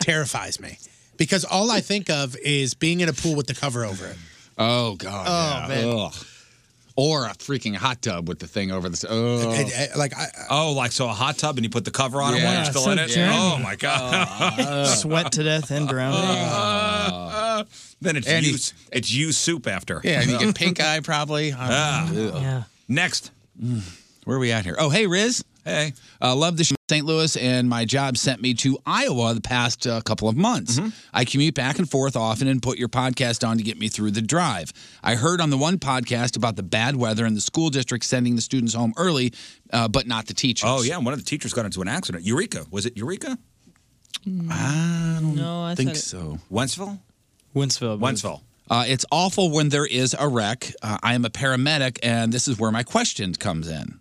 Speaker 2: terrifies me because all I think of is being in a pool with the cover over it.
Speaker 4: Oh God.
Speaker 2: Oh,
Speaker 4: yeah.
Speaker 2: man.
Speaker 4: Ugh. Or a freaking hot tub with the thing over the. Oh.
Speaker 2: like
Speaker 3: oh, like so a hot tub and you put the cover on it while
Speaker 4: Yeah,
Speaker 3: you're still
Speaker 4: so
Speaker 3: in it.
Speaker 4: dirty.
Speaker 3: Oh my god.
Speaker 5: Sweat to death and drowning.
Speaker 3: then it's
Speaker 5: And
Speaker 3: you.
Speaker 5: he's-
Speaker 3: It's you soup after.
Speaker 4: Yeah, and you get pink eye probably. Mm.
Speaker 3: Ah. Yeah. Next.
Speaker 4: Where are we at here? Oh, hey, Riz.
Speaker 3: Hey.
Speaker 4: Uh, love the sh- St. Louis, and my job sent me to Iowa the past uh, couple of months.
Speaker 3: Mm-hmm.
Speaker 4: I commute back and forth often and put your podcast on to get me through the drive. I heard on the one podcast about the bad weather and the school district sending the students home early, uh, but not the teachers.
Speaker 3: Oh yeah, one of the teachers got into an accident. Eureka. Was it Eureka?
Speaker 1: mm,
Speaker 4: I don't
Speaker 5: No, I
Speaker 4: think
Speaker 5: thought it-
Speaker 4: so.
Speaker 3: Wentzville?
Speaker 5: Wentzville.
Speaker 3: Wentzville.
Speaker 4: Uh, it's awful when there is a wreck. Uh, I am a paramedic, and this is where my question comes in.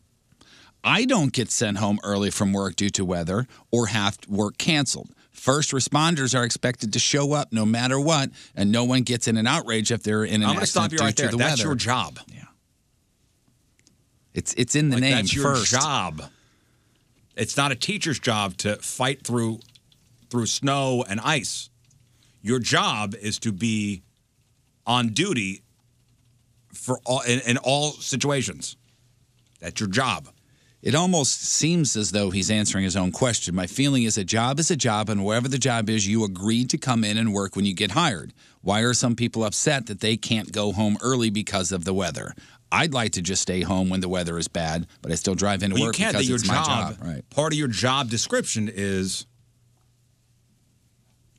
Speaker 4: I don't get sent home early from work due to weather or have work canceled. First responders are expected to show up no matter what, and no one gets in an outrage if they're in an
Speaker 3: I'm gonna
Speaker 4: accident
Speaker 3: stop you
Speaker 4: due
Speaker 3: right
Speaker 4: to
Speaker 3: there.
Speaker 4: the
Speaker 3: That's
Speaker 4: weather.
Speaker 3: your job.
Speaker 4: It's it's in the
Speaker 3: Like,
Speaker 4: name
Speaker 3: That's your
Speaker 4: first.
Speaker 3: job. It's not a teacher's job to fight through through snow and ice. Your job is to be on duty for all in, in all situations. That's your job.
Speaker 4: It almost seems as though he's answering his own question. My feeling is a job is a job, and wherever the job is, you agreed to come in and work when you get hired. Why are some people upset that they can't go home early because of the weather? I'd like to just stay home when the weather is bad, but I still drive into
Speaker 3: Well, you
Speaker 4: work
Speaker 3: can't. That
Speaker 4: because
Speaker 3: your
Speaker 4: it's my
Speaker 3: job,
Speaker 4: job. Right.
Speaker 3: Part of your job description is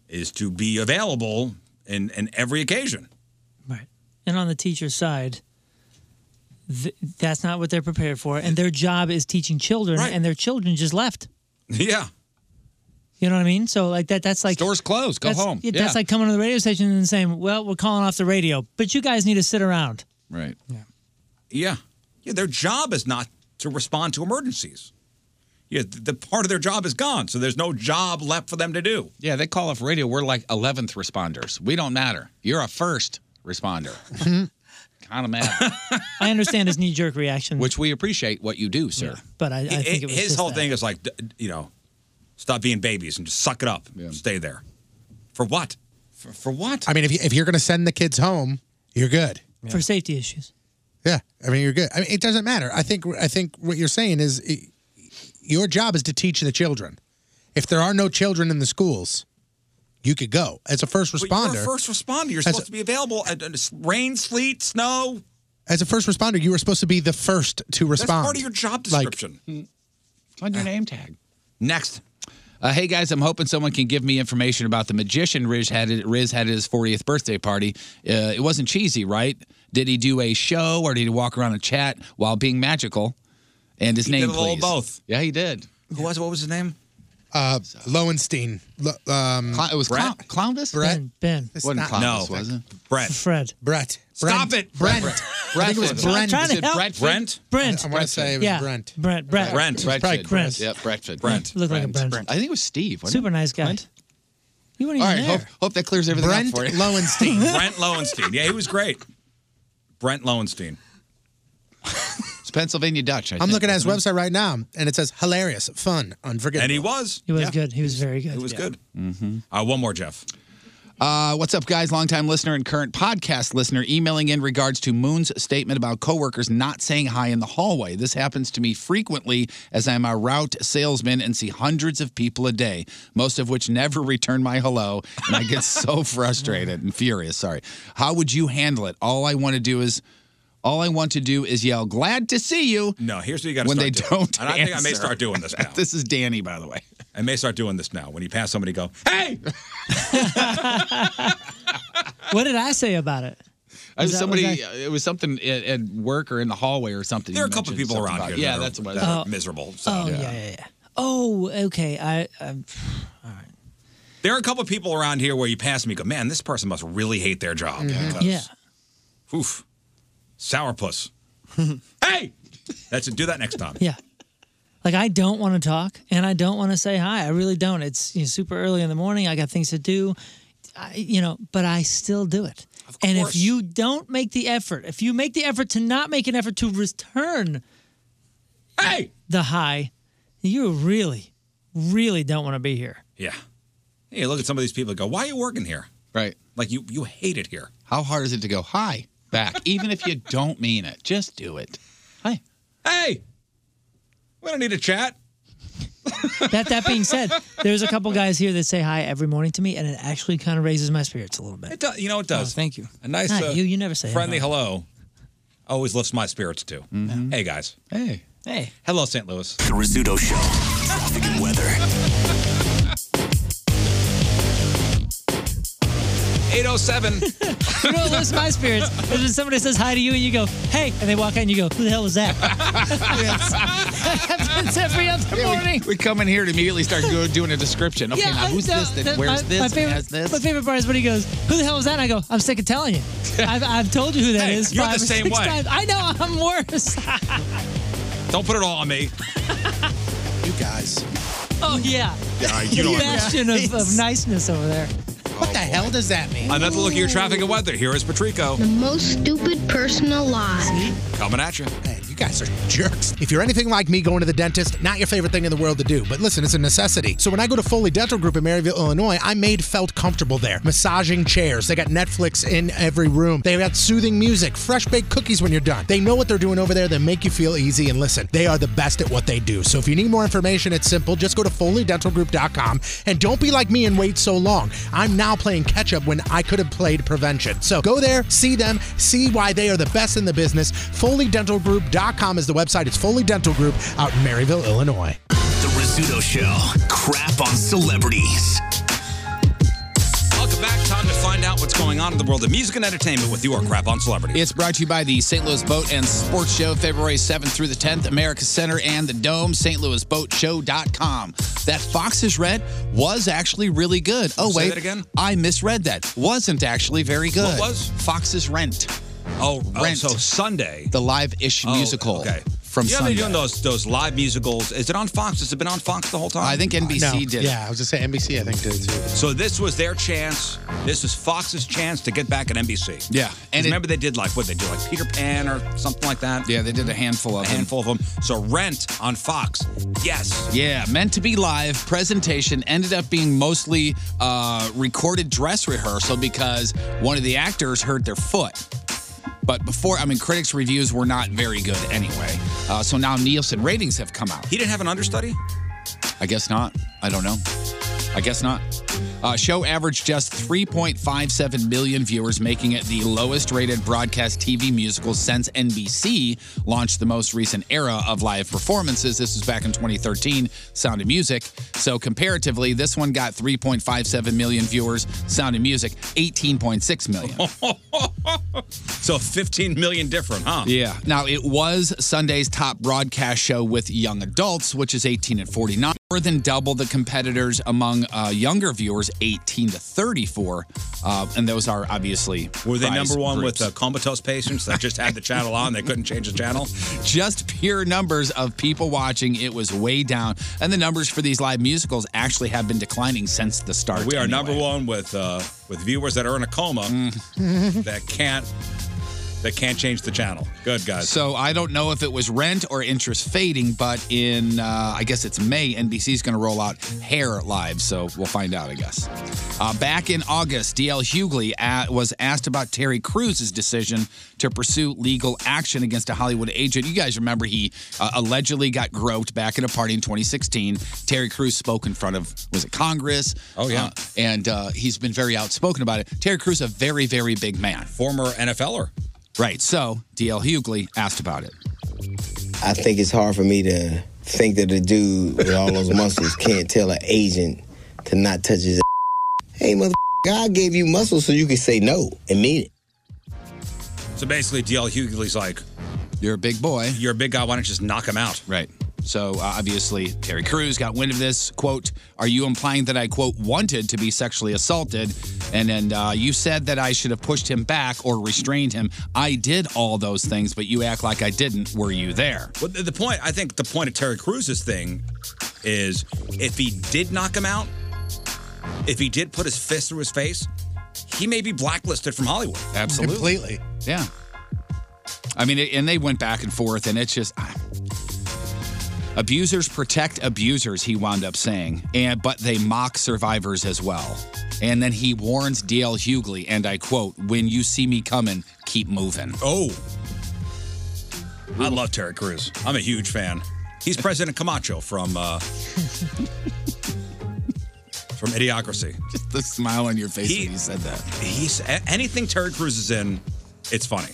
Speaker 3: is to be available in in every occasion.
Speaker 1: And on the teacher's side, th- that's not what they're prepared for. And their job is teaching children, and their children just left.
Speaker 3: Yeah.
Speaker 1: You know what I mean? So like that, that's like
Speaker 4: stores closed. Go
Speaker 1: that's,
Speaker 4: home.
Speaker 1: yeah, That's
Speaker 4: Yeah.
Speaker 1: like coming to the radio station and saying, "Well, we're calling off the radio, but you guys need to sit around."
Speaker 4: Right.
Speaker 3: Yeah. Yeah. Yeah. Their job is not to respond to emergencies. Yeah. th- The part of their job is gone, so there's no job left for them to do.
Speaker 4: Yeah, they call off radio. We're like 11th responders. We don't matter. You're a first responder. kind of mad.
Speaker 1: I understand his knee-jerk reaction,
Speaker 4: Which we appreciate what you do, sir.
Speaker 1: but I, I
Speaker 3: It-
Speaker 1: think
Speaker 3: it-
Speaker 1: it was
Speaker 3: his
Speaker 1: just
Speaker 3: whole
Speaker 1: that.
Speaker 3: thing is like, d- you know, stop being babies and just suck it up. Stay there. For what? For, for what?
Speaker 2: I mean, if you, if you're going to send the kids home, you're good.
Speaker 1: for safety issues.
Speaker 2: Yeah, I mean, you're good. I mean, it doesn't matter. I think I think what you're saying is i your job is to teach the children. If there are no children in the schools, you could go as a first
Speaker 3: But you're a
Speaker 2: responder.
Speaker 3: first responder. You're
Speaker 2: As
Speaker 3: supposed
Speaker 2: a-
Speaker 3: to be available at, at s- rain, sleet, snow.
Speaker 2: as a first responder, you were supposed to be the first to respond.
Speaker 3: That's part of your job
Speaker 2: Like,
Speaker 3: description.
Speaker 4: Hmm. on
Speaker 1: Ah.
Speaker 4: your name tag.
Speaker 3: Next.
Speaker 4: Uh, hey guys, I'm hoping someone can give me information about the magician Riz had at, Riz had at his 40th birthday party. Uh, it wasn't cheesy, right? Did he do a show or did he walk around and chat while being magical? And his
Speaker 2: He
Speaker 4: name,
Speaker 2: did a little
Speaker 4: please.
Speaker 2: both.
Speaker 4: Yeah, he did.
Speaker 3: Who was? What was his name?
Speaker 2: uh, Lowenstein. Lo- um,
Speaker 4: Cl- it was Brett? Clownvis.
Speaker 2: Brett.
Speaker 1: Ben. Ben.
Speaker 2: It's Wasn't not- Clownvis,
Speaker 3: no.
Speaker 2: was
Speaker 4: it?
Speaker 3: Brett.
Speaker 1: Fred.
Speaker 2: Brett.
Speaker 3: Stop
Speaker 2: Brent.
Speaker 3: it.
Speaker 2: Brent.
Speaker 1: I think it was Brentford. I'm trying to
Speaker 4: Is it
Speaker 1: help.
Speaker 4: Brentford?
Speaker 1: Brent? Brent.
Speaker 4: I, want to say it was
Speaker 1: Yeah.
Speaker 4: Brent.
Speaker 1: Brent, Brent.
Speaker 4: Brent.
Speaker 1: Brent.
Speaker 4: Brentford.
Speaker 1: Brent.
Speaker 4: Yep, Brentford.
Speaker 1: Brent. Looked like a Brent.
Speaker 4: I think it was Steve. wasn't
Speaker 1: Super nice guy. You
Speaker 4: it?
Speaker 1: weren't
Speaker 4: All
Speaker 1: even
Speaker 4: right.
Speaker 1: there.
Speaker 4: Hope, hope that clears everything up for you.
Speaker 3: Brent Lowenstein. Yeah, he was great. Brent Lowenstein.
Speaker 4: It's Pennsylvania Dutch. I
Speaker 2: I'm
Speaker 4: think.
Speaker 2: looking at his website right now, and it says hilarious, fun, unforgettable.
Speaker 3: And he was.
Speaker 1: He was good. He was very good.
Speaker 3: He was good. Mm-hmm. Uh, one more, Jeff.
Speaker 4: Uh, what's up, guys? Longtime listener and current podcast listener emailing in regards to Moon's statement about coworkers not saying hi in the hallway. This happens to me frequently as I'm a route salesman and see hundreds of people a day, most of which never return my hello, and I get so frustrated and furious. Sorry. How would you handle it? All I want to do is. All I want to do is yell, "Glad to see you."
Speaker 3: No, here's what you got to
Speaker 4: when
Speaker 3: start
Speaker 4: they
Speaker 3: doing.
Speaker 4: don't.
Speaker 3: And I think I may
Speaker 4: answer.
Speaker 3: start doing this now.
Speaker 4: this is Danny, by the way.
Speaker 3: I may start doing this now. When you pass somebody, go, hey!
Speaker 1: What did I say about it?
Speaker 4: I
Speaker 1: Was
Speaker 4: was
Speaker 1: that-
Speaker 4: somebody. uh,
Speaker 1: was I-
Speaker 4: it was something at, at work or in the hallway or something.
Speaker 3: There are
Speaker 4: You
Speaker 3: a couple of
Speaker 4: mentioned
Speaker 3: people
Speaker 4: something
Speaker 3: around
Speaker 4: about-
Speaker 3: here.
Speaker 4: Yeah,
Speaker 3: that are-
Speaker 4: that's what.
Speaker 3: that
Speaker 4: I
Speaker 3: are
Speaker 4: thought.
Speaker 3: miserable. So.
Speaker 1: Oh yeah, yeah, yeah. Oh, okay. I, mm-hmm. I
Speaker 3: There are a couple of people around here where you pass them, you go, man, this person must really hate their job.
Speaker 2: Mm-hmm.
Speaker 3: because-
Speaker 1: yeah.
Speaker 3: Oof. Sourpuss. hey! That's it. Do that next time.
Speaker 1: Yeah. Like I don't want to talk and I don't want to say hi. I really don't. It's you know, super early in the morning. I got things to do. I, you know, but I still do it. And if you don't make the effort, if you make the effort to not make an effort to return
Speaker 3: hey
Speaker 1: the high, you really really don't want to be here.
Speaker 3: Yeah. Hey, look at some of these people and go, why are you working here?
Speaker 4: Right.
Speaker 3: Like you you hate it here.
Speaker 4: How hard is it to go hi back, even if you don't mean it? Just do it.
Speaker 1: Hi.
Speaker 3: Hey. We don't need a chat.
Speaker 1: That that being said, there's a couple guys here that say hi every morning to me and it actually kind of raises my spirits a little bit.
Speaker 3: It does, you know, it does. thank you. A nice,
Speaker 1: Not
Speaker 3: uh,
Speaker 1: Oh, you. You never say
Speaker 3: friendly
Speaker 1: hello.
Speaker 3: hello. Always lifts my spirits too.
Speaker 2: Mm-hmm.
Speaker 3: Hey guys.
Speaker 4: Hey.
Speaker 1: Hey.
Speaker 3: Hello, St. Louis.
Speaker 10: The Rizzuto Show. Traffic and weather.
Speaker 3: 807.
Speaker 1: you know, it lifts my spirits. is when somebody says hi to you and you go, hey, and they walk out and you go, who the hell was that? happens every other morning.
Speaker 4: We come in here and immediately start go, doing a description. Okay, now who's
Speaker 1: no,
Speaker 4: this? Then
Speaker 1: that-
Speaker 4: where's
Speaker 1: my-
Speaker 4: this?
Speaker 1: My
Speaker 4: and
Speaker 1: favorite,
Speaker 4: has this?
Speaker 1: my favorite part is when he goes, who the hell was that? And I go, I'm sick of telling you. I've, I've told you who that
Speaker 3: Hey,
Speaker 1: is
Speaker 3: you're
Speaker 1: five
Speaker 3: the
Speaker 1: or
Speaker 3: same
Speaker 1: six
Speaker 3: way.
Speaker 1: times. I know, I'm worse.
Speaker 3: Don't put it all on me.
Speaker 2: you guys.
Speaker 1: oh, yeah.
Speaker 3: Yeah, you
Speaker 1: the
Speaker 3: don't-
Speaker 1: bastion of, of niceness over there.
Speaker 2: What the hell does that mean?
Speaker 3: Another look at your traffic and weather. Here is Patrico
Speaker 14: The most stupid person alive.
Speaker 3: coming at you.
Speaker 2: You guys are jerks. If you're anything like me going to the dentist, not your favorite thing in the world to do, but listen, it's a necessity. So when I go to Foley Dental Group in Maryville, Illinois, I made felt comfortable there. Massaging chairs, they got Netflix in every room. They got soothing music, fresh baked cookies when you're done. They know what they're doing over there. They make you feel easy and listen. They are the best at what they do. So if you need more information, it's simple. Just go to foleydentalgroup.com and don't be like me and wait so long. I'm now playing catch up when I could have played prevention. So go there, see them, see why they are the best in the business. FoleyDentalGroup.com is the website. It's Foley Dental Group out in Maryville, Illinois.
Speaker 10: The Rizzuto Show. Crap on celebrities.
Speaker 3: Welcome back. Time to find out what's going on in the world of music and entertainment with your crap on celebrity.
Speaker 4: It's brought to you by the St. Louis Boat and Sports Show, February 7th through the 10th, America Center and the Dome, stlouisboatshow.com. That Fox's Red was actually really good. Oh,
Speaker 3: Say
Speaker 4: wait.
Speaker 3: that again?
Speaker 4: I misread that. Wasn't actually very good.
Speaker 3: What was?
Speaker 4: Fox's Rent.
Speaker 3: Oh, oh,
Speaker 4: Rent.
Speaker 3: so Sunday.
Speaker 4: The live-ish
Speaker 3: Oh,
Speaker 4: musical
Speaker 3: Okay.
Speaker 4: from
Speaker 3: yeah,
Speaker 4: Sunday.
Speaker 3: they're doing those those live musicals. Is it on Fox? Has it been on Fox the whole time?
Speaker 4: I think NBC did.
Speaker 2: Yeah, I was just saying NBC, I think, did too.
Speaker 3: So this was their chance. This was Fox's chance to get back at NBC.
Speaker 4: Yeah,
Speaker 3: and remember they did like what they do, like Peter Pan or something like that.
Speaker 4: Yeah, they did a handful of
Speaker 3: a handful of them. So Rent on Fox. Yes.
Speaker 4: Yeah, meant to be live presentation ended up being mostly uh, recorded dress rehearsal because one of the actors hurt their foot. But before, I mean, critics' reviews were not very good anyway. Uh, so now Nielsen ratings have come out.
Speaker 3: He didn't have an understudy.
Speaker 4: I guess not. I don't know. I guess not. Uh, show averaged just 3.57 million viewers, making it the lowest rated broadcast TV musical since NBC launched the most recent era of live performances. This was back in 2013, Sound of Music. So, comparatively, this one got 3.57 million viewers, Sound of Music, 18.6 million.
Speaker 3: So 15 million different, huh?
Speaker 4: Yeah. Now, it was Sunday's top broadcast show with young adults, which is 18 and 49. more than double the competitors among uh, younger viewers, 18 to 34, uh, and those are obviously
Speaker 3: Were they
Speaker 4: prize
Speaker 3: number one
Speaker 4: groups.
Speaker 3: with uh, comatose patients that just had the channel on? They couldn't change the channel.
Speaker 4: Just pure numbers of people watching, it was way down, and the numbers for these live musicals actually have been declining since the start.
Speaker 3: We are
Speaker 4: anyway. Mm.
Speaker 3: number one with uh, with viewers that are in a coma that can't that can't change the channel. Good guys.
Speaker 4: So I don't know if it was rent or interest fading, but in uh, I guess it's May, NBC's going to roll out Hair live, so we'll find out. I guess. Uh, back in August, DL Hughley a was asked about Terry Crews' decision to pursue legal action against a Hollywood agent. You guys remember he uh, allegedly got groped back at a party in 2016. Terry Crews spoke in front of was it Congress? Oh yeah, and uh, he's been very outspoken about it. Terry Crews, a very very big man,
Speaker 3: former
Speaker 4: er.
Speaker 3: NFLer.
Speaker 4: Right. So DL Hughley asked about it.
Speaker 15: I think it's hard for me to think that a dude with all those muscles can't tell an agent to not touch his. hey, mother, God gave you muscles so you could say no and mean it.
Speaker 3: So basically, DL Hughley's like,
Speaker 4: "You're a big boy.
Speaker 3: You're a big guy. Why don't you just knock him out?"
Speaker 4: Right. So uh, obviously, Terry Crews got wind of this. "Quote: Are you implying that I quote wanted to be sexually assaulted, and then uh, you said that I should have pushed him back or restrained him? I did all those things, but you act like I didn't. Were you there?"
Speaker 3: Well, the the point I think the point of Terry Cruz's thing is if he did knock him out, if he did put his fist through his face, he may be blacklisted from Hollywood.
Speaker 4: Absolutely.
Speaker 2: Completely.
Speaker 4: Yeah. I mean, it- and they went back and forth, and it's just ah. abusers protect abusers. He wound up saying, and but they mock survivors as well. And then he warns DL Hughley, and I quote: "When you see me coming, keep moving."
Speaker 3: Oh, I love Terry Crews. I'm a huge fan. He's President Camacho from uh, from Idiocracy.
Speaker 4: Just the smile on your face when you said that.
Speaker 3: He's a- anything Terry Crews is in, it's funny.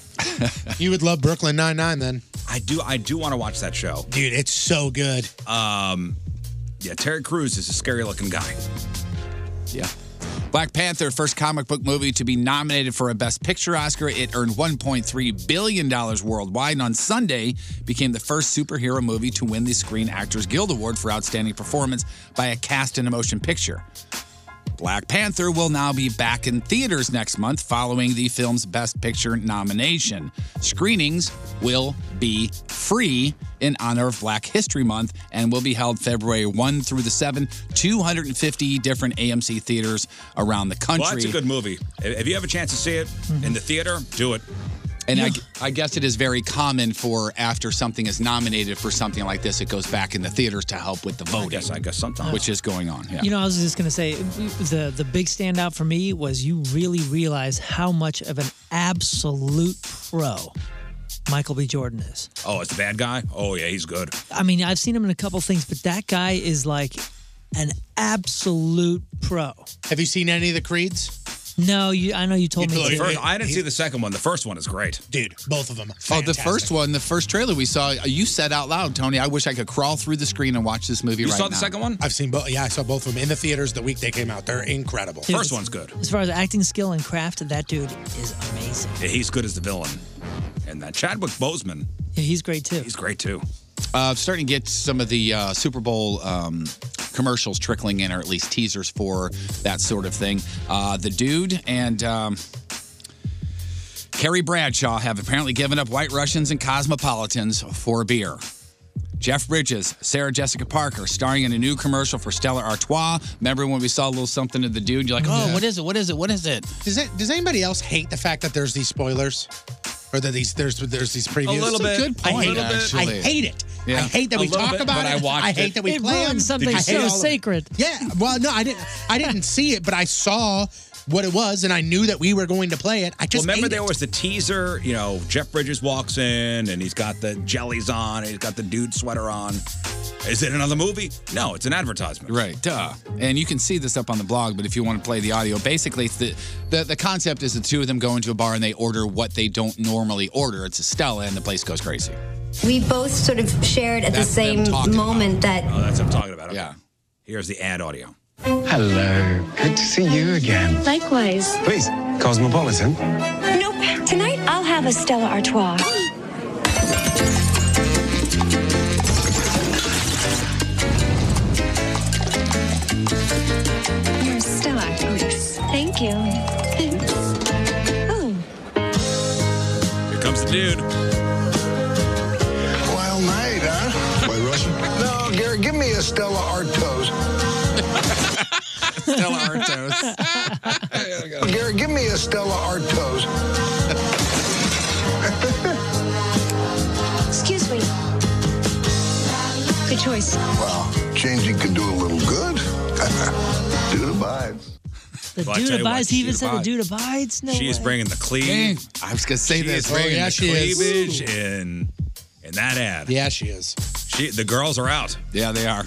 Speaker 2: you would love Brooklyn Nine Nine then.
Speaker 3: I do. I do want to watch that show,
Speaker 2: dude. It's so good.
Speaker 3: Um, yeah, Terry Crews is a scary looking guy.
Speaker 4: Yeah. Black Panther, first comic book movie to be nominated for a Best Picture Oscar. It earned $1.3 billion worldwide and on Sunday became the first superhero movie to win the Screen Actors Guild Award for Outstanding Performance by a Cast in a Motion Picture. Black Panther will now be back in theaters next month following the film's Best Picture nomination. Screenings will be free in honor of Black History Month and will be held February 1 through the 7, 250 different AMC theaters around the country. Mm-hmm.
Speaker 3: Well, that's a good movie. If if you have a chance to see it in the theater, do it.
Speaker 4: And I, I guess it is very common for after something is nominated for something like this, it goes back in the theaters to help with the voting. Yes,
Speaker 3: I guess sometimes.
Speaker 4: Which is going on. Yeah.
Speaker 1: You know, I was just gonna say the the big standout for me was you really realize how much of an absolute pro Michael B. Jordan is.
Speaker 3: Oh, it's the bad guy. Oh yeah, he's good.
Speaker 1: I mean, I've seen him in a couple things, but that guy is like an absolute pro.
Speaker 2: Have you seen any of the creeds?
Speaker 1: No, you. I know you told me.
Speaker 3: The
Speaker 1: that.
Speaker 3: first- I didn't see the second one. The first one is great.
Speaker 2: Dude, both of them.
Speaker 4: Oh, the first one, the first trailer we saw, you said out loud, Tony, I wish I could crawl through the screen and watch this movie right now.
Speaker 3: one?
Speaker 2: I've seen both. Yeah, I saw both of them in the theaters the week they came out. They're incredible.
Speaker 1: Dude, it's- As far as acting skill and craft, that dude is amazing.
Speaker 3: Yeah, he's good as the villain. And that Chadwick Boseman.
Speaker 1: Yeah, he's great too.
Speaker 3: He's great too.
Speaker 4: Uh, starting to get some of the uh, Super Bowl um, commercials trickling in, or at least teasers for that sort of thing. Uh, the dude and. Um, Carrie Bradshaw have apparently given up white Russians and cosmopolitans for beer. Jeff Bridges, Sarah Jessica Parker, starring in a new commercial for Stella Artois. Remember when we saw a little something of the dude? You're like, oh, what is it? What is it? What is it?
Speaker 2: Does it, does anybody else hate the fact that there's these spoilers, or that these there's there's these previews?
Speaker 4: little That's a bit. good
Speaker 2: I hate
Speaker 4: point,
Speaker 2: it.
Speaker 4: actually.
Speaker 2: I hate it. I
Speaker 4: Yeah.
Speaker 2: hate that
Speaker 4: A
Speaker 2: we
Speaker 4: little
Speaker 2: talk
Speaker 4: bit,
Speaker 2: about
Speaker 4: but
Speaker 2: it.
Speaker 4: I watched
Speaker 2: hate
Speaker 4: it.
Speaker 2: that we
Speaker 4: It
Speaker 2: play
Speaker 4: ruined
Speaker 2: 'em.
Speaker 4: something
Speaker 2: I hate
Speaker 4: so
Speaker 2: all of it.
Speaker 1: sacred.
Speaker 2: Yeah. Well, no, I didn't. I didn't see it, but I saw what it was, and I knew that we were going to play it. I just
Speaker 3: remember
Speaker 2: hate
Speaker 3: there
Speaker 2: it.
Speaker 3: was the teaser, you know, Jeff Bridges walks in and he's got the jellies on, and he's got the dude sweater on. Is it another movie? No, it's an advertisement.
Speaker 4: Right, duh. And you can see this up on the blog, but if you want to play the audio, basically it's the, the the concept is the two of them go into a bar and they order what they don't normally order. It's a Stella, and the place goes crazy.
Speaker 16: We both sort of shared at
Speaker 4: That's
Speaker 16: the
Speaker 4: them
Speaker 16: same
Speaker 4: talking
Speaker 16: moment that
Speaker 3: Oh, that's what I'm talking about. Yeah. Here's the ad audio.
Speaker 17: Hello. Good to see you again.
Speaker 16: Likewise.
Speaker 17: Please, Cosmopolitan.
Speaker 16: Nope. Tonight I'll have a Stella Artois.
Speaker 11: you. oh,
Speaker 3: Here comes the dude.
Speaker 17: Wild night, huh? By Russian? No, Gary, give me a Stella Artois. Stella Artois. Gary, give me a Stella Artois.
Speaker 11: excuse me. Good choice.
Speaker 17: Well, changing could do a little good. Dude abides.
Speaker 1: The
Speaker 3: Well, I tell
Speaker 1: dude
Speaker 3: you what,
Speaker 1: abides. He
Speaker 3: she
Speaker 1: even said the
Speaker 3: abides.
Speaker 1: dude abides. No
Speaker 3: she is
Speaker 1: way.
Speaker 3: bringing the
Speaker 1: Dang.
Speaker 3: cleavage.
Speaker 4: I was gonna say
Speaker 3: she
Speaker 4: this.
Speaker 3: Is
Speaker 4: Oh,
Speaker 3: bringing
Speaker 4: yeah,
Speaker 3: the
Speaker 4: she is.
Speaker 3: cleavage in in that ad.
Speaker 2: Yeah, she is.
Speaker 3: She the girls are out.
Speaker 4: Yeah, they are.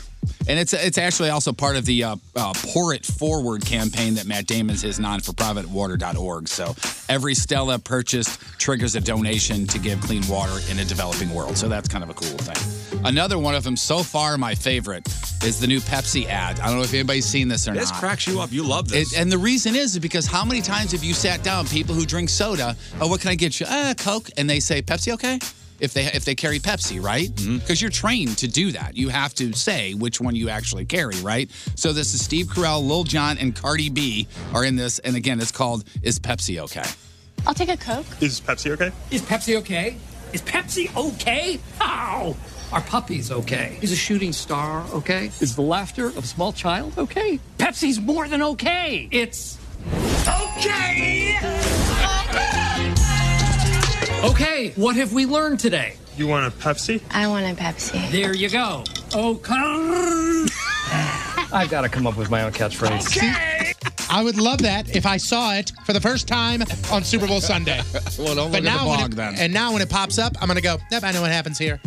Speaker 4: And it's it's actually also part of the uh, uh, Pour It Forward campaign that Matt Damon's his non-for-profit water.org. So every Stella purchased triggers a donation to give clean water in a developing world. So that's kind of a cool thing. Another one of them so far, my favorite, is the new Pepsi ad. I don't know if anybody's seen this or
Speaker 3: This
Speaker 4: not.
Speaker 3: cracks you up. You love this.
Speaker 4: It, and the reason is is because how many times have you sat down people who drink soda? Oh, what can I get you? Ah, Coke, and they say Pepsi, okay? If they if they carry Pepsi, right? Because
Speaker 3: Mm-hmm.
Speaker 4: you're trained to do that. You have to say which one you actually carry, right? So this is Steve Carell, Lil Jon, and Cardi B are in this, and again, it's called "Is Pepsi Okay?"
Speaker 18: I'll take a Coke.
Speaker 4: Is Pepsi okay?
Speaker 18: Is Pepsi okay? Is Pepsi okay? How? Are puppies okay? Is a shooting star okay? Is the laughter of a small child okay? Pepsi's more than okay. It's okay. Okay, what have we learned today? You want a Pepsi?
Speaker 19: I want a Pepsi.
Speaker 18: There you go. Okay.
Speaker 5: I've got to come up with my own catchphrase.
Speaker 2: I would love that if I saw it for the first time on Super Bowl Sunday.
Speaker 4: well, don't
Speaker 2: when
Speaker 4: look at the blog
Speaker 2: it-
Speaker 4: then.
Speaker 2: And now when it pops up, I'm gonna go. Nope, I know what happens here.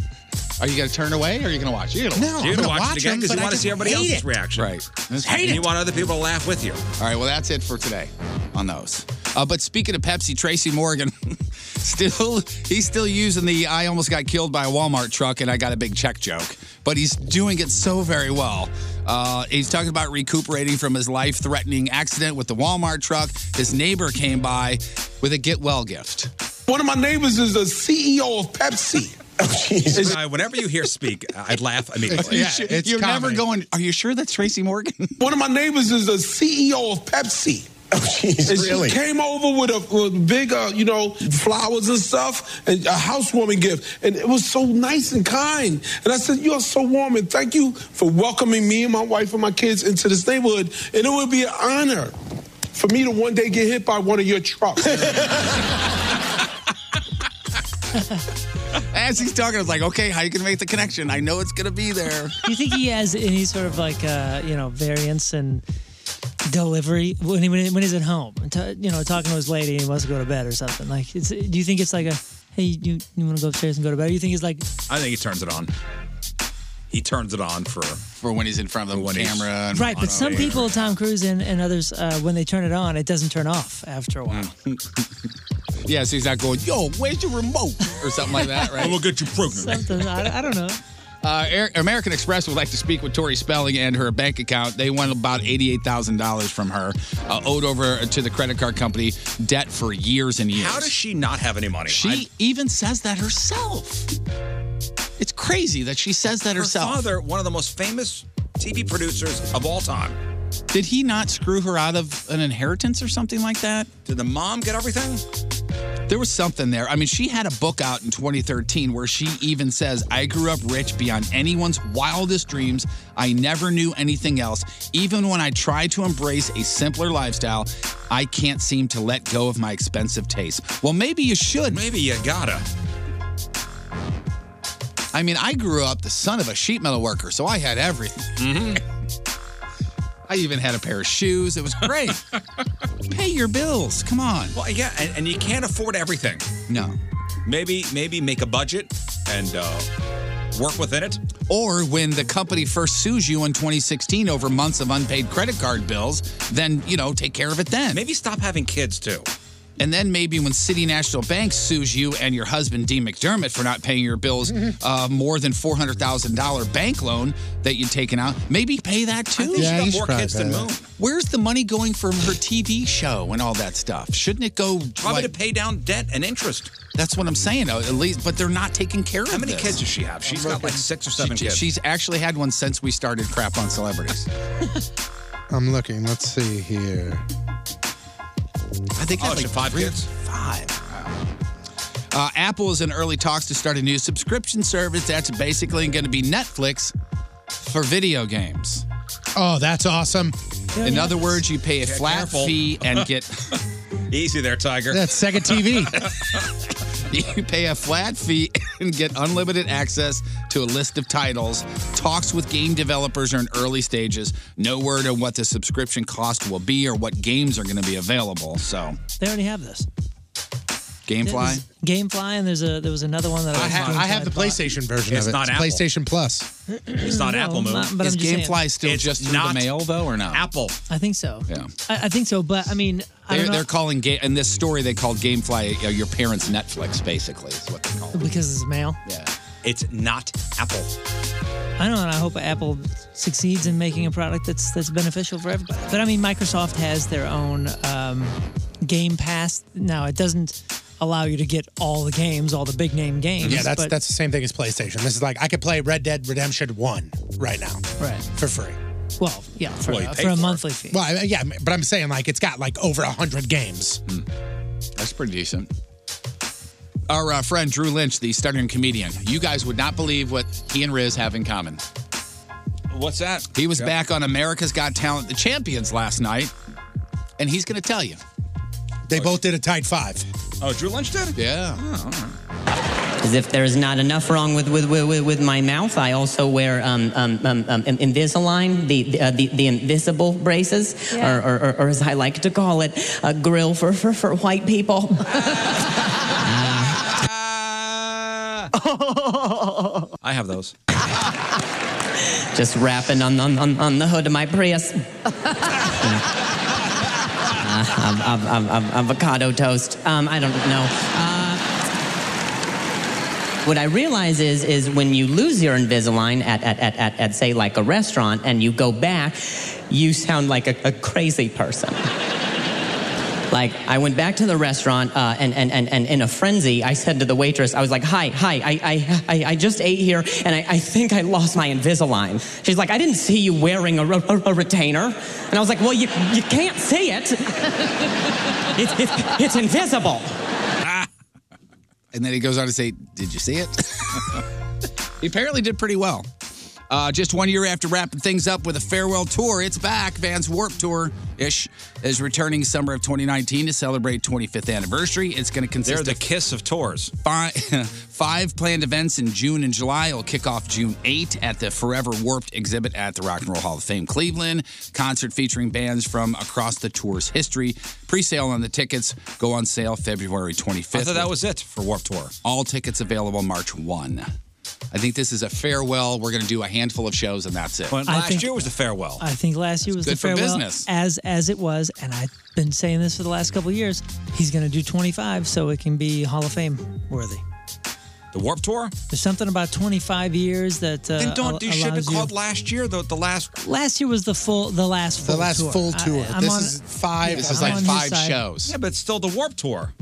Speaker 4: Are you gonna turn away or are you gonna watch? You're gonna,
Speaker 2: No,
Speaker 3: You're
Speaker 2: I'm
Speaker 3: gonna
Speaker 2: gonna
Speaker 3: watch,
Speaker 2: watch
Speaker 3: it again
Speaker 2: them,
Speaker 3: because
Speaker 2: but
Speaker 3: you
Speaker 2: I
Speaker 3: want to
Speaker 2: just
Speaker 3: see everybody
Speaker 2: hate
Speaker 3: else's
Speaker 2: it.
Speaker 3: reaction. Right.
Speaker 4: Hate
Speaker 3: and you
Speaker 4: it.
Speaker 3: want other people to laugh with you.
Speaker 4: All right, well, that's it for today on those. Uh, but speaking of Pepsi, Tracy Morgan, still he's still using the "I almost got killed by a Walmart truck and I got a big check" joke, but he's doing it so very well. Uh, he's talking about recuperating from his life-threatening accident with the Walmart truck. His neighbor came by with a get well gift.
Speaker 20: One of my neighbors is the CEO of Pepsi.
Speaker 3: Uh, whenever you hear speak, I laugh immediately.
Speaker 20: You should-
Speaker 4: you're never going. Are you sure that's Tracy Morgan?
Speaker 20: One of my neighbors is the CEO of Pepsi. and
Speaker 21: really?
Speaker 20: she came over with a, with a big, uh, you know, flowers and stuff, and a housewarming gift, and it was so nice and kind. And I said, "You are so warm, and thank you for welcoming me and my wife and my kids into this neighborhood. And it would be an honor for me to one day get hit by one of your trucks."
Speaker 4: As he's talking, I was like, okay, how you gonna make the connection? I know it's gonna be there.
Speaker 1: Do you think he has any sort of like uh, you know variance and delivery when he, when he- when he's at home? and ta you know, talking to his lady and he wants to go to bed or something. Like, it's, do you think it's like a hey, you you want to go upstairs and go to bed? Or you think he's like
Speaker 3: I think he turns it on. He turns it on for for
Speaker 4: when he's in front of the camera. And
Speaker 1: right? But some people, Tom Cruise and, and others, uh, when they turn it on, it doesn't turn off after a while.
Speaker 4: yeah, so he's not going, yo, where's your remote? Or something like that, right?
Speaker 1: I'm gonna
Speaker 3: get you pregnant.
Speaker 1: something I, I don't know.
Speaker 4: Uh, Air- American Express would like to speak with Tori Spelling and her bank account. They won about $88,000 from her, uh, owed over to the credit card company, debt for years and years.
Speaker 3: How does she not have any money?
Speaker 4: She even says that herself. It's crazy that she says that
Speaker 3: Her
Speaker 4: herself.
Speaker 3: father, one of the most famous TV producers of all time.
Speaker 4: Did he not screw her out of an inheritance or something like that?
Speaker 3: Did the mom get everything?
Speaker 4: There was something there. I mean, she had a book out in 2013 where she even says, I grew up rich beyond anyone's wildest dreams. I never knew anything else. Even when I try to embrace a simpler lifestyle, I can't seem to let go of my expensive taste. Well, maybe you should.
Speaker 3: Maybe you gotta.
Speaker 4: I mean, I grew up the son of a sheet metal worker, so I had everything.
Speaker 3: Mm-hmm.
Speaker 4: I even had a pair of shoes. It was great. Pay your bills. Come on.
Speaker 3: Well, yeah, and, and you can't afford everything.
Speaker 4: No.
Speaker 3: Maybe maybe make a budget and uh, work within it.
Speaker 4: Or when the company first sues you in 2016 over months of unpaid credit card bills, then, you know, take care of it then.
Speaker 3: Maybe stop having kids too.
Speaker 4: And then maybe when City National Bank sues you and your husband, Dean McDermott, for not paying your bills uh, more than $400,000 bank loan that you'd taken out, maybe pay that too.
Speaker 3: think she Yeah, got you should more probably kids pay than that. Moon.
Speaker 4: Where's the money going from her TV show and all that stuff? Shouldn't it go
Speaker 3: Probably
Speaker 4: like-
Speaker 3: to pay down debt and interest.
Speaker 4: that's what I'm saying. uh, At least, but they're not taking care of.
Speaker 3: How many
Speaker 4: this.
Speaker 3: kids does she have? She's got like six or seven
Speaker 4: She-
Speaker 3: kids.
Speaker 4: She's actually had one since we started crap on celebrities.
Speaker 2: I'm looking. Let's see here.
Speaker 4: I think
Speaker 3: Oh, she had five kids?
Speaker 4: Five. Uh, Apple is in early talks to start a new subscription service that's basically going to be Netflix for video games.
Speaker 2: Oh, that's awesome.
Speaker 4: In other words, you pay a
Speaker 2: Yeah,
Speaker 4: flat
Speaker 2: careful.
Speaker 4: fee and get.
Speaker 3: Easy there, Tiger.
Speaker 2: That's Sega TV.
Speaker 4: you pay a flat fee and get unlimited access to a list of titles. Talks with game developers are in early stages. No word on what the subscription cost will be or what games are going to be available. So,
Speaker 1: They already have this.
Speaker 4: Gamefly.
Speaker 1: There's Gamefly, and there's a there was another one that I,
Speaker 2: I have, I have the PlayStation version
Speaker 4: It's
Speaker 2: of it.
Speaker 4: not
Speaker 2: It's
Speaker 4: Apple.
Speaker 2: PlayStation Plus.
Speaker 4: It's
Speaker 1: not No, Apple, Moon. not- but
Speaker 4: Is
Speaker 1: I'm just saying-
Speaker 4: Gamefly still just through the mail though, or not?
Speaker 3: Apple.
Speaker 1: I think so.
Speaker 4: Yeah.
Speaker 1: I, I think so, but I mean, I
Speaker 4: They're,
Speaker 1: don't know
Speaker 4: they're calling ga- in this story they called GameFly uh, your parents' Netflix, basically is what they call it.
Speaker 1: because it's mail.
Speaker 4: Yeah,
Speaker 3: it's not Apple.
Speaker 1: I don't know. And I hope Apple succeeds in making a product that's that's beneficial for everybody. But I mean, Microsoft has their own um, Game Pass. Now it doesn't allow you to get all the games, all the big name games.
Speaker 2: Yeah, that's
Speaker 1: but,
Speaker 2: that's the same thing as PlayStation. This is like I could play Red Dead Redemption One right now,
Speaker 1: right,
Speaker 2: for free.
Speaker 1: Well, yeah, for, a- for a monthly fee.
Speaker 2: Well, I- yeah, but I'm saying like it's got like over hundred games.
Speaker 4: Hmm. That's pretty decent. Our uh, friend Drew Lynch, the stuttering comedian, you guys would not believe what he and Riz have in common.
Speaker 3: What's that?
Speaker 4: He was
Speaker 3: Yeah.
Speaker 4: back on America's Got Talent, the champions last night, and he's going to tell you.
Speaker 2: They both did a tight five.
Speaker 3: Oh, Drew Lynch did?
Speaker 4: Yeah.
Speaker 22: As if there is not enough wrong with with, with, with- with my mouth, I also wear um, um, um, um, In- Invisalign, the uh, the, the invisible braces, or, or, or, or as I like to call it, a grill for for, for white people.
Speaker 3: I have those.
Speaker 22: Just rapping on on, on, on the hood of my Prius. Uh, av- av- av- av- avocado toast. Um, I don't know. Uh, what I realize is, is when you lose your Invisalign at, at, at, at, at say, like a restaurant, and you go back, you sound like a, a crazy person. Like, I went back to the restaurant, uh, and, and, and, and in a frenzy, I said to the waitress, I was like, Hi, hi, I, I, I, I just ate here, and I, I think I lost my Invisalign. She's like, I didn't see you wearing a, re- a- a retainer. And I was like, Well, you, you can't see it. It's, it's, it's invisible.
Speaker 4: And then he goes on to say, Did you see it? he apparently did pretty well. Uh, just one year after wrapping things up with a farewell tour, it's back. Vans Warp Tour ish is returning summer of 2019 to celebrate 25th anniversary. It's going to consist
Speaker 3: They're
Speaker 4: of
Speaker 3: the kiss of tours.
Speaker 4: Five, five planned events in June and July. It'll kick off June 8 at the Forever Warped exhibit at the Rock and Roll Hall of Fame Cleveland. Concert featuring bands from across the tour's history. Pre-sale on the tickets go on sale February 25th.
Speaker 3: I thought that was it for Warp Tour.
Speaker 4: All tickets available March 1. I think this is a farewell. We're going to do a handful of shows and that's it.
Speaker 1: Well, I last think- year
Speaker 3: was the farewell.
Speaker 1: I think last year was
Speaker 4: good
Speaker 1: the
Speaker 4: for
Speaker 1: farewell,
Speaker 4: business.
Speaker 1: as as it was, and I've been saying this for the last couple of years. He's going to do 25, so it can be Hall of Fame worthy.
Speaker 3: The Warp Tour?
Speaker 1: There's something about 25 years that uh,
Speaker 3: then don't.
Speaker 1: al-
Speaker 3: You should have
Speaker 1: allows you-
Speaker 3: called last year, the, the last
Speaker 1: Last year was the full, the last full,
Speaker 3: The last
Speaker 1: tour.
Speaker 3: full tour.
Speaker 1: I'm
Speaker 3: This
Speaker 1: on-
Speaker 3: is five-
Speaker 1: yeah,
Speaker 3: this is
Speaker 1: I'm
Speaker 3: like
Speaker 1: on his
Speaker 3: five
Speaker 1: side.
Speaker 3: Yeah, but it's still the Warp Tour.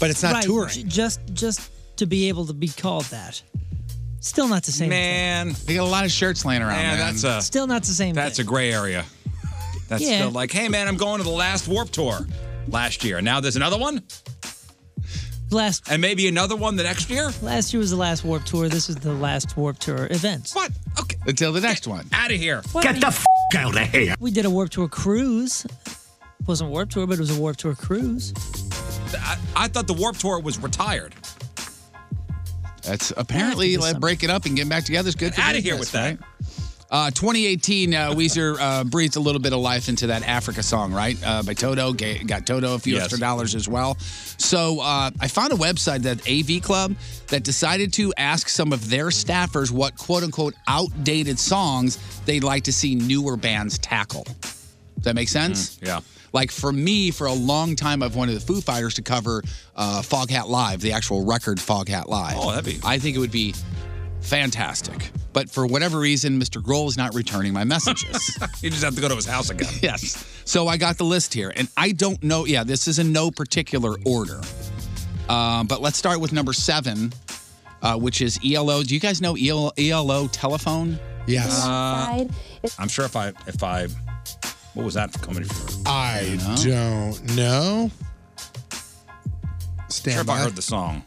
Speaker 2: But it's not
Speaker 1: Right,
Speaker 2: touring.
Speaker 1: j- Just, just to be able to be called that. Still not the same.
Speaker 3: Man,
Speaker 4: they got a lot of shirts laying around.
Speaker 3: Oh, Man,
Speaker 4: man.
Speaker 3: that's a
Speaker 1: Still not the same.
Speaker 3: that's a gray area. That's
Speaker 1: Yeah.
Speaker 3: still like, hey man, I'm going to the last Warp Tour last year. Now there's another one,
Speaker 1: Last
Speaker 3: and maybe another one the next year.
Speaker 1: last year was the last Warp Tour. This is the last Warp Tour event.
Speaker 3: What? Okay.
Speaker 4: Until the next one.
Speaker 3: Out of here.
Speaker 1: What?
Speaker 3: Get the f- out of here.
Speaker 1: We did a Warp Tour cruise. Wasn't Warp Tour, but it was a Warp Tour cruise.
Speaker 3: I, I thought the Warp Tour was retired.
Speaker 4: That's apparently like, break it up and get back together is good. For
Speaker 3: Outta here with
Speaker 4: Right?
Speaker 3: that.
Speaker 4: Uh, 2018, uh, Weezer uh, breathed a little bit of life into that Africa song, right? Uh, by Toto, ga- got Toto a few
Speaker 3: Yes.
Speaker 4: extra dollars as well. So uh, I found a website that AV Club that decided to ask some of their staffers what quote unquote outdated songs they'd like to see newer bands tackle. Does that make sense?
Speaker 3: Mm-hmm. Yeah.
Speaker 4: Like for me, for a long time, I've wanted the Foo Fighters to cover uh, Foghat Live, the actual record Foghat Live. Oh, that'd be. I think it would be fantastic. But for whatever reason, Mr. Grohl is not returning my messages.
Speaker 3: You just have to go to his house again.
Speaker 4: yes. So I got the list here, and I don't know. Yeah, this is in no particular order. Um, but let's start with number seven, uh, which is ELO. Do you guys know E ELO, ELO telephone?
Speaker 3: Uh, I'm sure if I if I what was that coming from?
Speaker 2: I don't know. Stand
Speaker 3: sure if
Speaker 2: by.
Speaker 3: I heard the song.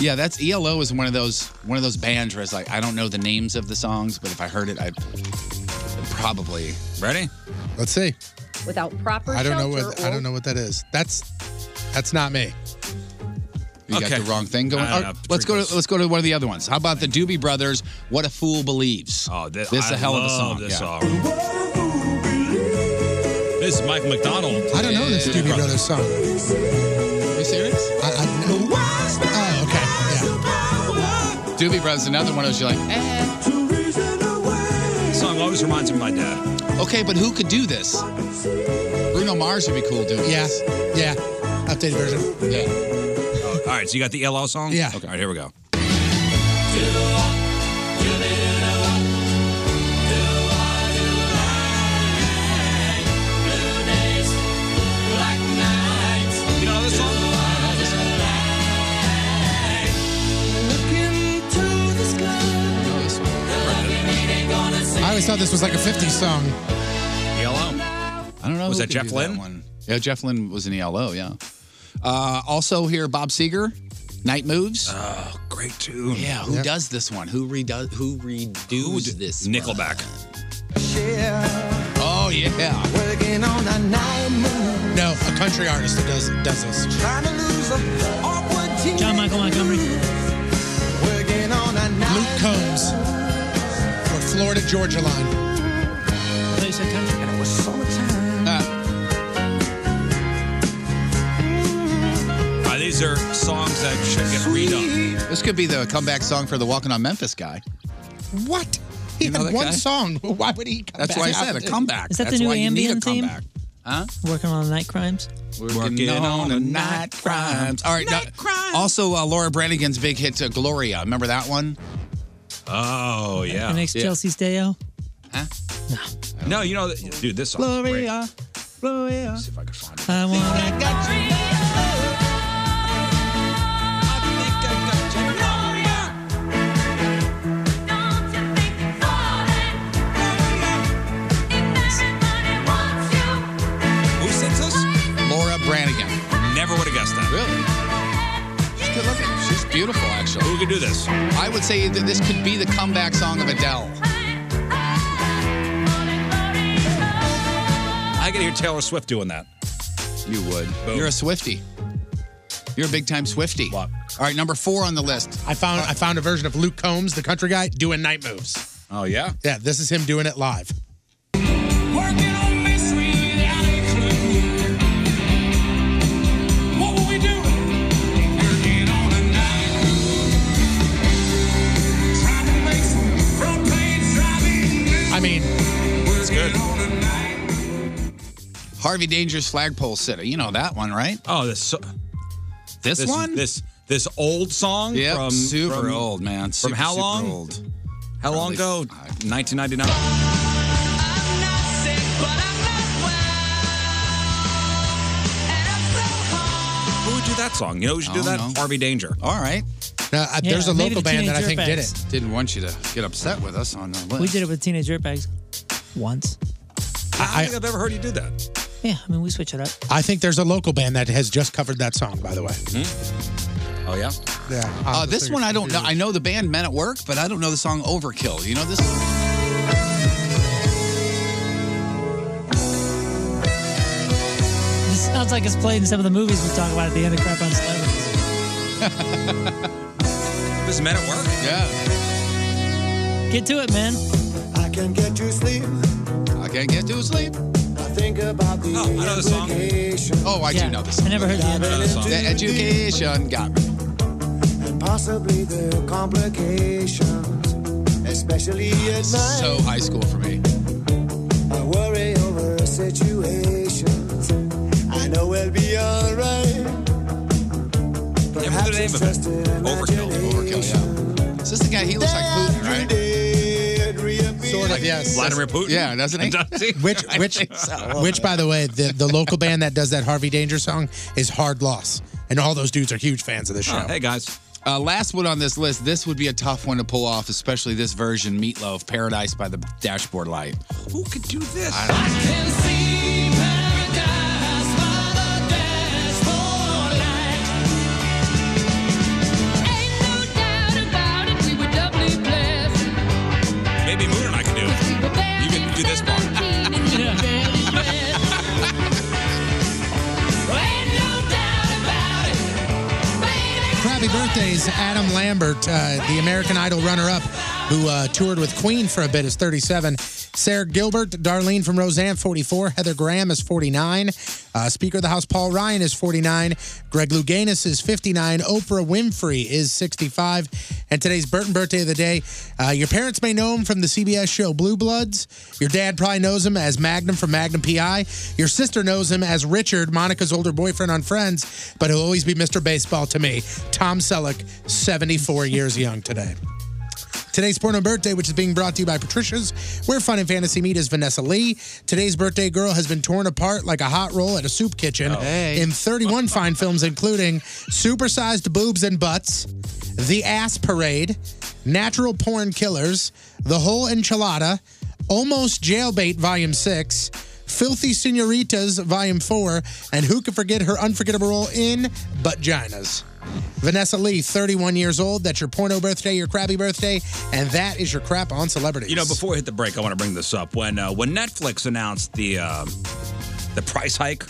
Speaker 4: Yeah, that's ELO is one of those one of those bands where it's like I don't know the names of the songs, but if I heard it, I'd probably
Speaker 3: ready.
Speaker 2: Let's see.
Speaker 20: Without proper
Speaker 2: I don't know
Speaker 20: shelter
Speaker 2: what
Speaker 20: or
Speaker 2: I don't know what that is. That's that's not me.
Speaker 4: You got the wrong thing going.
Speaker 2: I don't know,
Speaker 4: All right, let's go to let's go to one of the other ones. How about the Doobie Brothers? What a fool believes. Oh,
Speaker 3: this,
Speaker 4: this is
Speaker 3: I
Speaker 4: a hell of a
Speaker 3: love
Speaker 4: song.
Speaker 3: this
Speaker 4: yeah.
Speaker 3: song. This is Michael McDonald.
Speaker 2: I don't know this Doobie Brothers song.
Speaker 4: Are you serious?
Speaker 2: I, I know. Oh, okay.
Speaker 4: oh, Doobie Brothers, another one of those you're like, eh.
Speaker 3: This song always reminds me of my dad.
Speaker 4: Okay, but who could do this? Bruno Mars would be cool doing
Speaker 2: Yeah,
Speaker 4: this.
Speaker 2: yeah. Updated version.
Speaker 4: Yeah.
Speaker 3: Oh, all right, so you got the LL song?
Speaker 2: Yeah.
Speaker 3: Okay, all right, here we go.
Speaker 18: You know this song?
Speaker 2: I always thought this was like a 50s song.
Speaker 4: ELO. I don't know.
Speaker 3: Was
Speaker 4: who
Speaker 3: that
Speaker 4: could
Speaker 3: Jeff
Speaker 4: do
Speaker 3: Lynne?
Speaker 4: one. Yeah, Jeff Lynne was in ELO, yeah. Uh, also here, Bob Seger, Night Moves.
Speaker 3: Oh, great tune.
Speaker 4: Yeah, who does this one? Who redoes who redoes this?
Speaker 3: Nickelback.
Speaker 4: Oh yeah.
Speaker 18: Working on a night move.
Speaker 2: No, a country artist that does does this.
Speaker 18: Trying to lose a awkward teen.
Speaker 2: John Michael Montgomery.
Speaker 18: Working on a night
Speaker 2: Luke Combs. Or Florida Georgia Line.
Speaker 18: And it was summertime.
Speaker 3: Uh, these are songs that should get redone.
Speaker 4: This could be the comeback song for the Walking on Memphis guy.
Speaker 2: What? He
Speaker 4: You know
Speaker 2: had
Speaker 4: that
Speaker 2: one
Speaker 4: guy?
Speaker 2: song. Why would he come
Speaker 4: That's
Speaker 2: back?
Speaker 4: why I said a comeback.
Speaker 1: Is that
Speaker 4: That's
Speaker 1: the new
Speaker 4: why you need a
Speaker 1: ambient theme?
Speaker 4: comeback. Huh?
Speaker 1: Working on the night crimes.
Speaker 4: Working on a night crimes. All right. now- Also, uh, Laura Branigan's big hit, uh, Gloria. Remember that one?
Speaker 3: Oh, yeah.
Speaker 1: Your next
Speaker 3: Yeah.
Speaker 1: Chelsea Stayo.
Speaker 3: No, you know, th- dude, this song. is great.
Speaker 1: Gloria. Gloria.
Speaker 3: See if I can find it.
Speaker 1: I want
Speaker 3: Who sings this?
Speaker 4: Laura Branigan.
Speaker 3: Never would have guessed that.
Speaker 4: Really? She's good looking. She's beautiful, actually.
Speaker 3: Who could do this?
Speaker 4: I would say that this could be the comeback song of Adele.
Speaker 3: I could hear Taylor Swift doing that.
Speaker 4: You would. You're a Swifty. You're a big time Swifty. All right, number four on the list. Uh,
Speaker 2: I found I found a version of Luke Combs, the country guy, doing night moves.
Speaker 3: Oh yeah.
Speaker 2: Yeah, this is him doing it live.
Speaker 18: Working on mystery without a clue. What were we doing? Working on a night move. Trying to make some front page driving news.
Speaker 2: I mean,
Speaker 3: it's good.
Speaker 4: Harvey Danger's Flagpole City. You know that one, right?
Speaker 3: Oh, this. So-
Speaker 4: this,
Speaker 3: this
Speaker 4: one.
Speaker 3: This this old song.
Speaker 4: Yep,
Speaker 3: from
Speaker 4: super
Speaker 3: from-
Speaker 4: old, man.
Speaker 3: From
Speaker 4: Super,
Speaker 3: how
Speaker 4: super
Speaker 3: long?
Speaker 4: old.
Speaker 3: How long ago? 1999. Who would do that song? You know who should do
Speaker 4: I
Speaker 3: that?
Speaker 4: don't
Speaker 3: Harvey Danger.
Speaker 4: All right.
Speaker 2: Now, uh,
Speaker 1: Yeah, there's a maybe local the band that I Teenage think did Dirtbags.
Speaker 4: Didn't want you to get upset with us on the list.
Speaker 1: We did it with Teenage Dirtbags once.
Speaker 3: I, don't think I've ever heard you do that.
Speaker 1: Yeah, I mean, we switch it up.
Speaker 2: I think there's a local band that has just covered that song, by the way.
Speaker 3: Hmm? Oh yeah.
Speaker 2: Yeah.
Speaker 4: Uh, this one I don't know. I know the band Men at Work, but I don't know the song Overkill. You know this?
Speaker 1: This sounds like it's played in some of the movies we talk about at the end of Crap on Celebrities.
Speaker 3: This men at work.
Speaker 4: Yeah.
Speaker 1: Get to it, man.
Speaker 18: I can get to sleep.
Speaker 4: I can't get to sleep.
Speaker 18: I think about the
Speaker 3: Oh, I know the song.
Speaker 4: Oh, I
Speaker 1: Yeah.
Speaker 4: do know this. Song.
Speaker 1: I never heard the end.
Speaker 4: The education got me.
Speaker 18: and possibly the complications, especially at night.
Speaker 4: So high school for me.
Speaker 18: I worry over situations. I know we'll be alright.
Speaker 3: Yeah, what's the name of it? Overkill.
Speaker 4: Overkill. Yeah. Is this the guy? He looks like Putin, right?
Speaker 2: Sort of, yes.
Speaker 3: Vladimir Putin.
Speaker 4: Yeah, doesn't he?
Speaker 3: Does he?
Speaker 2: Which, which, which, by the way, the, the local band that does that Harvey Danger song is Hard Loss. And all those dudes are huge fans of this show.
Speaker 3: Oh, hey guys.
Speaker 4: Uh, last one on this list. This would be a tough one to pull off, especially this version, Meatloaf, Paradise by the Dashboard Light.
Speaker 3: Who could do this?
Speaker 2: happy birthdays. Adam Lambert, uh, the American Idol runner up who uh, toured with Queen for a bit, is 37. Sarah Gilbert, Darlene from Roseanne, 44. Heather Graham is 49. Uh, Speaker of the House Paul Ryan is 49. Greg Louganis is 59. Oprah Winfrey is 65. And today's Burton birthday of the day. Uh, your parents may know him from the CBS show Blue Bloods. Your dad probably knows him as Magnum from Magnum PI. Your sister knows him as Richard, Monica's older boyfriend on Friends, but he'll always be Mr. Baseball to me. Tom Selleck, 74 years young today. Today's porno birthday, which is being brought to you by Patricia's, where fun and fantasy meet, is Vanessa Lee. Today's birthday girl has been torn apart like a hot roll at a soup kitchen in 31 fine films, including Supersized Boobs and Butts, The Ass Parade, Natural Porn Killers, The Whole Enchilada, Almost Jailbait Volume 6, Filthy Senoritas Volume 4, and who could forget her unforgettable role in Buttginas? Vanessa Lee, 31 years old. That's your porno birthday, your crappy birthday, and that is your crap on celebrities.
Speaker 3: You know, before we hit the break, I want to bring this up. When uh, when Netflix announced the um the price hike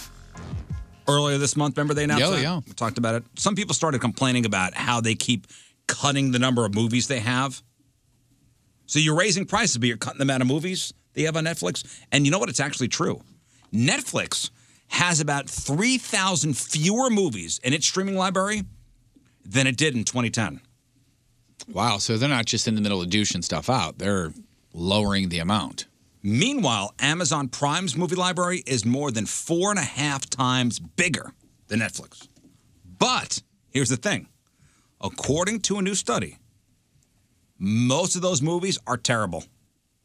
Speaker 3: earlier this month, remember they announced
Speaker 4: Yeah,
Speaker 3: that?
Speaker 4: yeah.
Speaker 3: We talked about it. Some people started complaining about how they keep cutting the number of movies they have. So you're raising prices, but you're cutting the amount of movies they have on Netflix. And you know what? It's actually true. Netflix has about 3,000 fewer movies in its streaming library than it did in 2010.
Speaker 4: Wow, so they're not just in the middle of douching stuff out. They're lowering the amount.
Speaker 3: Meanwhile, Amazon Prime's movie library is more than four and a half times bigger than Netflix. But here's the thing according to a new study, most of those movies are terrible.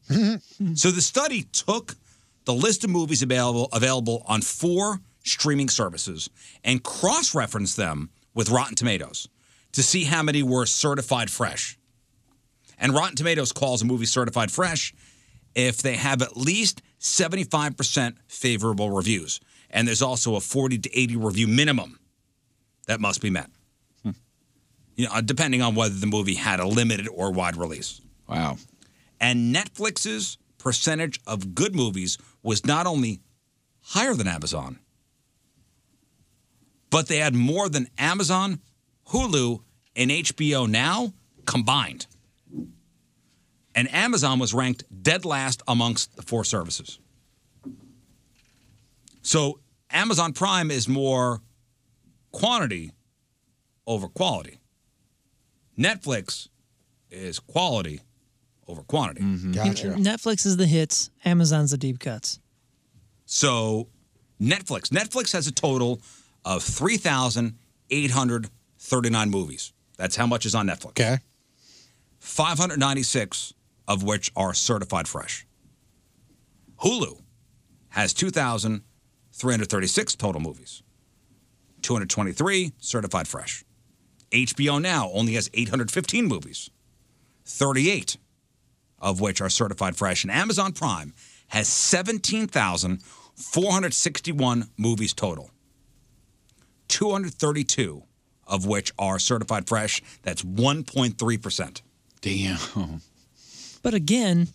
Speaker 3: so the study took the list of movies available, available on four streaming services and cross referenced them with Rotten Tomatoes to see how many were certified fresh. And Rotten Tomatoes calls a movie certified fresh if they have at least 75% favorable reviews. And there's also a 40 to 80 review minimum that must be met. You know, uh, depending on whether the movie had a limited or wide release.
Speaker 4: Wow.
Speaker 3: And Netflix's percentage of good movies was not only higher than Amazon, but they had more than Amazon, Hulu, and HBO Now combined. And Amazon was ranked dead last amongst the four services. So Amazon Prime is more quantity over quality. Netflix is quality over quantity.
Speaker 1: Netflix is the hits, Amazon's the deep cuts.
Speaker 3: So Netflix. Netflix has a total of 3,839 movies. That's how much is on Netflix. Okay. 596 of which are certified fresh. Hulu has 2,336 total movies. 223 certified fresh. HBO Now only has 815 movies. 38 of which are certified fresh. And Amazon Prime has 17,461 movies total, 232 of which are certified fresh. That's 1.3%.
Speaker 4: Damn.
Speaker 1: But again,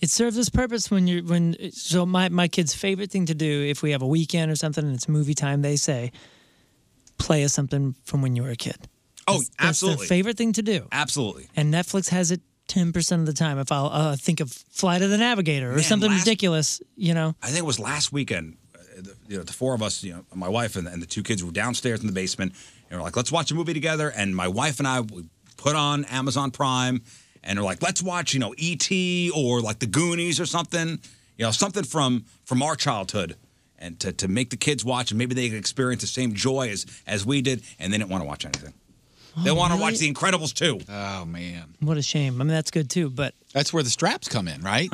Speaker 1: it serves its purpose when you're when. So my my kids' favorite thing to do if we have a weekend or something and it's movie time, they say, play us something from when you were a kid.
Speaker 3: Oh,
Speaker 1: That's
Speaker 3: absolutely.
Speaker 1: their favorite thing to do.
Speaker 3: Absolutely.
Speaker 1: And Netflix has it ten percent of the time. If I'll uh, think of Flight of the Navigator or
Speaker 3: Man,
Speaker 1: something
Speaker 3: last-
Speaker 1: ridiculous, you know.
Speaker 3: I think it was last weekend. uh, The, you know, the four of us, you know, my wife and, and the two kids were downstairs in the basement, and we're like, "Let's watch a movie together." And my wife and I we put on Amazon Prime, and we're like, "Let's watch, you know, E.T. or like The Goonies or something, you know, something from from our childhood." And to, to make the kids watch, and maybe they could experience the same joy as as we did, and they didn't want to watch anything. they
Speaker 1: Oh,
Speaker 3: want
Speaker 1: really?
Speaker 3: to watch The Incredibles too. Oh man,
Speaker 1: What a shame. I mean, that's good too, but
Speaker 4: that's where the straps come in, right?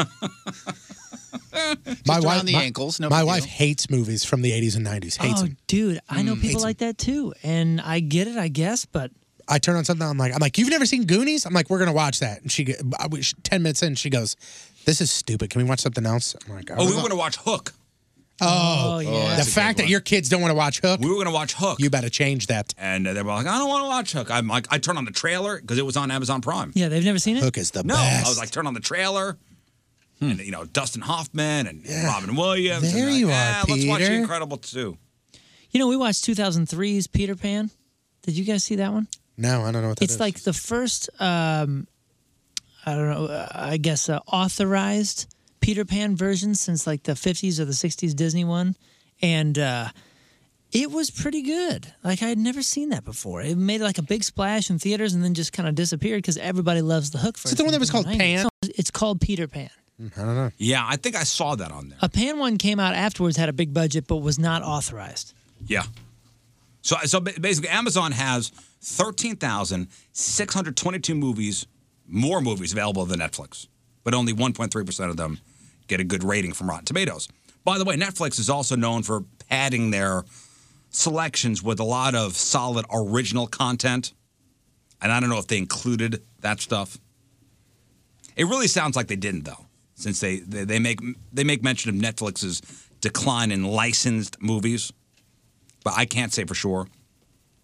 Speaker 2: my
Speaker 4: around
Speaker 2: wife,
Speaker 4: the
Speaker 2: my,
Speaker 4: ankles, no
Speaker 2: my
Speaker 4: big
Speaker 2: wife hates movies from the 80s and 90s. Hates
Speaker 1: oh,
Speaker 2: them.
Speaker 1: dude, I know
Speaker 2: Mm.
Speaker 1: people
Speaker 2: Hates
Speaker 1: like that too, and I get it, I guess, but
Speaker 2: I turn on something. I'm like, I'm like, you've never seen Goonies? I'm like, we're gonna watch that. And she, go- I wish- ten minutes in, she goes, "This is stupid. Can we watch something else?" I'm like,
Speaker 3: Oh, we were going to watch Hook.
Speaker 2: Oh,
Speaker 3: Oh, yeah.
Speaker 2: the
Speaker 3: that's a
Speaker 2: fact that your kids don't want to watch Hook. We
Speaker 3: were going to watch Hook.
Speaker 2: You better change that.
Speaker 3: And uh, they were like, "I don't want to watch Hook." I'm like, I turned on the trailer because it was on Amazon Prime.
Speaker 1: yeah, they've never seen it.
Speaker 2: Hook is the
Speaker 3: No, I was like, turn on the trailer. Hmm. And you know, Dustin Hoffman and Robin Williams. and they're
Speaker 1: There
Speaker 3: like, eh,
Speaker 1: you are,
Speaker 3: "Ah, Let's watch The
Speaker 1: Peter."
Speaker 3: Incredible 2.
Speaker 1: You know, we watched 2003's Peter Pan. Did you guys see that one?
Speaker 2: No, I don't know what that
Speaker 1: it's
Speaker 2: is.
Speaker 1: like the first um i don't know uh, i guess uh, authorized peter pan version since like the 50s or the 60s disney one and uh it was pretty good like i had never seen that before it made like a big splash in theaters and then just kind of disappeared because everybody loves the hook for
Speaker 2: Is it the one that was called Pan?
Speaker 1: it's called peter pan
Speaker 2: Mm, I don't know.
Speaker 3: Yeah, I think I saw that on there.
Speaker 1: a pan one came out afterwards had a big budget but was not authorized
Speaker 3: Yeah. So so ba- basically, Amazon has thirteen thousand six hundred twenty-two movies, more movies available than Netflix, but only one point three percent of them get a good rating from Rotten Tomatoes. By the way, Netflix is also known for padding their selections with a lot of solid original content, and I don't know if they included that stuff. It really sounds like they didn't, though, since they they, they make they make mention of Netflix's decline in licensed movies but I can't say for sure.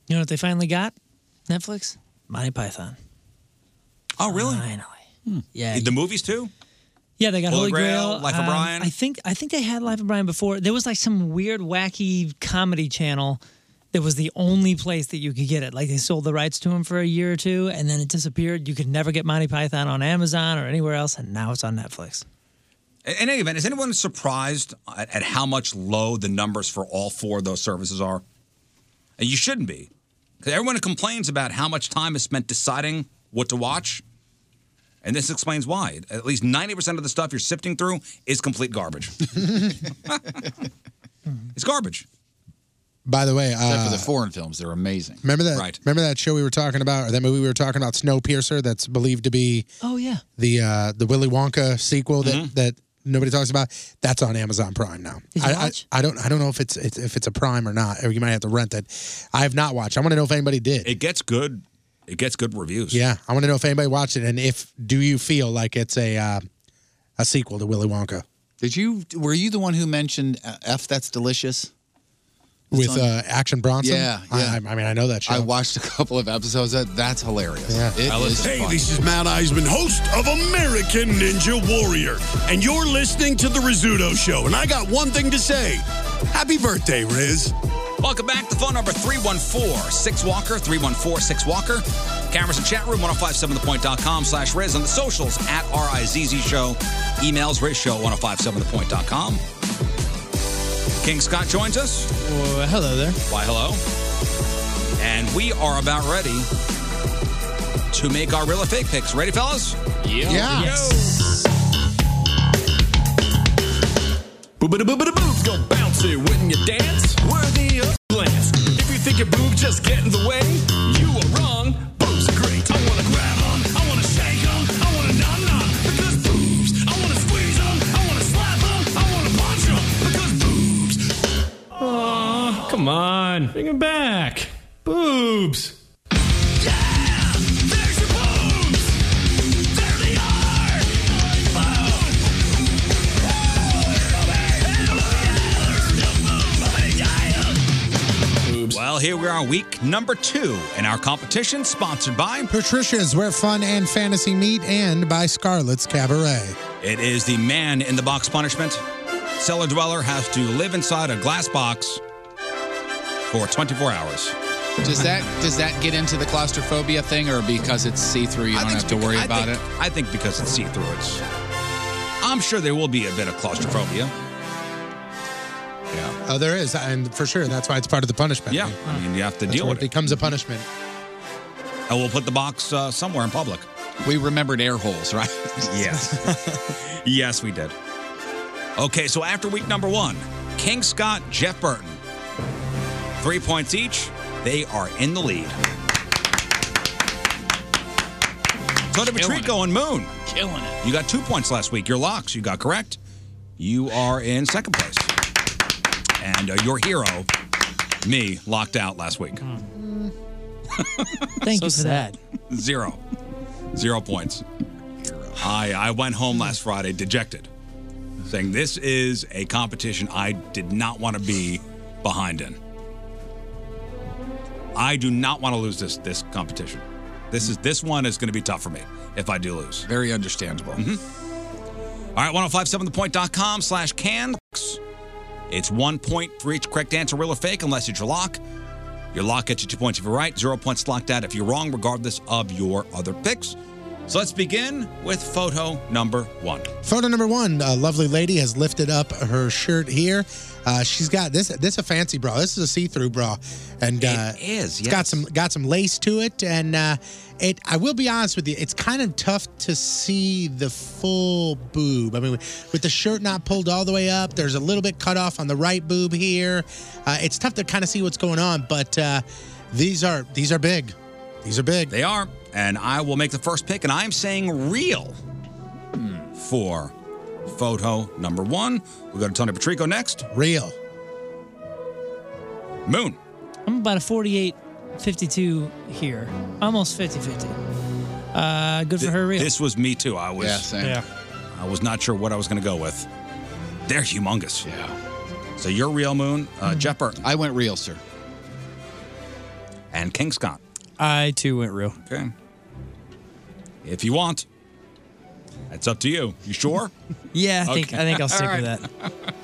Speaker 1: you know what they finally got netflix monty python
Speaker 3: Oh, really?
Speaker 1: Finally. Yeah.
Speaker 3: The movies too.
Speaker 1: Yeah, they got
Speaker 3: Holy
Speaker 1: Holy,
Speaker 3: Grail, Life of
Speaker 1: um,
Speaker 3: Brian.
Speaker 1: I think I think they had Life of Brian before. There was like some weird, wacky comedy channel that was the only place that you could get it. Like they sold the rights to him for a year or two, and then it disappeared. You could never get Monty Python on Amazon or anywhere else, and now it's on Netflix.
Speaker 3: In in any event, is anyone surprised at, at how much low the numbers for all four of those services are? And you shouldn't be, because everyone complains about how much time is spent deciding what to watch, and this explains why. At least ninety percent of the stuff you're sifting through is complete garbage. it's garbage.
Speaker 2: By the way,
Speaker 4: Except
Speaker 2: uh,
Speaker 4: for the foreign films, they're amazing.
Speaker 2: remember that? Remember that show we were talking about, or that movie we were talking about, Snowpiercer? That's believed to be
Speaker 1: Oh yeah.
Speaker 2: the uh, the Willy Wonka sequel that
Speaker 4: Mm-hmm.
Speaker 2: that nobody talks about. That's on Amazon Prime now.
Speaker 1: Did you
Speaker 2: I,
Speaker 1: watch?
Speaker 2: I, I don't I don't know if it's, it's if it's a Prime or not, or you might have to rent it. I have not watched. I want to know if anybody did.
Speaker 3: It gets good. It gets good reviews.
Speaker 2: Yeah, I want to know if anybody watched it, and if do you feel like it's a uh, a sequel to Willy Wonka
Speaker 4: Did you? Were you the one who mentioned uh, "F That's Delicious"?
Speaker 2: with
Speaker 4: on-
Speaker 2: uh, Action Bronson?
Speaker 4: Yeah,
Speaker 2: I-
Speaker 4: yeah.
Speaker 2: I, I mean, I know that show.
Speaker 4: I watched a couple of episodes. That that's hilarious.
Speaker 2: Yeah.
Speaker 4: It
Speaker 2: I
Speaker 4: is
Speaker 10: Hey,
Speaker 4: funny.
Speaker 10: this is Matt Eisman, host of American Ninja Warrior, and you're listening to The Rizzuto Show. And I got one thing to say Happy birthday, Riz.
Speaker 3: Welcome back. The phone number 314-6WALKER, 314-6WALKER. Cameras and chat room, 1057thepoint.com slash Riz. On the socials, at R-I-Z-Z Show. Emails, Riz Show, 1057thepoint.com. King Scott joins us.
Speaker 5: Well, hello there.
Speaker 3: Why, hello. And we are about ready to make our real or fake picks. Ready, fellas? Yeah.
Speaker 18: Boo boo boo boo boobs go bouncy when you dance. Worthy of glance. If you think your boob just get in the way, you are wrong. Boobs are great. I wanna grab 'em, I wanna shake 'em, I wanna nom nom because boobs. I wanna squeeze 'em, I wanna slap 'em, I wanna punch 'em because boobs.
Speaker 20: Aw, come on. Bring him back. Boobs.
Speaker 3: Well, here we are, week number two in our competition, sponsored by
Speaker 2: Patricia's, where fun and fantasy meet, and by Scarlett's Cabaret.
Speaker 3: It is the man in the box punishment. Cellar dweller has to live inside a glass box for 24 hours.
Speaker 4: Does that does that get into the claustrophobia thing, or because it's see through, you don't have to worry about it?
Speaker 3: I think because it's see through, it's. I'm sure there will be a bit of claustrophobia. Yeah.
Speaker 2: Oh, there is, and for sure that's why it's part of the punishment.
Speaker 3: Yeah. I mean, you have to
Speaker 2: That's
Speaker 3: deal
Speaker 2: why
Speaker 3: with
Speaker 2: it
Speaker 3: it.
Speaker 2: becomes a punishment.
Speaker 3: And we'll put the box uh, somewhere in public.
Speaker 4: We remembered air holes, right?
Speaker 3: yes. yes, we did. Okay, so after week number one, King Scott, Jeff Burton. Three points each. They are in the lead. So to Patrico and Moon.
Speaker 18: Killing it.
Speaker 3: You got two points last week. Your locks, you got correct. You are in second place. And uh, your hero, me, locked out last week.
Speaker 1: Thank you for that.
Speaker 3: Zero. Zero points. I, I went home last Friday dejected, saying, This is a competition I did not want to be behind in. I do not want to lose this this competition. This is this one is going to be tough for me if I do lose. Mm-hmm.
Speaker 4: Very understandable.
Speaker 3: All right, 1057thepoint.com slash can. It's one point for each correct answer, real or fake, unless it's your lock. Your lock gets you two points if you're right, zero points locked out if you're wrong, regardless of your other picks. So let's begin with photo number one.
Speaker 2: Photo number one, a lovely lady has lifted up her shirt here. Uh, she's got this. This a fancy bra. This is a see-through bra, and uh,
Speaker 3: it is.
Speaker 2: It's got some got some lace to it, and uh, it. I will be honest with you. It's kind of tough to see the full boob. I mean, with the shirt not pulled all the way up, there's a little bit cut off on the right boob here. Uh, it's tough to kind of see what's going on, but uh, these are these are big. These are big.
Speaker 3: They are. And I will make the first pick, and I'm saying real Hmm, for photo number one. We go to Tony Patrico next.
Speaker 2: Real.
Speaker 3: Moon.
Speaker 1: I'm about a 48 52 here. Almost 50 50. Uh, good for her, real.
Speaker 3: This was me too. I was.
Speaker 1: Yeah, same. Yeah.
Speaker 3: I was not sure what I was going to go with. They're humongous. Yeah. So you're real, Moon. Uh,
Speaker 5: Mm-hmm.
Speaker 3: Jeff Burton. I went real, sir. And King Scott.
Speaker 5: I too went real.
Speaker 3: Okay. If you want, that's up to you. You sure?
Speaker 5: Yeah, I think
Speaker 3: Okay.
Speaker 5: I think I'll stick
Speaker 3: All right.
Speaker 5: with that.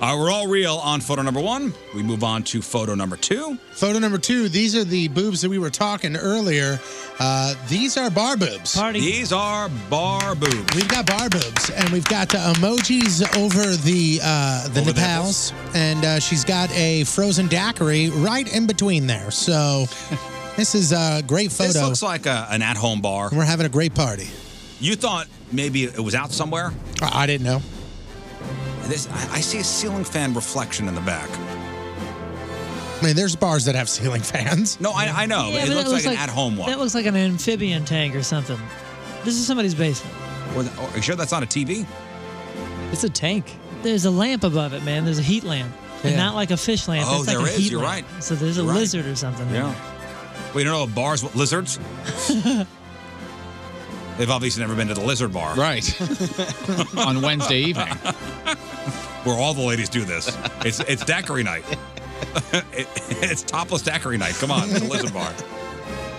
Speaker 3: All right, we're all real on photo number one. We move on to photo number two.
Speaker 2: Photo number two. These are the boobs that we were talking earlier. Uh, these are bar boobs.
Speaker 3: These are bar boobs.
Speaker 2: We've got bar boobs, and we've got uh, emojis over the uh, the lapels, and uh, she's got a frozen daiquiri right in between there. So this is a great photo.
Speaker 3: This looks like a, an at-home bar.
Speaker 2: We're having a great party.
Speaker 3: You thought maybe it was out somewhere.
Speaker 2: I, I didn't know.
Speaker 3: This, I, I see a ceiling fan reflection in the back.
Speaker 2: I mean, there's bars that have ceiling fans.
Speaker 3: No, I, I know.
Speaker 1: Yeah,
Speaker 3: but it
Speaker 1: but
Speaker 3: looks
Speaker 1: that
Speaker 3: like, an at-home one.
Speaker 1: That looks like an amphibian tank or something. This is somebody's basement.
Speaker 3: Or the- or- are you sure that's not a TV?
Speaker 1: It's a tank. There's a lamp above it, man. There's a heat lamp. And
Speaker 3: Yeah.
Speaker 1: not like a fish lamp.
Speaker 3: Oh,
Speaker 1: it's like
Speaker 3: there
Speaker 1: a
Speaker 3: is.
Speaker 1: Heat
Speaker 3: You're
Speaker 1: lamp.
Speaker 3: right.
Speaker 1: So there's a
Speaker 3: You're right.
Speaker 1: lizard or something. in
Speaker 3: Yeah. We don't know if bars with lizards. They've obviously never been to the lizard bar.
Speaker 4: Right. On Wednesday evening.
Speaker 3: Where all the ladies do this. It's it's daiquiri night. It- it's topless daiquiri night. Come on, it's a lizard bar.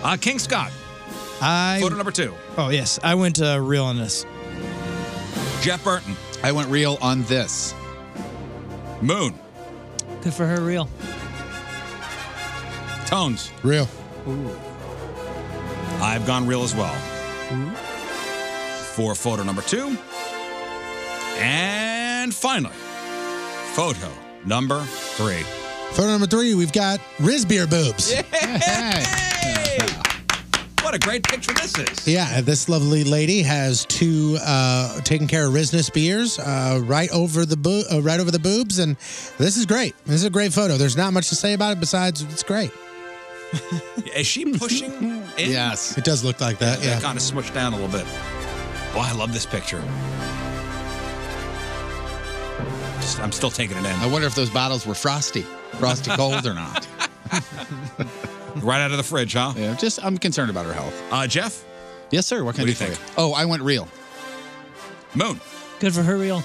Speaker 3: Uh, King Scott,
Speaker 5: I
Speaker 3: photo number two.
Speaker 5: oh yes, I went uh, real on this.
Speaker 3: Jeff Burton.
Speaker 4: I went real on this.
Speaker 3: Moon.
Speaker 1: there. Good for her, real.
Speaker 3: Tones.
Speaker 2: Real.
Speaker 3: I've gone real as well.
Speaker 2: Hmm?
Speaker 3: For photo number two. And finally, photo number three.
Speaker 2: Photo number three, we've got Riz beer boobs.
Speaker 3: What a great picture this is.
Speaker 2: Yeah, this lovely lady has two uh, taking care of Risness beers uh, right over the boo- uh, right over the boobs, and this is great. This is a great photo. There's not much to say about it besides it's great.
Speaker 3: Is she pushing in? Yes.
Speaker 2: It does look like that. Yeah,
Speaker 3: Kind of smushed down a little bit. Boy, I love this picture. Just- I'm still taking it in.
Speaker 4: I wonder if those bottles were frosty, frosty cold or not.
Speaker 3: right out of the fridge, huh?
Speaker 4: Yeah, just I'm concerned about her health.
Speaker 3: Uh, Jeff?
Speaker 4: Yes, sir. What can
Speaker 3: What
Speaker 4: I do,
Speaker 3: do you
Speaker 4: for you? Oh, I went real.
Speaker 3: Moon.
Speaker 1: Good for her, real.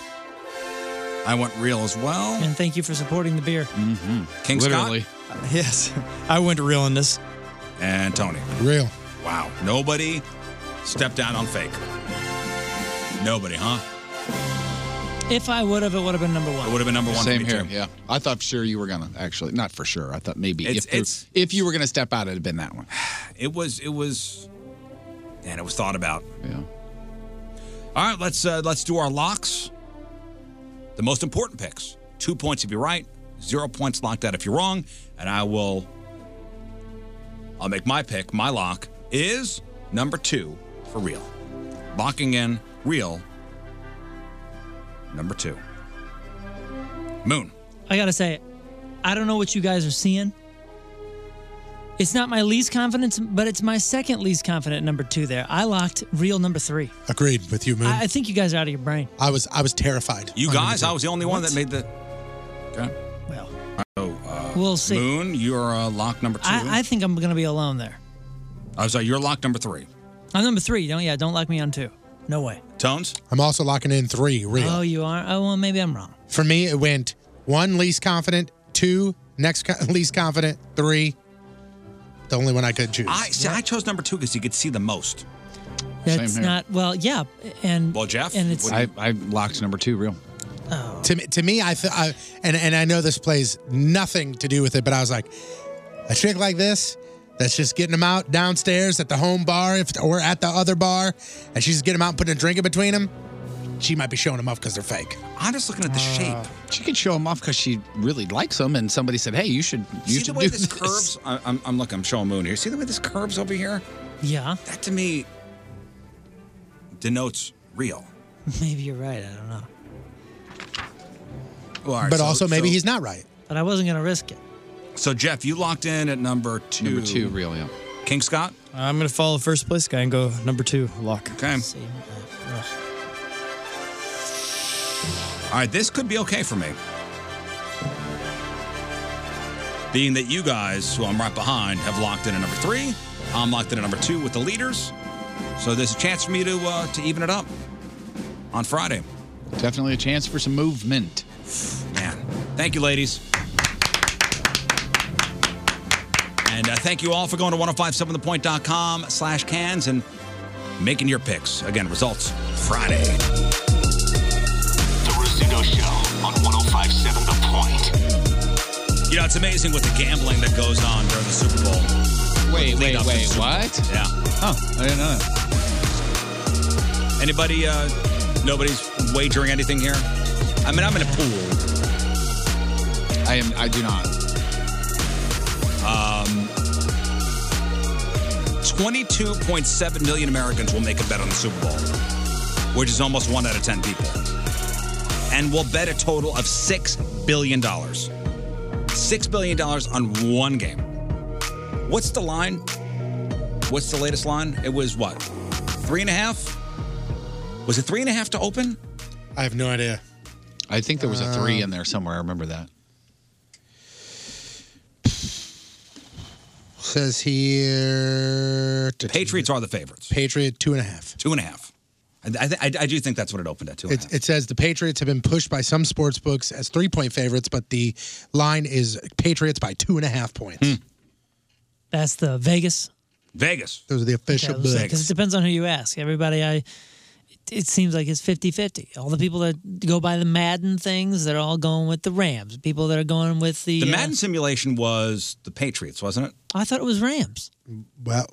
Speaker 3: I went real as well.
Speaker 1: And thank you for supporting the beer.
Speaker 3: Mm-hmm. King
Speaker 5: Literally.
Speaker 3: Scott.
Speaker 5: Yes, I went real on this.
Speaker 3: And Tony.
Speaker 2: Real.
Speaker 3: Wow. Nobody stepped out on fake. Nobody, huh?
Speaker 1: If I would have, it would have been number one.
Speaker 3: have been number one for
Speaker 4: Same
Speaker 3: me,
Speaker 4: here.
Speaker 3: too.
Speaker 4: Yeah, I thought for sure you were gonna actually not for sure. I thought maybe
Speaker 3: It's-
Speaker 4: if there-
Speaker 3: it's-
Speaker 4: if you were gonna step out, it'd have been that one.
Speaker 3: It was. It was. And it was thought about. Yeah. All right, let's uh, let's do our locks. The most important picks. Two points if you're right. Zero points locked out if you're wrong. And I will. I'll make my pick. My lock is number two for real. Locking in real. Number two. Moon.
Speaker 1: I gotta say, I don't know what you guys are seeing. It's not my least confidence, but it's my second least confident number two there. I locked real number three.
Speaker 2: agreed with you, Moon.
Speaker 1: I,
Speaker 2: I,
Speaker 1: I think you guys are out of your brain.
Speaker 2: was I was terrified.
Speaker 3: You
Speaker 2: I'm gonna
Speaker 3: guys,
Speaker 2: do-
Speaker 3: I was the only one that made the. Okay.
Speaker 1: Well.
Speaker 3: So, uh,
Speaker 1: We'll see.
Speaker 3: Moon, you're uh, lock number two.
Speaker 1: I, I think I'm gonna be alone there.
Speaker 3: I'm sorry, you're lock number three.
Speaker 1: I'm number three. Don't yeah, don't lock me on two. No way.
Speaker 3: Tones?
Speaker 2: I'm also locking in three. Real.
Speaker 1: Oh, you are. Oh, well, maybe I'm wrong.
Speaker 2: For me, it went one least confident, two next co- least confident, three. The only one I could choose.
Speaker 3: I see, I chose number two because you could see the most.
Speaker 1: That's not well. Yeah, and
Speaker 3: Well, Jeff,
Speaker 1: and it's
Speaker 4: I, I locked number two real.
Speaker 2: To me, to me, I, th- I and and I know this plays nothing to do with it, but I was like, A chick like this that's just getting them out downstairs at the home bar if, or at the other bar, and she's getting them out and putting a drink in between them, she might be showing them off because they're fake.
Speaker 4: I'm just looking at the
Speaker 1: Uh,
Speaker 4: shape.
Speaker 2: She could show them off because she really likes them, and somebody said, "Hey, you should, you
Speaker 3: See the
Speaker 4: should
Speaker 3: way
Speaker 4: do
Speaker 3: this, curves? I, I'm, I'm look. I'm showing Moon here. See the way this curves over here?
Speaker 1: Yeah.
Speaker 3: That to me denotes real.
Speaker 1: Maybe you're right. I don't know.
Speaker 3: Well, all right,
Speaker 2: but
Speaker 3: so-
Speaker 2: also maybe
Speaker 3: so-
Speaker 2: he's not right.
Speaker 1: But I wasn't gonna risk it.
Speaker 3: So Jeff, you locked in at number two.
Speaker 5: Number two,
Speaker 4: real, yeah.
Speaker 3: King Scott.
Speaker 5: I'm gonna follow the first place guy and go number two lock.
Speaker 3: Okay. All right, this could be okay for me. Being that you guys, who I'm right behind, have locked in at number three, I'm locked in at number two with the leaders. So there's a chance for me to uh, to even it up on Friday.
Speaker 4: Definitely a chance for some movement.
Speaker 3: Man, thank you, ladies. And uh, thank you all for going to 1057thepoint.com slash cans and making your picks. Again, results Friday.
Speaker 10: The Rizzuto Show on 1057 The Point.
Speaker 3: You know, it's amazing with the gambling that goes on during the Super Bowl.
Speaker 4: Wait,
Speaker 3: Lead
Speaker 4: wait,
Speaker 3: up to the
Speaker 4: wait,
Speaker 3: Super Bowl.
Speaker 4: what?
Speaker 3: Yeah.
Speaker 4: Oh, I didn't know that.
Speaker 3: Anybody, uh, nobody's wagering anything here? I mean, I'm in a pool.
Speaker 4: I am. I do not.
Speaker 3: Um, 22.7 million Americans will make a bet on the Super Bowl, which is almost one out of 10 people. And will bet a total of $6 billion. $6 billion on one game. What's the line? What's the latest line? It was what? Three and a half? Was it three and a half to open?
Speaker 2: I have no idea.
Speaker 4: I think there was a three
Speaker 1: Uh,
Speaker 2: Um,
Speaker 4: in there somewhere. I remember that.
Speaker 2: Says here,
Speaker 3: Patriots are the favorites.
Speaker 2: Patriot two and a half.
Speaker 3: Two and a half. I, I, th- I do think that's what it opened at, two and a half.
Speaker 2: It, it says the Patriots have been pushed by some sports books as three point favorites, but the line is Patriots by two and a half points.
Speaker 1: That's the Vegas.
Speaker 3: Vegas.
Speaker 2: Those are the official
Speaker 1: Because
Speaker 2: books.
Speaker 1: it depends on who you ask. Everybody, I. it- It seems like it's 50-50. All the people that go by the Madden things, they're all going with the Rams. People that are going with the,
Speaker 3: The
Speaker 1: uh,
Speaker 3: Madden simulation was the Patriots, wasn't it?
Speaker 1: I thought it was Rams.
Speaker 2: Well,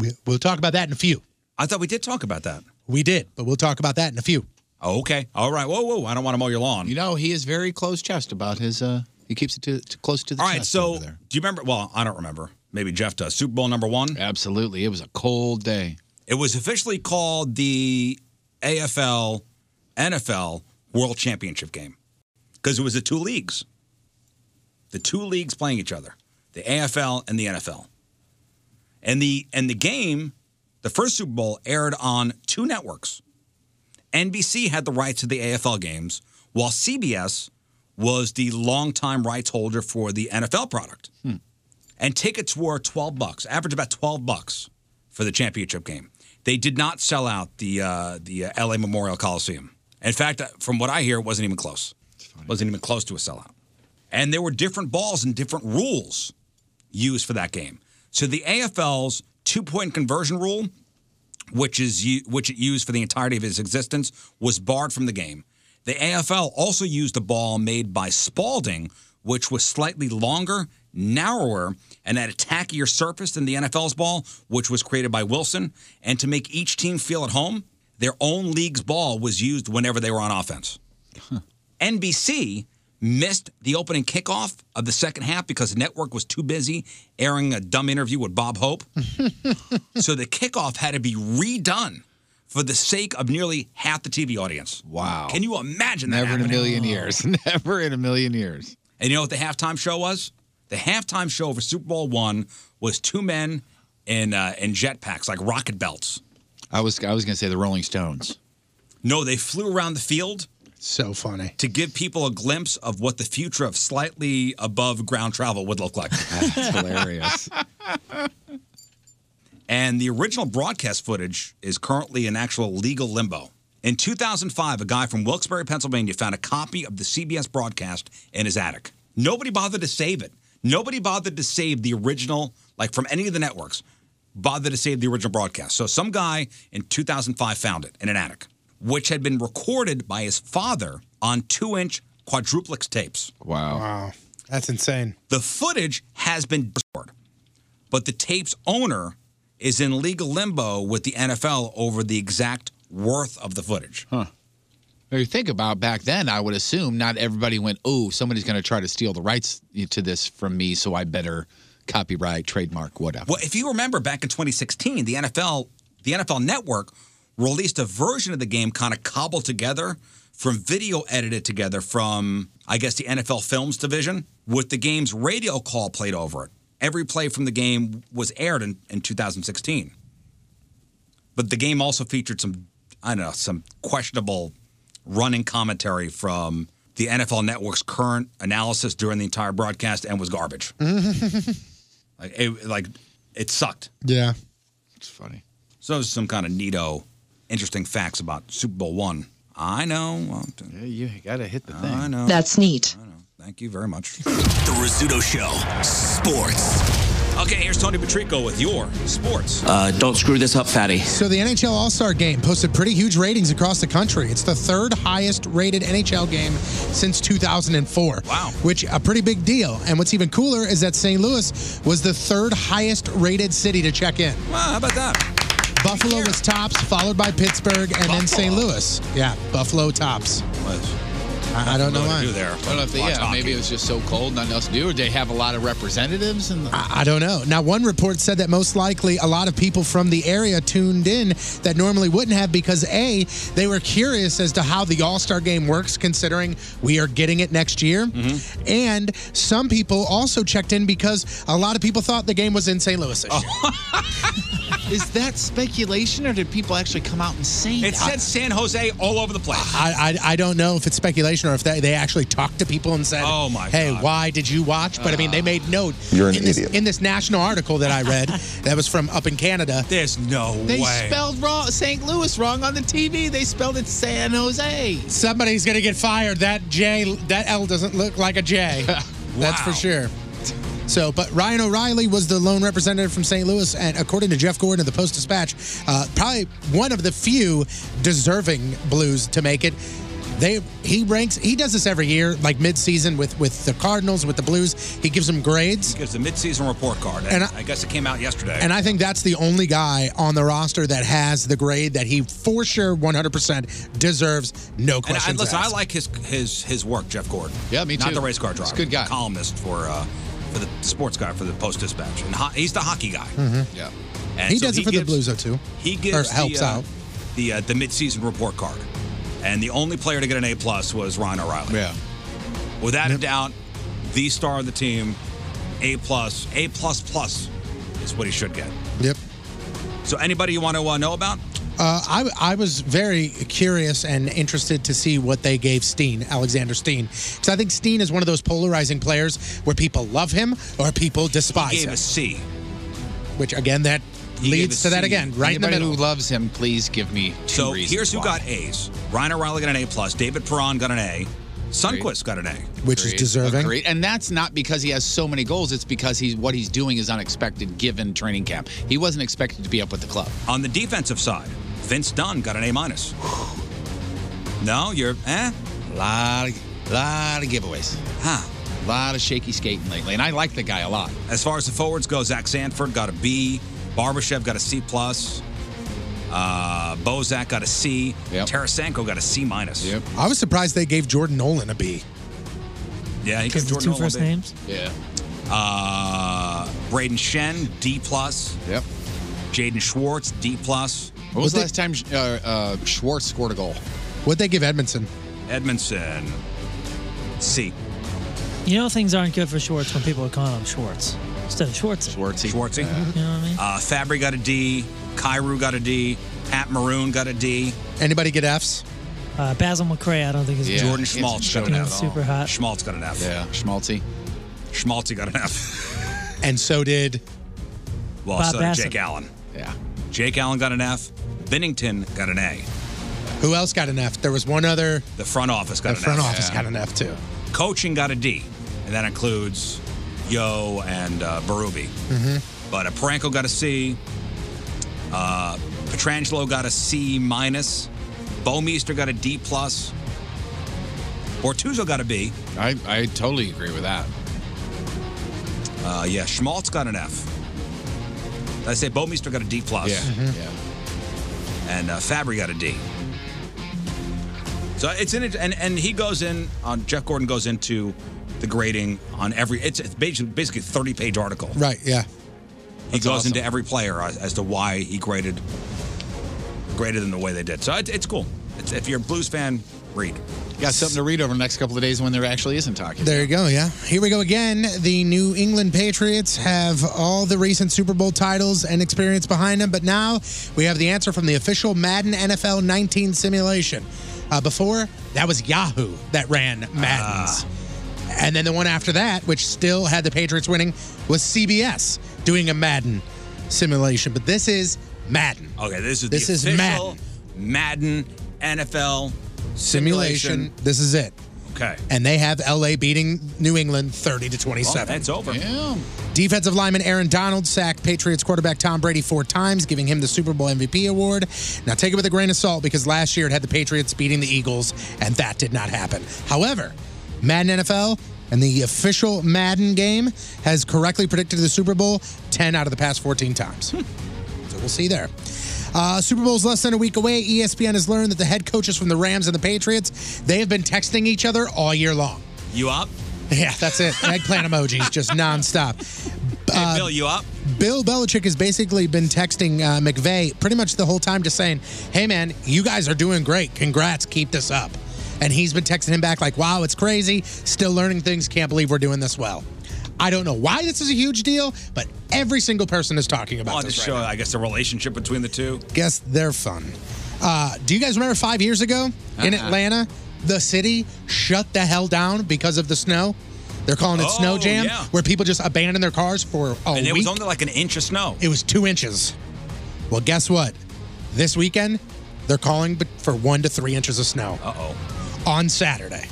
Speaker 2: we, we'll talk about that in a few.
Speaker 3: I thought we did talk about that.
Speaker 2: We did, but we'll talk about that in a few.
Speaker 3: Oh, okay. All right. Whoa, whoa. I don't want to mow your lawn.
Speaker 4: You know, he is very close chest about his. uh He keeps it to, to close to the.
Speaker 3: All right.
Speaker 4: chest
Speaker 3: So,
Speaker 4: over
Speaker 3: do
Speaker 4: there.
Speaker 3: you remember? Well, I don't remember. Maybe Jeff does. Super Bowl number one?
Speaker 4: Absolutely. It was a cold day.
Speaker 3: It was officially called the AFL NFL World Championship game because it was the two leagues, the two leagues playing each other, the AFL and the NFL. And the and the game, the first Super Bowl aired on two networks. NBC had the rights to the AFL games, while CBS was the longtime rights holder for the NFL product.
Speaker 18: Hmm.
Speaker 3: And tickets were 12 bucks, average about 12 bucks for the championship game. They did not sell out the uh, the uh, LA Memorial Coliseum. In fact, uh, from what I hear, it wasn't even close. Wasn't even close to a sellout. And there were different balls and different rules used for that game. So the AFL's two-point conversion rule which is u- which it used for the entirety of its existence, was barred from the game. The AFL also used a ball made by Spalding, which was slightly longer, narrower, and had a tackier surface than the NFL's ball, which was created by Wilson. And to make each team feel at home, their own league's ball was used whenever they were on offense. NBC missed the opening kickoff of the second half because the network was too busy airing a dumb interview with Bob Hope. so the kickoff had to be redone for the sake of nearly half the TV audience. Wow. Can you imagine that?
Speaker 4: Never in a
Speaker 3: happening?
Speaker 4: million years. Never in a million years.
Speaker 3: And you know what the halftime show was? The halftime show for Super Bowl one was two men in uh, in jetpacks, like rocket belts.
Speaker 4: I was I was gonna say the Rolling Stones.
Speaker 3: No, they flew around the field.
Speaker 2: So funny.
Speaker 3: To give people a glimpse of what the future of slightly above ground travel would look like.
Speaker 4: That's hilarious.
Speaker 3: and the original broadcast footage is currently in actual legal limbo. In 2005, a guy from Wilkes-Barre, Pennsylvania, found a copy of the CBS broadcast in his attic. Nobody bothered to save it. Nobody bothered to save the original, like from any of the networks, bothered to save the original broadcast. So some guy in 2005 found it in an attic, which had been recorded by his father on two-inch quadruplex tapes.
Speaker 4: Wow.
Speaker 2: Wow. That's insane.
Speaker 3: The footage has been restored. But the tape's owner is in legal limbo with the NFL over the exact worth of the footage.
Speaker 4: Huh. If you think about back then, I would assume not everybody went, oh, somebody's going to try to steal the rights to this from me, so I better copyright, trademark, whatever.
Speaker 3: Well, if you remember back in 2016, the NFL, the NFL Network released a version of the game kind of cobbled together from video edited together from, I guess, the NFL Films division with the game's radio call played over it. Every play from the game was aired in, in 2016. But the game also featured some, I don't know, some questionable running commentary from the NFL Network's current analysis during the entire broadcast and was garbage. Like it, like it sucked.
Speaker 2: yeah.
Speaker 3: It's funny. So those are some kind of neato, interesting facts about Super Bowl one. I know. Well, yeah, you gotta hit the thing. I know.
Speaker 6: That's neat.
Speaker 3: Thank you very much.
Speaker 10: The Rizzuto Show. Sports.
Speaker 3: Okay, here's Tony Patrico with your sports.
Speaker 7: Uh, don't screw this up, fatty.
Speaker 2: So the NHL All Star Game posted pretty huge ratings across the country. It's the third highest rated NHL game since 2004. Wow, which a pretty big deal. And what's even cooler is that St. Louis was the third highest rated city to check in.
Speaker 3: Wow, Ah, how about that?
Speaker 2: Buffalo was tops, followed by Pittsburgh, and then St. Louis. Yeah, Buffalo tops. I, I don't know why.
Speaker 4: I don't know if they, yeah, maybe it was just so cold, nothing else to do. Or they have a lot of representatives and
Speaker 2: I don't know. Now, one report said that most likely a lot of people from the area tuned in that normally wouldn't have because A, they were curious as to how the All Star game works, considering we are getting it next year.
Speaker 4: Mm-hmm.
Speaker 2: And some people also checked in because a lot of people thought the game was in St. Louis this year.
Speaker 4: Is that speculation, or did people actually come out and say
Speaker 3: It said San Jose all over the place.
Speaker 2: I, I, I don't know if it's speculation or if they, they actually talked to people and said,
Speaker 3: Oh, my
Speaker 2: hey, why did you watch? But I
Speaker 4: Ah.
Speaker 2: mean, they made note
Speaker 3: You're an
Speaker 2: in, this,
Speaker 3: idiot.
Speaker 2: in this national article that I read that was from up in Canada.
Speaker 3: There's no
Speaker 2: They
Speaker 4: They spelled wrong St. Louis wrong on the TV. They spelled it San Jose.
Speaker 2: Somebody's gonna get fired. That J, that L doesn't look like a J. That's for sure. So, but Ryan O'Reilly was the lone representative from St. Louis, and according to Jeff Gordon of the Post Dispatch, uh, probably one of the few deserving Blues to make it. They he ranks he does this every year, like midseason with with the Cardinals, with the Blues. He gives them grades.
Speaker 3: Gives the midseason report card.
Speaker 2: And
Speaker 3: And
Speaker 2: I-
Speaker 3: I, guess it came out yesterday.
Speaker 2: And I think that's the only guy on the roster that has the grade that he for sure 100% deserves. No
Speaker 3: And I,
Speaker 2: questions
Speaker 3: listen, I
Speaker 2: asked.
Speaker 3: like his his his work, Jeff Gordon.
Speaker 2: Yeah, me
Speaker 3: Not
Speaker 2: too.
Speaker 3: the race car
Speaker 2: He's
Speaker 3: driver.
Speaker 2: a good guy.
Speaker 3: Columnist for uh, for the sports guy for the Post Dispatch, and ho- he's the hockey guy.
Speaker 2: Mhm.
Speaker 3: Yeah,
Speaker 2: he does it for the Blues though too.
Speaker 3: He gives
Speaker 2: or helps
Speaker 3: the, uh,
Speaker 2: out.
Speaker 3: the uh, the midseason report card, and the only player to get an A plus was Ryan O'Reilly. Yeah, without a doubt, the star of the team, A plus, A plus plus, is what he should get.
Speaker 2: Yep.
Speaker 3: So anybody you want to uh, know about?
Speaker 2: Uh, I, I was very curious and interested to see what they gave Steen, Alexander Steen. Because I think Steen is one of those polarizing players where people love him or people despise
Speaker 3: He gave
Speaker 2: him.
Speaker 3: a C.
Speaker 2: Which, again, that
Speaker 3: He gave
Speaker 2: leads
Speaker 3: a
Speaker 2: to that
Speaker 3: C.
Speaker 2: again, right in the
Speaker 3: Anybody
Speaker 2: middle.
Speaker 3: who
Speaker 2: loves him, please give me two
Speaker 3: So here's who got A's. Ryan O'Reilly got an A plus. David Perron got an A. Sunquist got an A.
Speaker 2: Which is deserving.
Speaker 4: Agreed. And that's not because he has so many goals. It's because he's what he's doing is unexpected given training camp. He wasn't expected to be up with the club.
Speaker 3: On the defensive side, Vince Dunn got an A minus. No, you're eh.
Speaker 4: Lot of, lot of giveaways.
Speaker 3: Huh.
Speaker 4: Lot of shaky skating lately, and I like the guy a lot.
Speaker 3: As far as the forwards go, Zach Sanford got a B. Barbashev got a C plus. Uh, Bozak got a C. Tarasenko got a C minus. Yep.
Speaker 2: I was surprised they gave Jordan Nolan a B.
Speaker 3: Yeah, he
Speaker 2: Because
Speaker 3: gave
Speaker 2: the
Speaker 3: Jordan
Speaker 2: two
Speaker 3: Nolan a
Speaker 2: first
Speaker 3: B.
Speaker 2: names?
Speaker 4: Yeah.
Speaker 3: Uh, Braden Shen D plus.
Speaker 4: Yep.
Speaker 3: Jaden Schwartz D plus.
Speaker 4: When was the last time uh, uh, Schwartz scored a goal?
Speaker 2: What'd they give Edmondson?
Speaker 3: Edmondson C.
Speaker 6: You know things aren't good for Schwartz when people are calling him Schwartz instead of Schwartz.
Speaker 4: Schwartzy.
Speaker 3: Schwartzy.
Speaker 6: You know what I mean?
Speaker 3: Uh, Fabry got a D. Cairo got a D. Pat Maroon got a D.
Speaker 2: Anybody get Fs?
Speaker 6: Uh, Basil McRae, I don't think is good.
Speaker 3: Jordan Schmaltz got an F.
Speaker 6: Super hot.
Speaker 3: Schmaltz got an F.
Speaker 4: Yeah, Schmaltzy.
Speaker 3: Schmaltzy got an F.
Speaker 2: And so did.
Speaker 3: Well,
Speaker 2: Bob
Speaker 3: so did
Speaker 2: Bassett.
Speaker 3: Jake Allen.
Speaker 4: Yeah.
Speaker 3: Jake Allen got an F. Bennington got an A.
Speaker 2: Who else got an F? There was one other.
Speaker 3: The front office got
Speaker 2: The
Speaker 3: an
Speaker 2: front
Speaker 3: F.
Speaker 2: office got an F too.
Speaker 3: Coaching got a D, and that includes Yo and uh, Berube.
Speaker 2: hmm
Speaker 3: But uh, Paranko got a C. Uh, Petrangelo got a C minus. Bomeister got a D plus. Bortuzzo got a B.
Speaker 4: I, I totally agree with that.
Speaker 3: Uh, yeah, Schmaltz got an F. I say Bomeister got a D plus.
Speaker 4: Yeah, yeah.
Speaker 3: And uh, Fabry got a D. So it's in it, and and he goes in on Jeff Gordon goes into the grading on every. It's, it's basically basically a thirty page article.
Speaker 2: Right, yeah.
Speaker 3: He goes into every player as, as to why he graded graded them the way they did. So it, it's cool. It's, if you're a Blues fan, read.
Speaker 4: Got something to read over the next couple of days when there actually isn't hockey.
Speaker 2: There you go, yeah. Here we go again. The New England Patriots have all the recent Super Bowl titles and experience behind them, but now we have the answer from the official Madden NFL 19 simulation. Uh, before, that was Yahoo that ran
Speaker 3: Ah.
Speaker 2: Madden's. And then the one after that, which still had the Patriots winning, was CBS doing a Madden simulation. But this is Madden.
Speaker 3: Okay, this is
Speaker 2: This
Speaker 3: the
Speaker 2: is
Speaker 3: official Madden. NFL
Speaker 2: Simulation. This is it.
Speaker 3: Okay.
Speaker 2: And they have LA beating New England 30 to 27.
Speaker 3: Well, it's over.
Speaker 2: Defensive lineman Aaron Donald sacked Patriots quarterback Tom Brady four times, giving him the Super Bowl MVP award. Now, take it with a grain of salt because last year it had the Patriots beating the Eagles, and that did not happen. However, Madden NFL and the official Madden game has correctly predicted the Super Bowl 10 out of the past 14 times. So we'll see there. Uh, Super Bowl's less than a week away. E ESPN has learned that the head coaches from the Rams and the Patriots, they have been texting each other all year long.
Speaker 3: You up?
Speaker 2: Yeah, that's it. Eggplant emojis, just nonstop. Uh,
Speaker 3: hey, Bill, you up?
Speaker 2: Bill Belichick has basically been texting uh, McVay pretty much the whole time, just saying, "Hey, man, you guys are doing great. Congrats, keep this up." And he's been texting him back like, "Wow, it's crazy. Still learning things. Can't believe we're doing this well." I don't know why this is a huge deal, but every single person is talking about
Speaker 3: On to
Speaker 2: this.
Speaker 3: show, I guess, the relationship between the two.
Speaker 2: Guess they're fun. Uh, do you guys remember five years ago in
Speaker 3: Uh-uh.
Speaker 2: Atlanta, the city shut the hell down because of the snow? They're calling it
Speaker 3: Oh,
Speaker 2: snow jam,
Speaker 3: yeah.
Speaker 2: where people just abandon their cars for a
Speaker 3: and it
Speaker 2: week.
Speaker 3: was only like an inch of snow.
Speaker 2: Oh, It was two inches. Well, guess what? This weekend, they're calling b- for one to three inches of snow. Uh
Speaker 3: oh.
Speaker 2: On Saturday.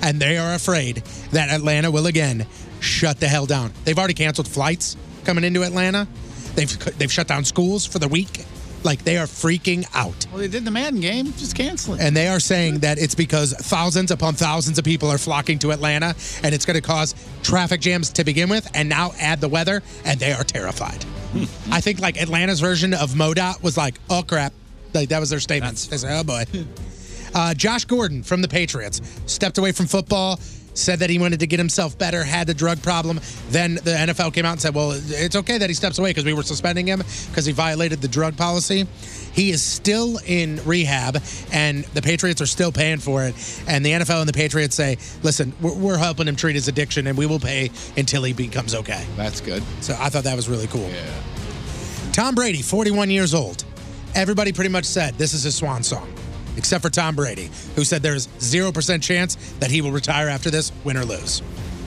Speaker 2: And they are afraid that Atlanta will again shut the hell down. They've already canceled flights coming into Atlanta, they've, c- they've shut down schools for the week. Like they are freaking out.
Speaker 4: Well, they did the Madden game. Just cancel it.
Speaker 2: And they are saying that it's because thousands upon thousands of people are flocking to Atlanta and it's going to cause traffic jams to begin with. And now add the weather, and they are terrified. I think like Atlanta's version of MoDOT was like, oh crap. Like that was their statement. They said, oh boy. Uh, Josh Gordon from the Patriots stepped away from football, said that he wanted to get himself better, had the drug problem. Then the NFL came out and said, well, it's okay that he steps away because we were suspending him because he violated the drug policy. He is still in rehab, and the Patriots are still paying for it. And the NFL and the Patriots say, listen, we're, we're helping him treat his addiction, and we will pay until he becomes okay.
Speaker 4: That's good.
Speaker 2: So I thought that was really cool. Yeah. Tom Brady, 41 years old. Everybody pretty much said this is his swan song, except for Tom Brady, who said there's 0% chance that he will retire after this, win or lose.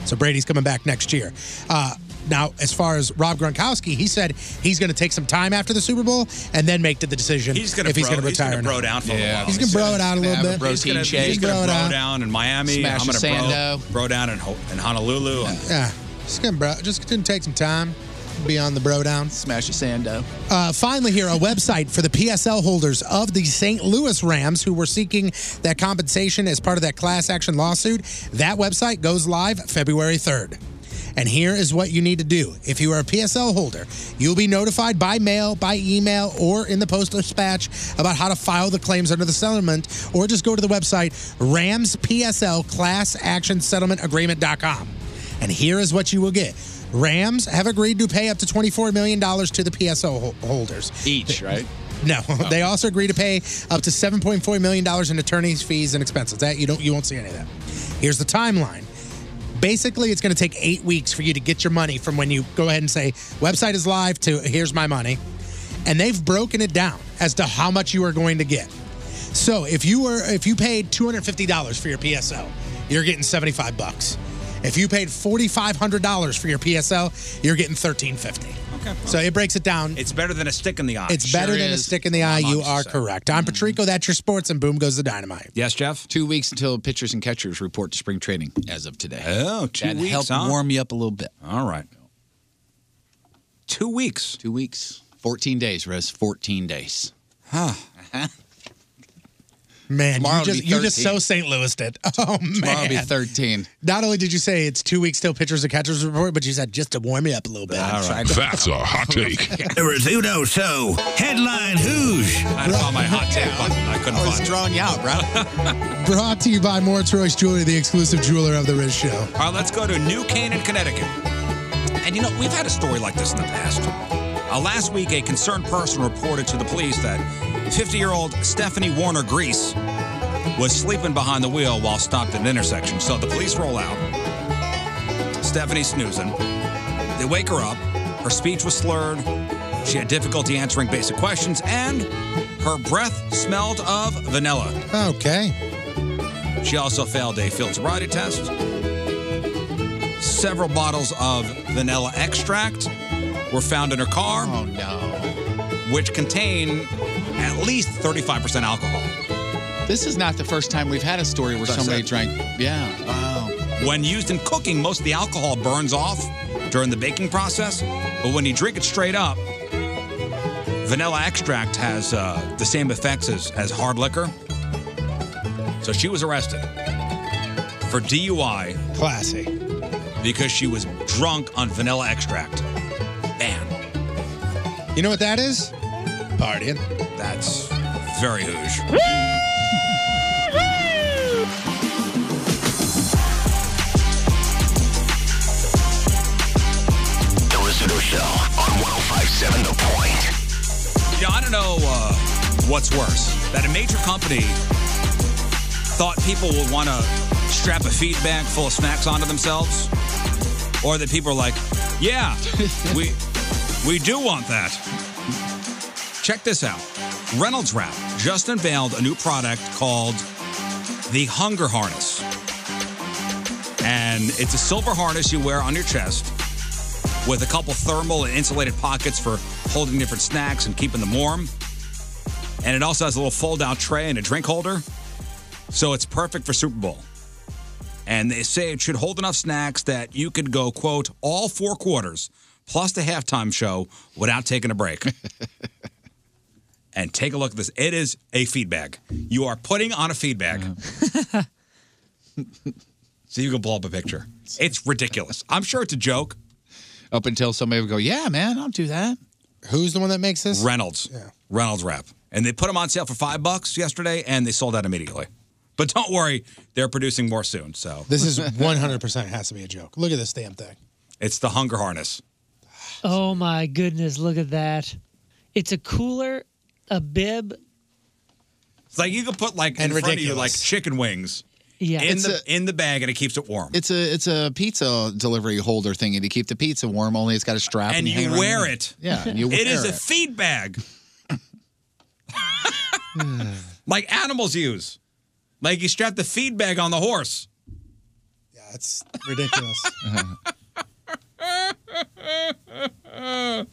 Speaker 2: So Brady's coming back next year. Uh, now, as far as Rob Gronkowski, he said he's going to take some time after the Super Bowl and then make the decision
Speaker 3: He's gonna
Speaker 2: if he's
Speaker 3: bro-
Speaker 2: going to
Speaker 3: he's
Speaker 2: retire.
Speaker 3: gonna
Speaker 2: or
Speaker 3: bro
Speaker 2: not.
Speaker 3: down for a Yeah. while.
Speaker 2: He's going to
Speaker 3: He's
Speaker 2: bro
Speaker 3: gonna-
Speaker 2: it out a
Speaker 3: he's gonna
Speaker 2: little
Speaker 3: have a
Speaker 2: bit.
Speaker 3: protein
Speaker 2: He's
Speaker 3: shake. He's
Speaker 2: gonna
Speaker 3: gonna
Speaker 2: bro it
Speaker 3: bro
Speaker 2: out.
Speaker 3: down in Miami.
Speaker 2: Smash
Speaker 3: I'm
Speaker 2: a
Speaker 3: gonna bro,
Speaker 2: sando.
Speaker 3: bro down in, Ho- in Honolulu. And
Speaker 2: Yeah, just gonna bro, just gonna take some time, be on the bro down,
Speaker 4: smash a sando.
Speaker 2: Uh, finally, here a website for the PSL holders of the St. Louis Rams who were seeking that compensation as part of that class action lawsuit. That website goes live February third. And here is what you need to do. If you are a PSL holder, you'll be notified by mail, by email, or in the postal dispatch about how to file the claims under the settlement, or just go to the website ramspslclassactionsettlementagreement.com. And here is what you will get. Rams have agreed to pay up to $24 million to the PSO hol- holders.
Speaker 4: Each, right?
Speaker 2: No, they also agree to pay up to $7.4 million in attorney's fees and expenses. That you don't you won't see any of that. Here's the timeline. Basically, it's going to take eight weeks for you to get your money from when you go ahead and say, website is live to here's my money. And they've broken it down as to how much you are going to get. So if you were if you paid $250 for your PSO, you're getting 75 bucks. If you paid $4,500 for your PSL, you're getting 1350. Okay. So it breaks it down.
Speaker 3: It's better than a stick in the eye.
Speaker 2: It's better than a stick in the eye. You are correct. I'm
Speaker 4: Mm-hmm.
Speaker 2: Patrico. That's your sports, and boom goes the dynamite.
Speaker 3: Yes, Jeff.
Speaker 4: Two weeks until pitchers and catchers report to spring training as of today.
Speaker 3: Oh, two
Speaker 4: that
Speaker 3: weeks,
Speaker 4: helped
Speaker 3: huh?
Speaker 4: warm you up a little bit.
Speaker 3: All right. Two weeks.
Speaker 4: Two weeks. Fourteen days, Riz. Fourteen days.
Speaker 3: Huh.
Speaker 2: Man,
Speaker 4: Tomorrow
Speaker 2: you
Speaker 4: it'll
Speaker 2: just
Speaker 4: be
Speaker 2: you just so
Speaker 4: 13.
Speaker 2: St. Louis did. Oh man.
Speaker 4: Tomorrow will be 13.
Speaker 2: Not only did you say it's two weeks till pitchers and catchers report, but you said just to warm me up a little bit.
Speaker 10: All
Speaker 2: Tried
Speaker 10: right.
Speaker 2: to-
Speaker 10: That's a hot take. the Rizzuto Show. Headline Who's?
Speaker 3: I found my hot tip. I couldn't
Speaker 2: I was
Speaker 3: find it.
Speaker 2: drawing you out, bro. Brought to you by Moritz Royce Jewelry, the exclusive jeweler of the Riz Show.
Speaker 3: All right, let's go to New Canaan, Connecticut. And you know, we've had a story like this in the past. Uh, last week, a concerned person reported to the police that 50 year old Stephanie Warner Grease was sleeping behind the wheel while stopped at an intersection. So the police roll out. Stephanie's snoozing. They wake her up. Her speech was slurred. She had difficulty answering basic questions, and her breath smelled of vanilla.
Speaker 2: Okay.
Speaker 3: She also failed a field sobriety test, several bottles of vanilla extract were found in her car. Oh, no. Which contain at least 35% alcohol.
Speaker 4: This is not the first time we've had a story where
Speaker 3: That's
Speaker 4: somebody
Speaker 3: it.
Speaker 4: drank. Yeah.
Speaker 3: Wow. When used in cooking, most of the alcohol burns off during the baking process, but when you drink it straight up, vanilla extract has uh, the same effects as, as hard liquor. So she was arrested for DUI.
Speaker 2: Classy.
Speaker 3: Because she was drunk on vanilla extract. Man,
Speaker 2: You know what that is? Partying.
Speaker 3: that's very hoosh.
Speaker 10: The Rizzuto Show on 1057 The Point.
Speaker 3: Yeah, I don't know uh, what's worse that a major company thought people would want to strap a feed bag full of snacks onto themselves, or that people are like, "Yeah, we we do want that." Check this out: Reynolds Wrap just unveiled a new product called the Hunger Harness, and it's a silver harness you wear on your chest with a couple thermal and insulated pockets for holding different snacks and keeping them warm. And it also has a little fold out tray and a drink holder. So it's perfect for Super Bowl. And they say it should hold enough snacks that you could go, quote, all four quarters plus the halftime show without taking a break. and take a look at this. It is a feed bag. You are putting on a feed bag. so you can blow up a picture. It's ridiculous. I'm sure it's a joke.
Speaker 4: Up until somebody would go, yeah, man, I'll do that.
Speaker 2: Who's the one that makes this?
Speaker 3: Reynolds. Reynolds wrap. And they put them on sale for five bucks yesterday, and they sold out immediately. But don't worry, they're producing more soon. So
Speaker 2: This is 100% has to be a joke. Look at this damn thing.
Speaker 3: It's the hunger harness.
Speaker 6: Oh my goodness, look at that. It's a cooler, a bib.
Speaker 3: It's like you can put like
Speaker 6: And
Speaker 3: in front of you like
Speaker 6: ridiculous.
Speaker 3: chicken wings.
Speaker 6: Yeah.
Speaker 3: in
Speaker 4: It's
Speaker 3: the in the bag, and it keeps it warm.
Speaker 4: It's a it's a pizza delivery holder thingy to keep the pizza warm. Only it's got a strap, and,
Speaker 3: and
Speaker 4: hang
Speaker 3: you
Speaker 4: around
Speaker 3: wear it.
Speaker 4: Yeah, and you
Speaker 3: it is
Speaker 4: wear
Speaker 3: a feed bag. like animals use. Like you strap the feed bag on the horse.
Speaker 2: Yeah, it's ridiculous.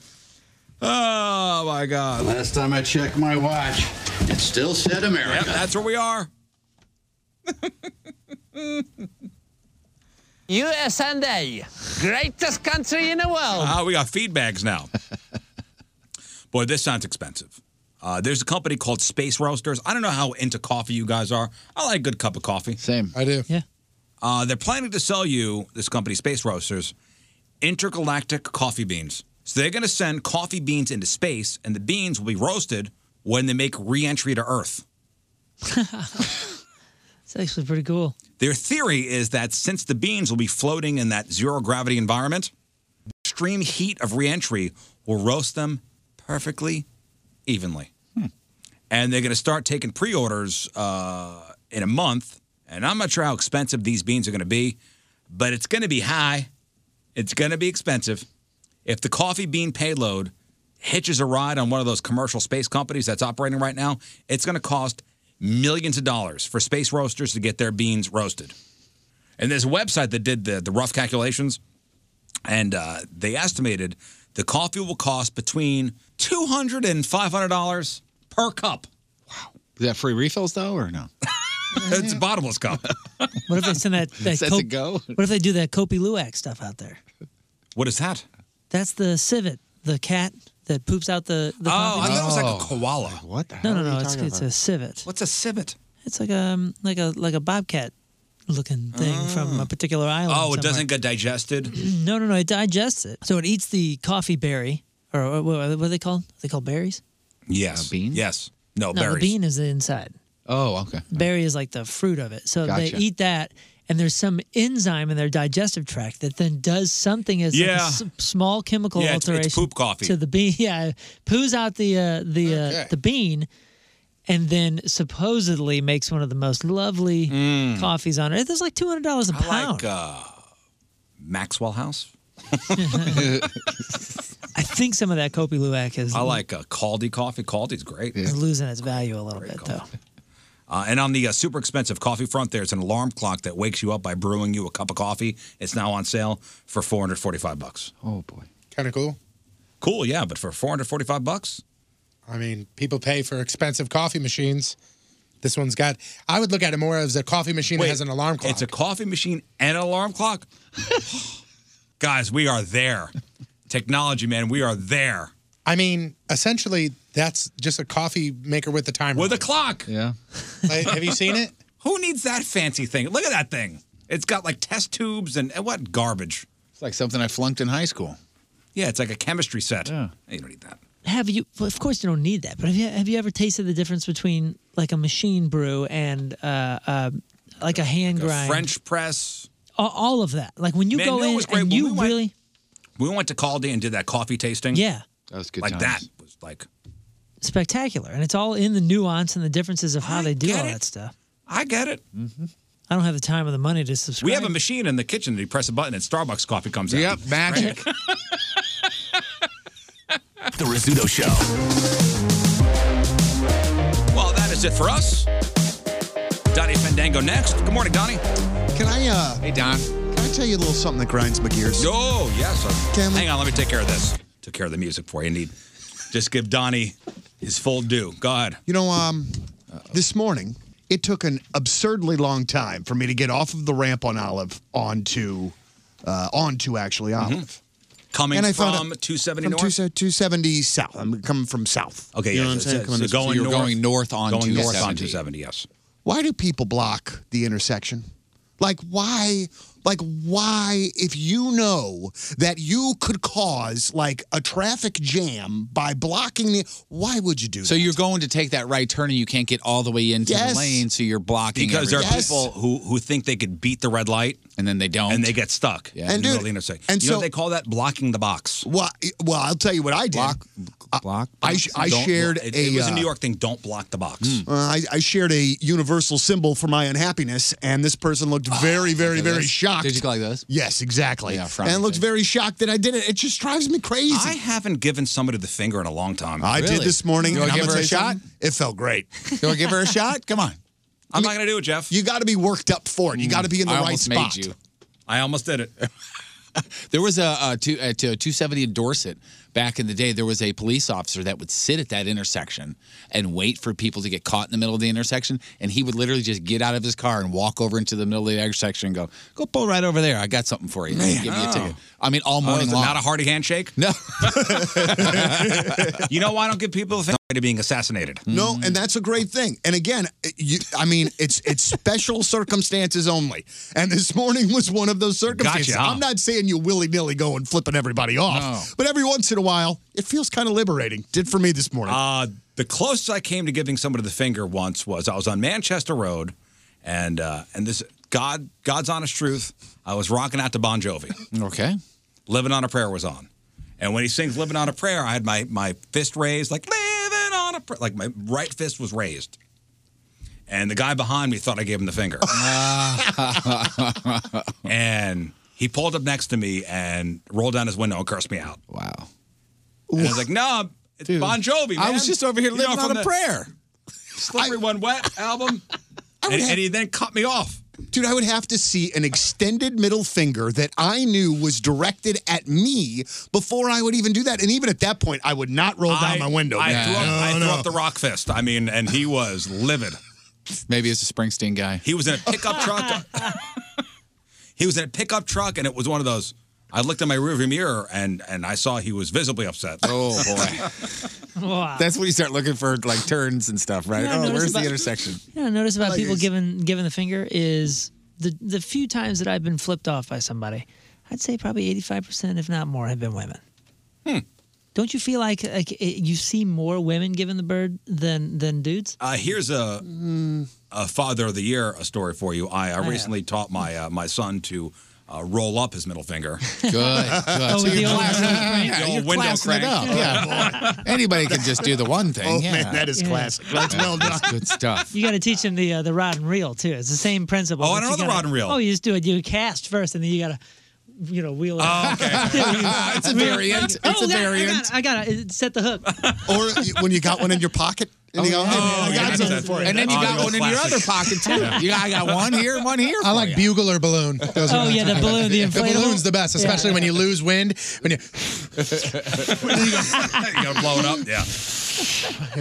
Speaker 3: Oh my God!
Speaker 7: Last time I checked my watch, it still said America.
Speaker 3: Yep, that's where we are.
Speaker 8: U.S. and A, greatest country in the world.
Speaker 3: Ah, we got feed bags now. Boy, this sounds expensive. Uh, there's a company called Space Roasters. I don't know how into coffee you guys are. I like a good cup of coffee.
Speaker 4: Same.
Speaker 2: I do.
Speaker 3: Yeah. Uh, they're planning to sell you, this company, Space Roasters, intergalactic coffee beans. So they're going to send coffee beans into space, and the beans will be roasted when they make re entry to Earth.
Speaker 6: It's actually pretty cool.
Speaker 3: Their theory is that since the beans will be floating in that zero gravity environment, the extreme heat of reentry will roast them perfectly evenly. And they're going to start taking pre orders uh, in a month. And I'm not sure how expensive these beans are going to be, but it's going to be high. It's going to be expensive. If the coffee bean payload hitches a ride on one of those commercial space companies that's operating right now, it's going to cost millions of dollars for space roasters to get their beans roasted. And there's a website that did the, the rough calculations, and uh, they estimated the coffee will cost between $200 and $500 per cup.
Speaker 4: Is that free refills though, or no?
Speaker 3: it's a bottomless cup.
Speaker 6: What if they send that? that
Speaker 4: That's a
Speaker 6: Cop-
Speaker 4: go.
Speaker 6: What if they do that Kopi Luwak stuff out there?
Speaker 3: What is that?
Speaker 6: That's the civet, the cat that poops out the. the
Speaker 3: Oh, I
Speaker 6: coffee.
Speaker 3: thought it was like a koala.
Speaker 4: what the
Speaker 6: No, no, no. It's, it's a civet.
Speaker 3: What's a civet?
Speaker 1: It's like a like a like a bobcat looking thing from a particular
Speaker 3: Oh,
Speaker 1: island.
Speaker 3: it
Speaker 1: somewhere.
Speaker 3: doesn't get digested.
Speaker 1: No, no, no. It digests it, so it eats the coffee berry, or uh, what what are they called? Are they called berries.
Speaker 3: Yes. bean? Yes. No,
Speaker 1: no, the
Speaker 3: berries.
Speaker 1: bean is the inside.
Speaker 3: Oh, okay.
Speaker 1: Berry is like the fruit of it. So they
Speaker 3: Gotcha.
Speaker 1: eat that, and there's some enzyme in their digestive tract that then does something as like a
Speaker 3: Yeah.
Speaker 1: s- small chemical
Speaker 3: Yeah, it's- it's
Speaker 1: alteration
Speaker 3: poop coffee.
Speaker 1: to the bean. Yeah, it poos out the uh, the uh, the bean, and then supposedly makes one of the most lovely coffees on earth. There's like two hundred dollars a
Speaker 3: Mm. I
Speaker 1: pound.
Speaker 3: like uh, Maxwell House.
Speaker 1: I think some of that Kopi Luwak is
Speaker 3: I like uh, Caldi coffee. Caldi's great.
Speaker 1: is losing its value a little bit though.
Speaker 3: Uh, and on the uh, super expensive coffee front, there's an alarm clock that wakes you up by brewing you a cup of coffee. It's now on sale for 445 bucks.
Speaker 2: Oh boy, kind of cool.
Speaker 3: Cool, yeah, but for 445 bucks,
Speaker 2: I mean, people pay for expensive coffee machines. This one's got. I would look at it more as a coffee machine that has an alarm clock.
Speaker 3: It's a coffee machine and an alarm clock. Guys, we are there. Technology, man, we are there.
Speaker 2: I mean, essentially, that's just a coffee maker with a timer with
Speaker 3: a clock.
Speaker 2: Yeah. have you seen it?
Speaker 3: Who needs that fancy thing? Look at that thing. It's got like test tubes and, and what garbage. It's
Speaker 4: like something I flunked in high school.
Speaker 3: Yeah, it's like a chemistry set. Yeah. You don't need that.
Speaker 1: Have you? Well, of course, you don't need that. But have you have you ever tasted the difference between like a machine brew and uh, uh, like a hand
Speaker 3: Like a
Speaker 1: grind?
Speaker 3: French press.
Speaker 1: A- all, of that. Like when you
Speaker 3: Man,
Speaker 1: go
Speaker 3: you know
Speaker 1: in
Speaker 3: what's great?
Speaker 1: and
Speaker 3: When
Speaker 1: you
Speaker 3: we went-
Speaker 1: really
Speaker 3: We went to Caldi and did that coffee tasting.
Speaker 1: Yeah.
Speaker 3: That was good. Like that was like
Speaker 1: spectacular, and it's all in the nuance and the differences of how they do all that stuff.
Speaker 3: I get it.
Speaker 1: I don't have the time or the money to subscribe.
Speaker 3: We have a machine in the kitchen that you press a button and Starbucks coffee comes out. Yep, magic.
Speaker 18: The Rizzuto Show.
Speaker 3: well, that is it for us. Donnie Fandango next. Good morning, Donnie.
Speaker 9: Can I, uh. Hey, Don. Can I tell you a little something that grinds my gears?
Speaker 3: Oh, yes. Uh, Hang on, let me take care of this. Took care of the music for you. Indeed. Just give Donnie his full due. Go ahead.
Speaker 9: You know, um, this morning, it took an absurdly long time for me to get off of the ramp on Olive onto, uh, onto actually Olive.
Speaker 3: Mm-hmm. Coming
Speaker 9: And I
Speaker 3: from
Speaker 9: found out-
Speaker 3: 270
Speaker 9: from
Speaker 3: north?
Speaker 9: 270 270 south. I'm coming from south.
Speaker 3: Okay, yeah. so- so- so going north, going north on 270, yes.
Speaker 9: Why do people block the intersection? Like why like why if you know that you could cause like a traffic jam by blocking the why would you do
Speaker 4: So you're going to take that right turn and you can't get all the way into
Speaker 9: Yes.
Speaker 4: the lane, so you're blocking.
Speaker 3: Because there are
Speaker 4: everything.
Speaker 3: people who, who think they could beat the red light
Speaker 4: and then they don't,
Speaker 3: and they get stuck.
Speaker 9: Yeah.
Speaker 3: in
Speaker 9: And
Speaker 3: the middle
Speaker 9: dude,
Speaker 3: of the intersection.
Speaker 9: and
Speaker 3: you know
Speaker 9: so-
Speaker 3: what they call that blocking the box.
Speaker 9: that? Well, I- well, I'll tell you what I did.
Speaker 3: Block-
Speaker 9: block. I, sh- I
Speaker 3: Don't-
Speaker 9: shared
Speaker 3: it,
Speaker 9: a
Speaker 3: It was a
Speaker 9: uh,
Speaker 3: New York Hmm. thing. Don't block the box.
Speaker 9: Uh, I, I shared a universal symbol for my unhappiness, and this person
Speaker 3: Oh,
Speaker 9: looked very, very,
Speaker 4: like
Speaker 9: very
Speaker 4: this?
Speaker 9: shocked.
Speaker 4: Did you go like this?
Speaker 9: Yes, exactly.
Speaker 4: Yeah, frowny
Speaker 9: and looked very shocked that I did it. It just drives me crazy.
Speaker 3: I haven't given somebody the finger in a long time.
Speaker 9: I did this morning. and I'm gonna tell you something, It felt great. You want to give her a shot? Come on.
Speaker 3: I'm not going to do it, Jeff.
Speaker 9: You got to be worked up for it. You got to be in the
Speaker 4: Hmm. I
Speaker 9: right
Speaker 4: almost
Speaker 9: spot.
Speaker 4: Made you.
Speaker 3: I almost did it.
Speaker 4: there was a, a two, at uh, 270 in Dorset back in the day. There was a police officer that would sit at that intersection and wait for people to get caught in the middle of the intersection, and he would literally just get out of his car and walk over into the middle of the intersection and go, "Go pull right over there. I got something for you. Give me a
Speaker 3: Oh.
Speaker 4: ticket." I mean, all
Speaker 3: Oh,
Speaker 4: morning
Speaker 3: is it
Speaker 4: long.
Speaker 3: not a hearty handshake?
Speaker 4: No.
Speaker 3: you know why I don't give people the finger? Mm. To being assassinated.
Speaker 9: No, and that's a great thing. And again, it- you, I mean, it's it's special circumstances only. And this morning was one of those circumstances.
Speaker 3: Gotcha.
Speaker 9: I'm not saying you willy nilly go and flipping everybody off,
Speaker 3: No.
Speaker 9: but every once in a while, it feels kind of liberating. Did for me this morning.
Speaker 3: Uh, the closest I came to giving somebody the finger once was I was on Manchester Road, and uh, and this God God's honest truth, I was rocking out to Bon Jovi.
Speaker 4: Okay.
Speaker 3: Living on a Prayer was on, and when he sings "Living on a Prayer," I had my my fist raised like "Living on a Prayer," like my right fist was raised, and the guy behind me thought I gave him the finger, and he pulled up next to me and rolled down his window and cursed me out.
Speaker 4: Wow.
Speaker 3: And I was like, "No, it's Bon Jovi." Man.
Speaker 4: I was just over here
Speaker 3: You know,
Speaker 4: living on
Speaker 3: from
Speaker 4: a
Speaker 3: the-
Speaker 4: prayer.
Speaker 3: Slippery One Wet album.
Speaker 9: would
Speaker 3: and,
Speaker 9: have-
Speaker 3: and he then cut me off.
Speaker 9: Dude, I would have to see an extended middle finger that I knew was directed at me before I would even do that. And even at that point, I would not roll down
Speaker 3: I-
Speaker 9: my window.
Speaker 3: I,
Speaker 9: man.
Speaker 3: threw, up, I
Speaker 9: No,
Speaker 3: threw
Speaker 9: no.
Speaker 3: up the rock fist. I mean, and he was livid.
Speaker 4: Maybe it's a Springsteen guy.
Speaker 3: He was in a pickup truck. he was in a pickup truck, and it was one of those. I looked in my rearview mirror and and I saw he was visibly upset.
Speaker 4: Oh boy.
Speaker 1: Wow.
Speaker 4: That's when you start looking for like turns and stuff, right?
Speaker 1: Yeah, I
Speaker 4: oh,
Speaker 1: noticed
Speaker 4: where's the
Speaker 1: about-
Speaker 4: intersection?
Speaker 1: You know, I notice about
Speaker 4: Like
Speaker 1: people
Speaker 4: it's-
Speaker 1: giving giving the finger is the the few times that I've been flipped off by somebody. I'd say probably eighty five percent, if not more, have been women.
Speaker 4: Hmm.
Speaker 1: Don't you feel like like it, you see more women giving the bird than than dudes?
Speaker 3: Uh, here's a
Speaker 4: Mm.
Speaker 3: a Father of the Year a story for you. I,
Speaker 4: Oh,
Speaker 3: I
Speaker 1: yeah.
Speaker 3: recently taught my uh, my son to uh, roll up his middle finger. Good,
Speaker 4: Oh, So with you're the old classing- window crank? yeah, you're classing it up. Yeah, Anybody can just do the one thing.
Speaker 1: Oh,
Speaker 4: yeah.
Speaker 1: man, that is Yeah. classic. That's well
Speaker 4: That's good stuff.
Speaker 1: You got to teach them the uh, the rod and reel too. It's the same principle.
Speaker 4: Oh, I
Speaker 1: but
Speaker 4: know
Speaker 1: you
Speaker 4: the
Speaker 1: gotta-
Speaker 4: rod and reel.
Speaker 1: Oh, you just do it. You cast first, and then you got to. You know, wheel it.
Speaker 4: Oh, okay. It's a variant.
Speaker 1: Oh,
Speaker 4: It's a
Speaker 1: God,
Speaker 4: variant.
Speaker 1: I got to set the hook.
Speaker 9: or when you got one in Oh, your pocket. And you go, "Hey, I got
Speaker 4: that's
Speaker 9: something
Speaker 4: it.
Speaker 9: for you."
Speaker 4: And then you
Speaker 2: Oh,
Speaker 4: got one in your other pocket too.
Speaker 9: Yeah.
Speaker 4: You got, I got one here, and one here.
Speaker 2: I
Speaker 4: for
Speaker 2: like
Speaker 4: you.
Speaker 2: bugle or balloon. Those
Speaker 4: Oh,
Speaker 2: are
Speaker 4: yeah, the balloon, the inflatable.
Speaker 2: balloon's the best,
Speaker 4: Yeah.
Speaker 2: especially when you lose wind. When you,
Speaker 3: you gotta blow it up. Yeah,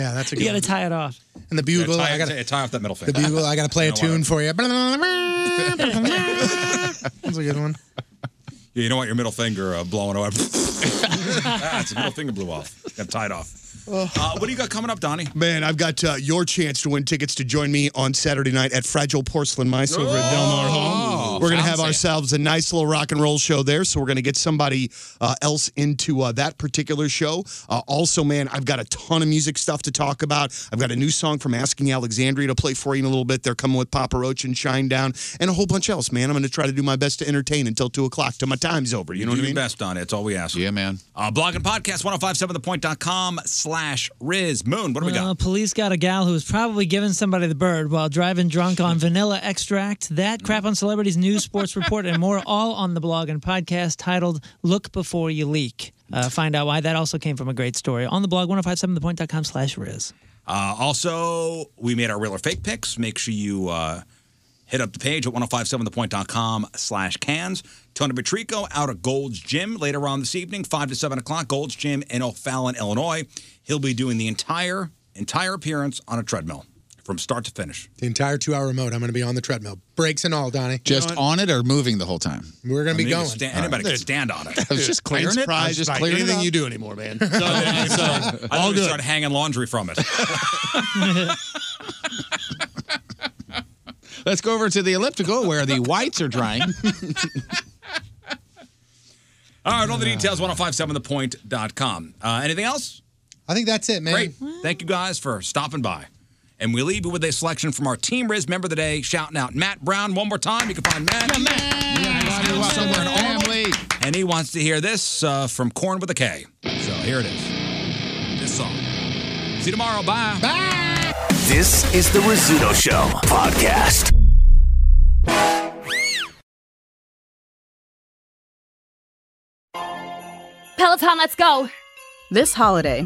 Speaker 2: yeah, that's a good.
Speaker 1: You got to tie it off.
Speaker 2: And the bugle,
Speaker 3: Yeah, tie,
Speaker 2: I got to
Speaker 3: tie off that middle finger.
Speaker 2: the bugle. I got to play a
Speaker 3: You know what?
Speaker 2: tune for you. That's a good one.
Speaker 3: Yeah, you don't want your middle finger uh, blowing away. ah, it's a middle finger blew off. Got tied off. Uh, what do you got coming up, Donnie?
Speaker 10: Man, I've got uh, your chance to win tickets to join me on Saturday night at Fragile Porcelain Mice over at Del Mar
Speaker 3: Oh,
Speaker 10: Home. We're going to have
Speaker 9: fancy.
Speaker 10: ourselves a nice little rock and roll show there, so we're going to get somebody uh, else into uh, that particular show. Uh, also, man, I've got a ton of music stuff to talk about. I've got a new song from Asking Alexandria to play for you in a little bit. They're coming with Papa Roach and Shine Down and a whole bunch else, man. I'm going to try to do my best to entertain until 2 o'clock till my time's over. You know
Speaker 3: do
Speaker 10: what I mean?
Speaker 3: your best, Donnie. That's all we ask. Yeah,
Speaker 4: man.
Speaker 3: Uh, blog and podcast 1057thepoint.com slash Riz Moon. What do we got?
Speaker 1: Uh, police got a gal who was probably giving somebody the bird while driving drunk on vanilla extract.
Speaker 3: Mm.
Speaker 1: That crap on celebrities, news, sports report, and more, all on the blog and podcast titled Look Before You Leak. Uh, find out why. That also came from a great story on the blog, 1057thepoint.com slash Riz.
Speaker 3: Uh, also, we made our real or fake picks. Make sure you uh, hit up the page at 1057thepoint.com slash cans. Tony Patrico out of Gold's Gym later on this evening, 5 to 7 o'clock, Gold's Gym in O'Fallon, Illinois. He'll be doing the entire, entire appearance on a treadmill from start to finish.
Speaker 2: The entire two-hour remote, I'm going to be on the treadmill, brakes and all, Donnie.
Speaker 4: Just on it or moving the whole time?
Speaker 2: We're going to be
Speaker 4: I mean, you
Speaker 2: going.
Speaker 4: can stand- anybody can stand on it. I was just clearing
Speaker 2: I'm
Speaker 4: it. I was
Speaker 2: surprised
Speaker 4: just
Speaker 2: by
Speaker 4: clearing it
Speaker 2: anything
Speaker 4: up.
Speaker 2: you
Speaker 10: do anymore, man.
Speaker 3: I all good. start hanging laundry from it.
Speaker 4: Let's go over to the elliptical where the whites are drying.
Speaker 3: All right, all the details, 1057thepoint.com. Uh, anything else?
Speaker 2: I think that's it, man.
Speaker 3: Great. Thank you guys for stopping by. And we leave you with a selection from our Team Riz member of the day, shouting out Matt Brown one more time. You can find Matt. He's down somewhere in Arnold, And he wants to hear this uh, from Corn with a K. So here it is. This song. See you tomorrow. Bye. Bye.
Speaker 11: This is the Rizzuto Show podcast.
Speaker 12: Peloton, let's go!
Speaker 13: This holiday,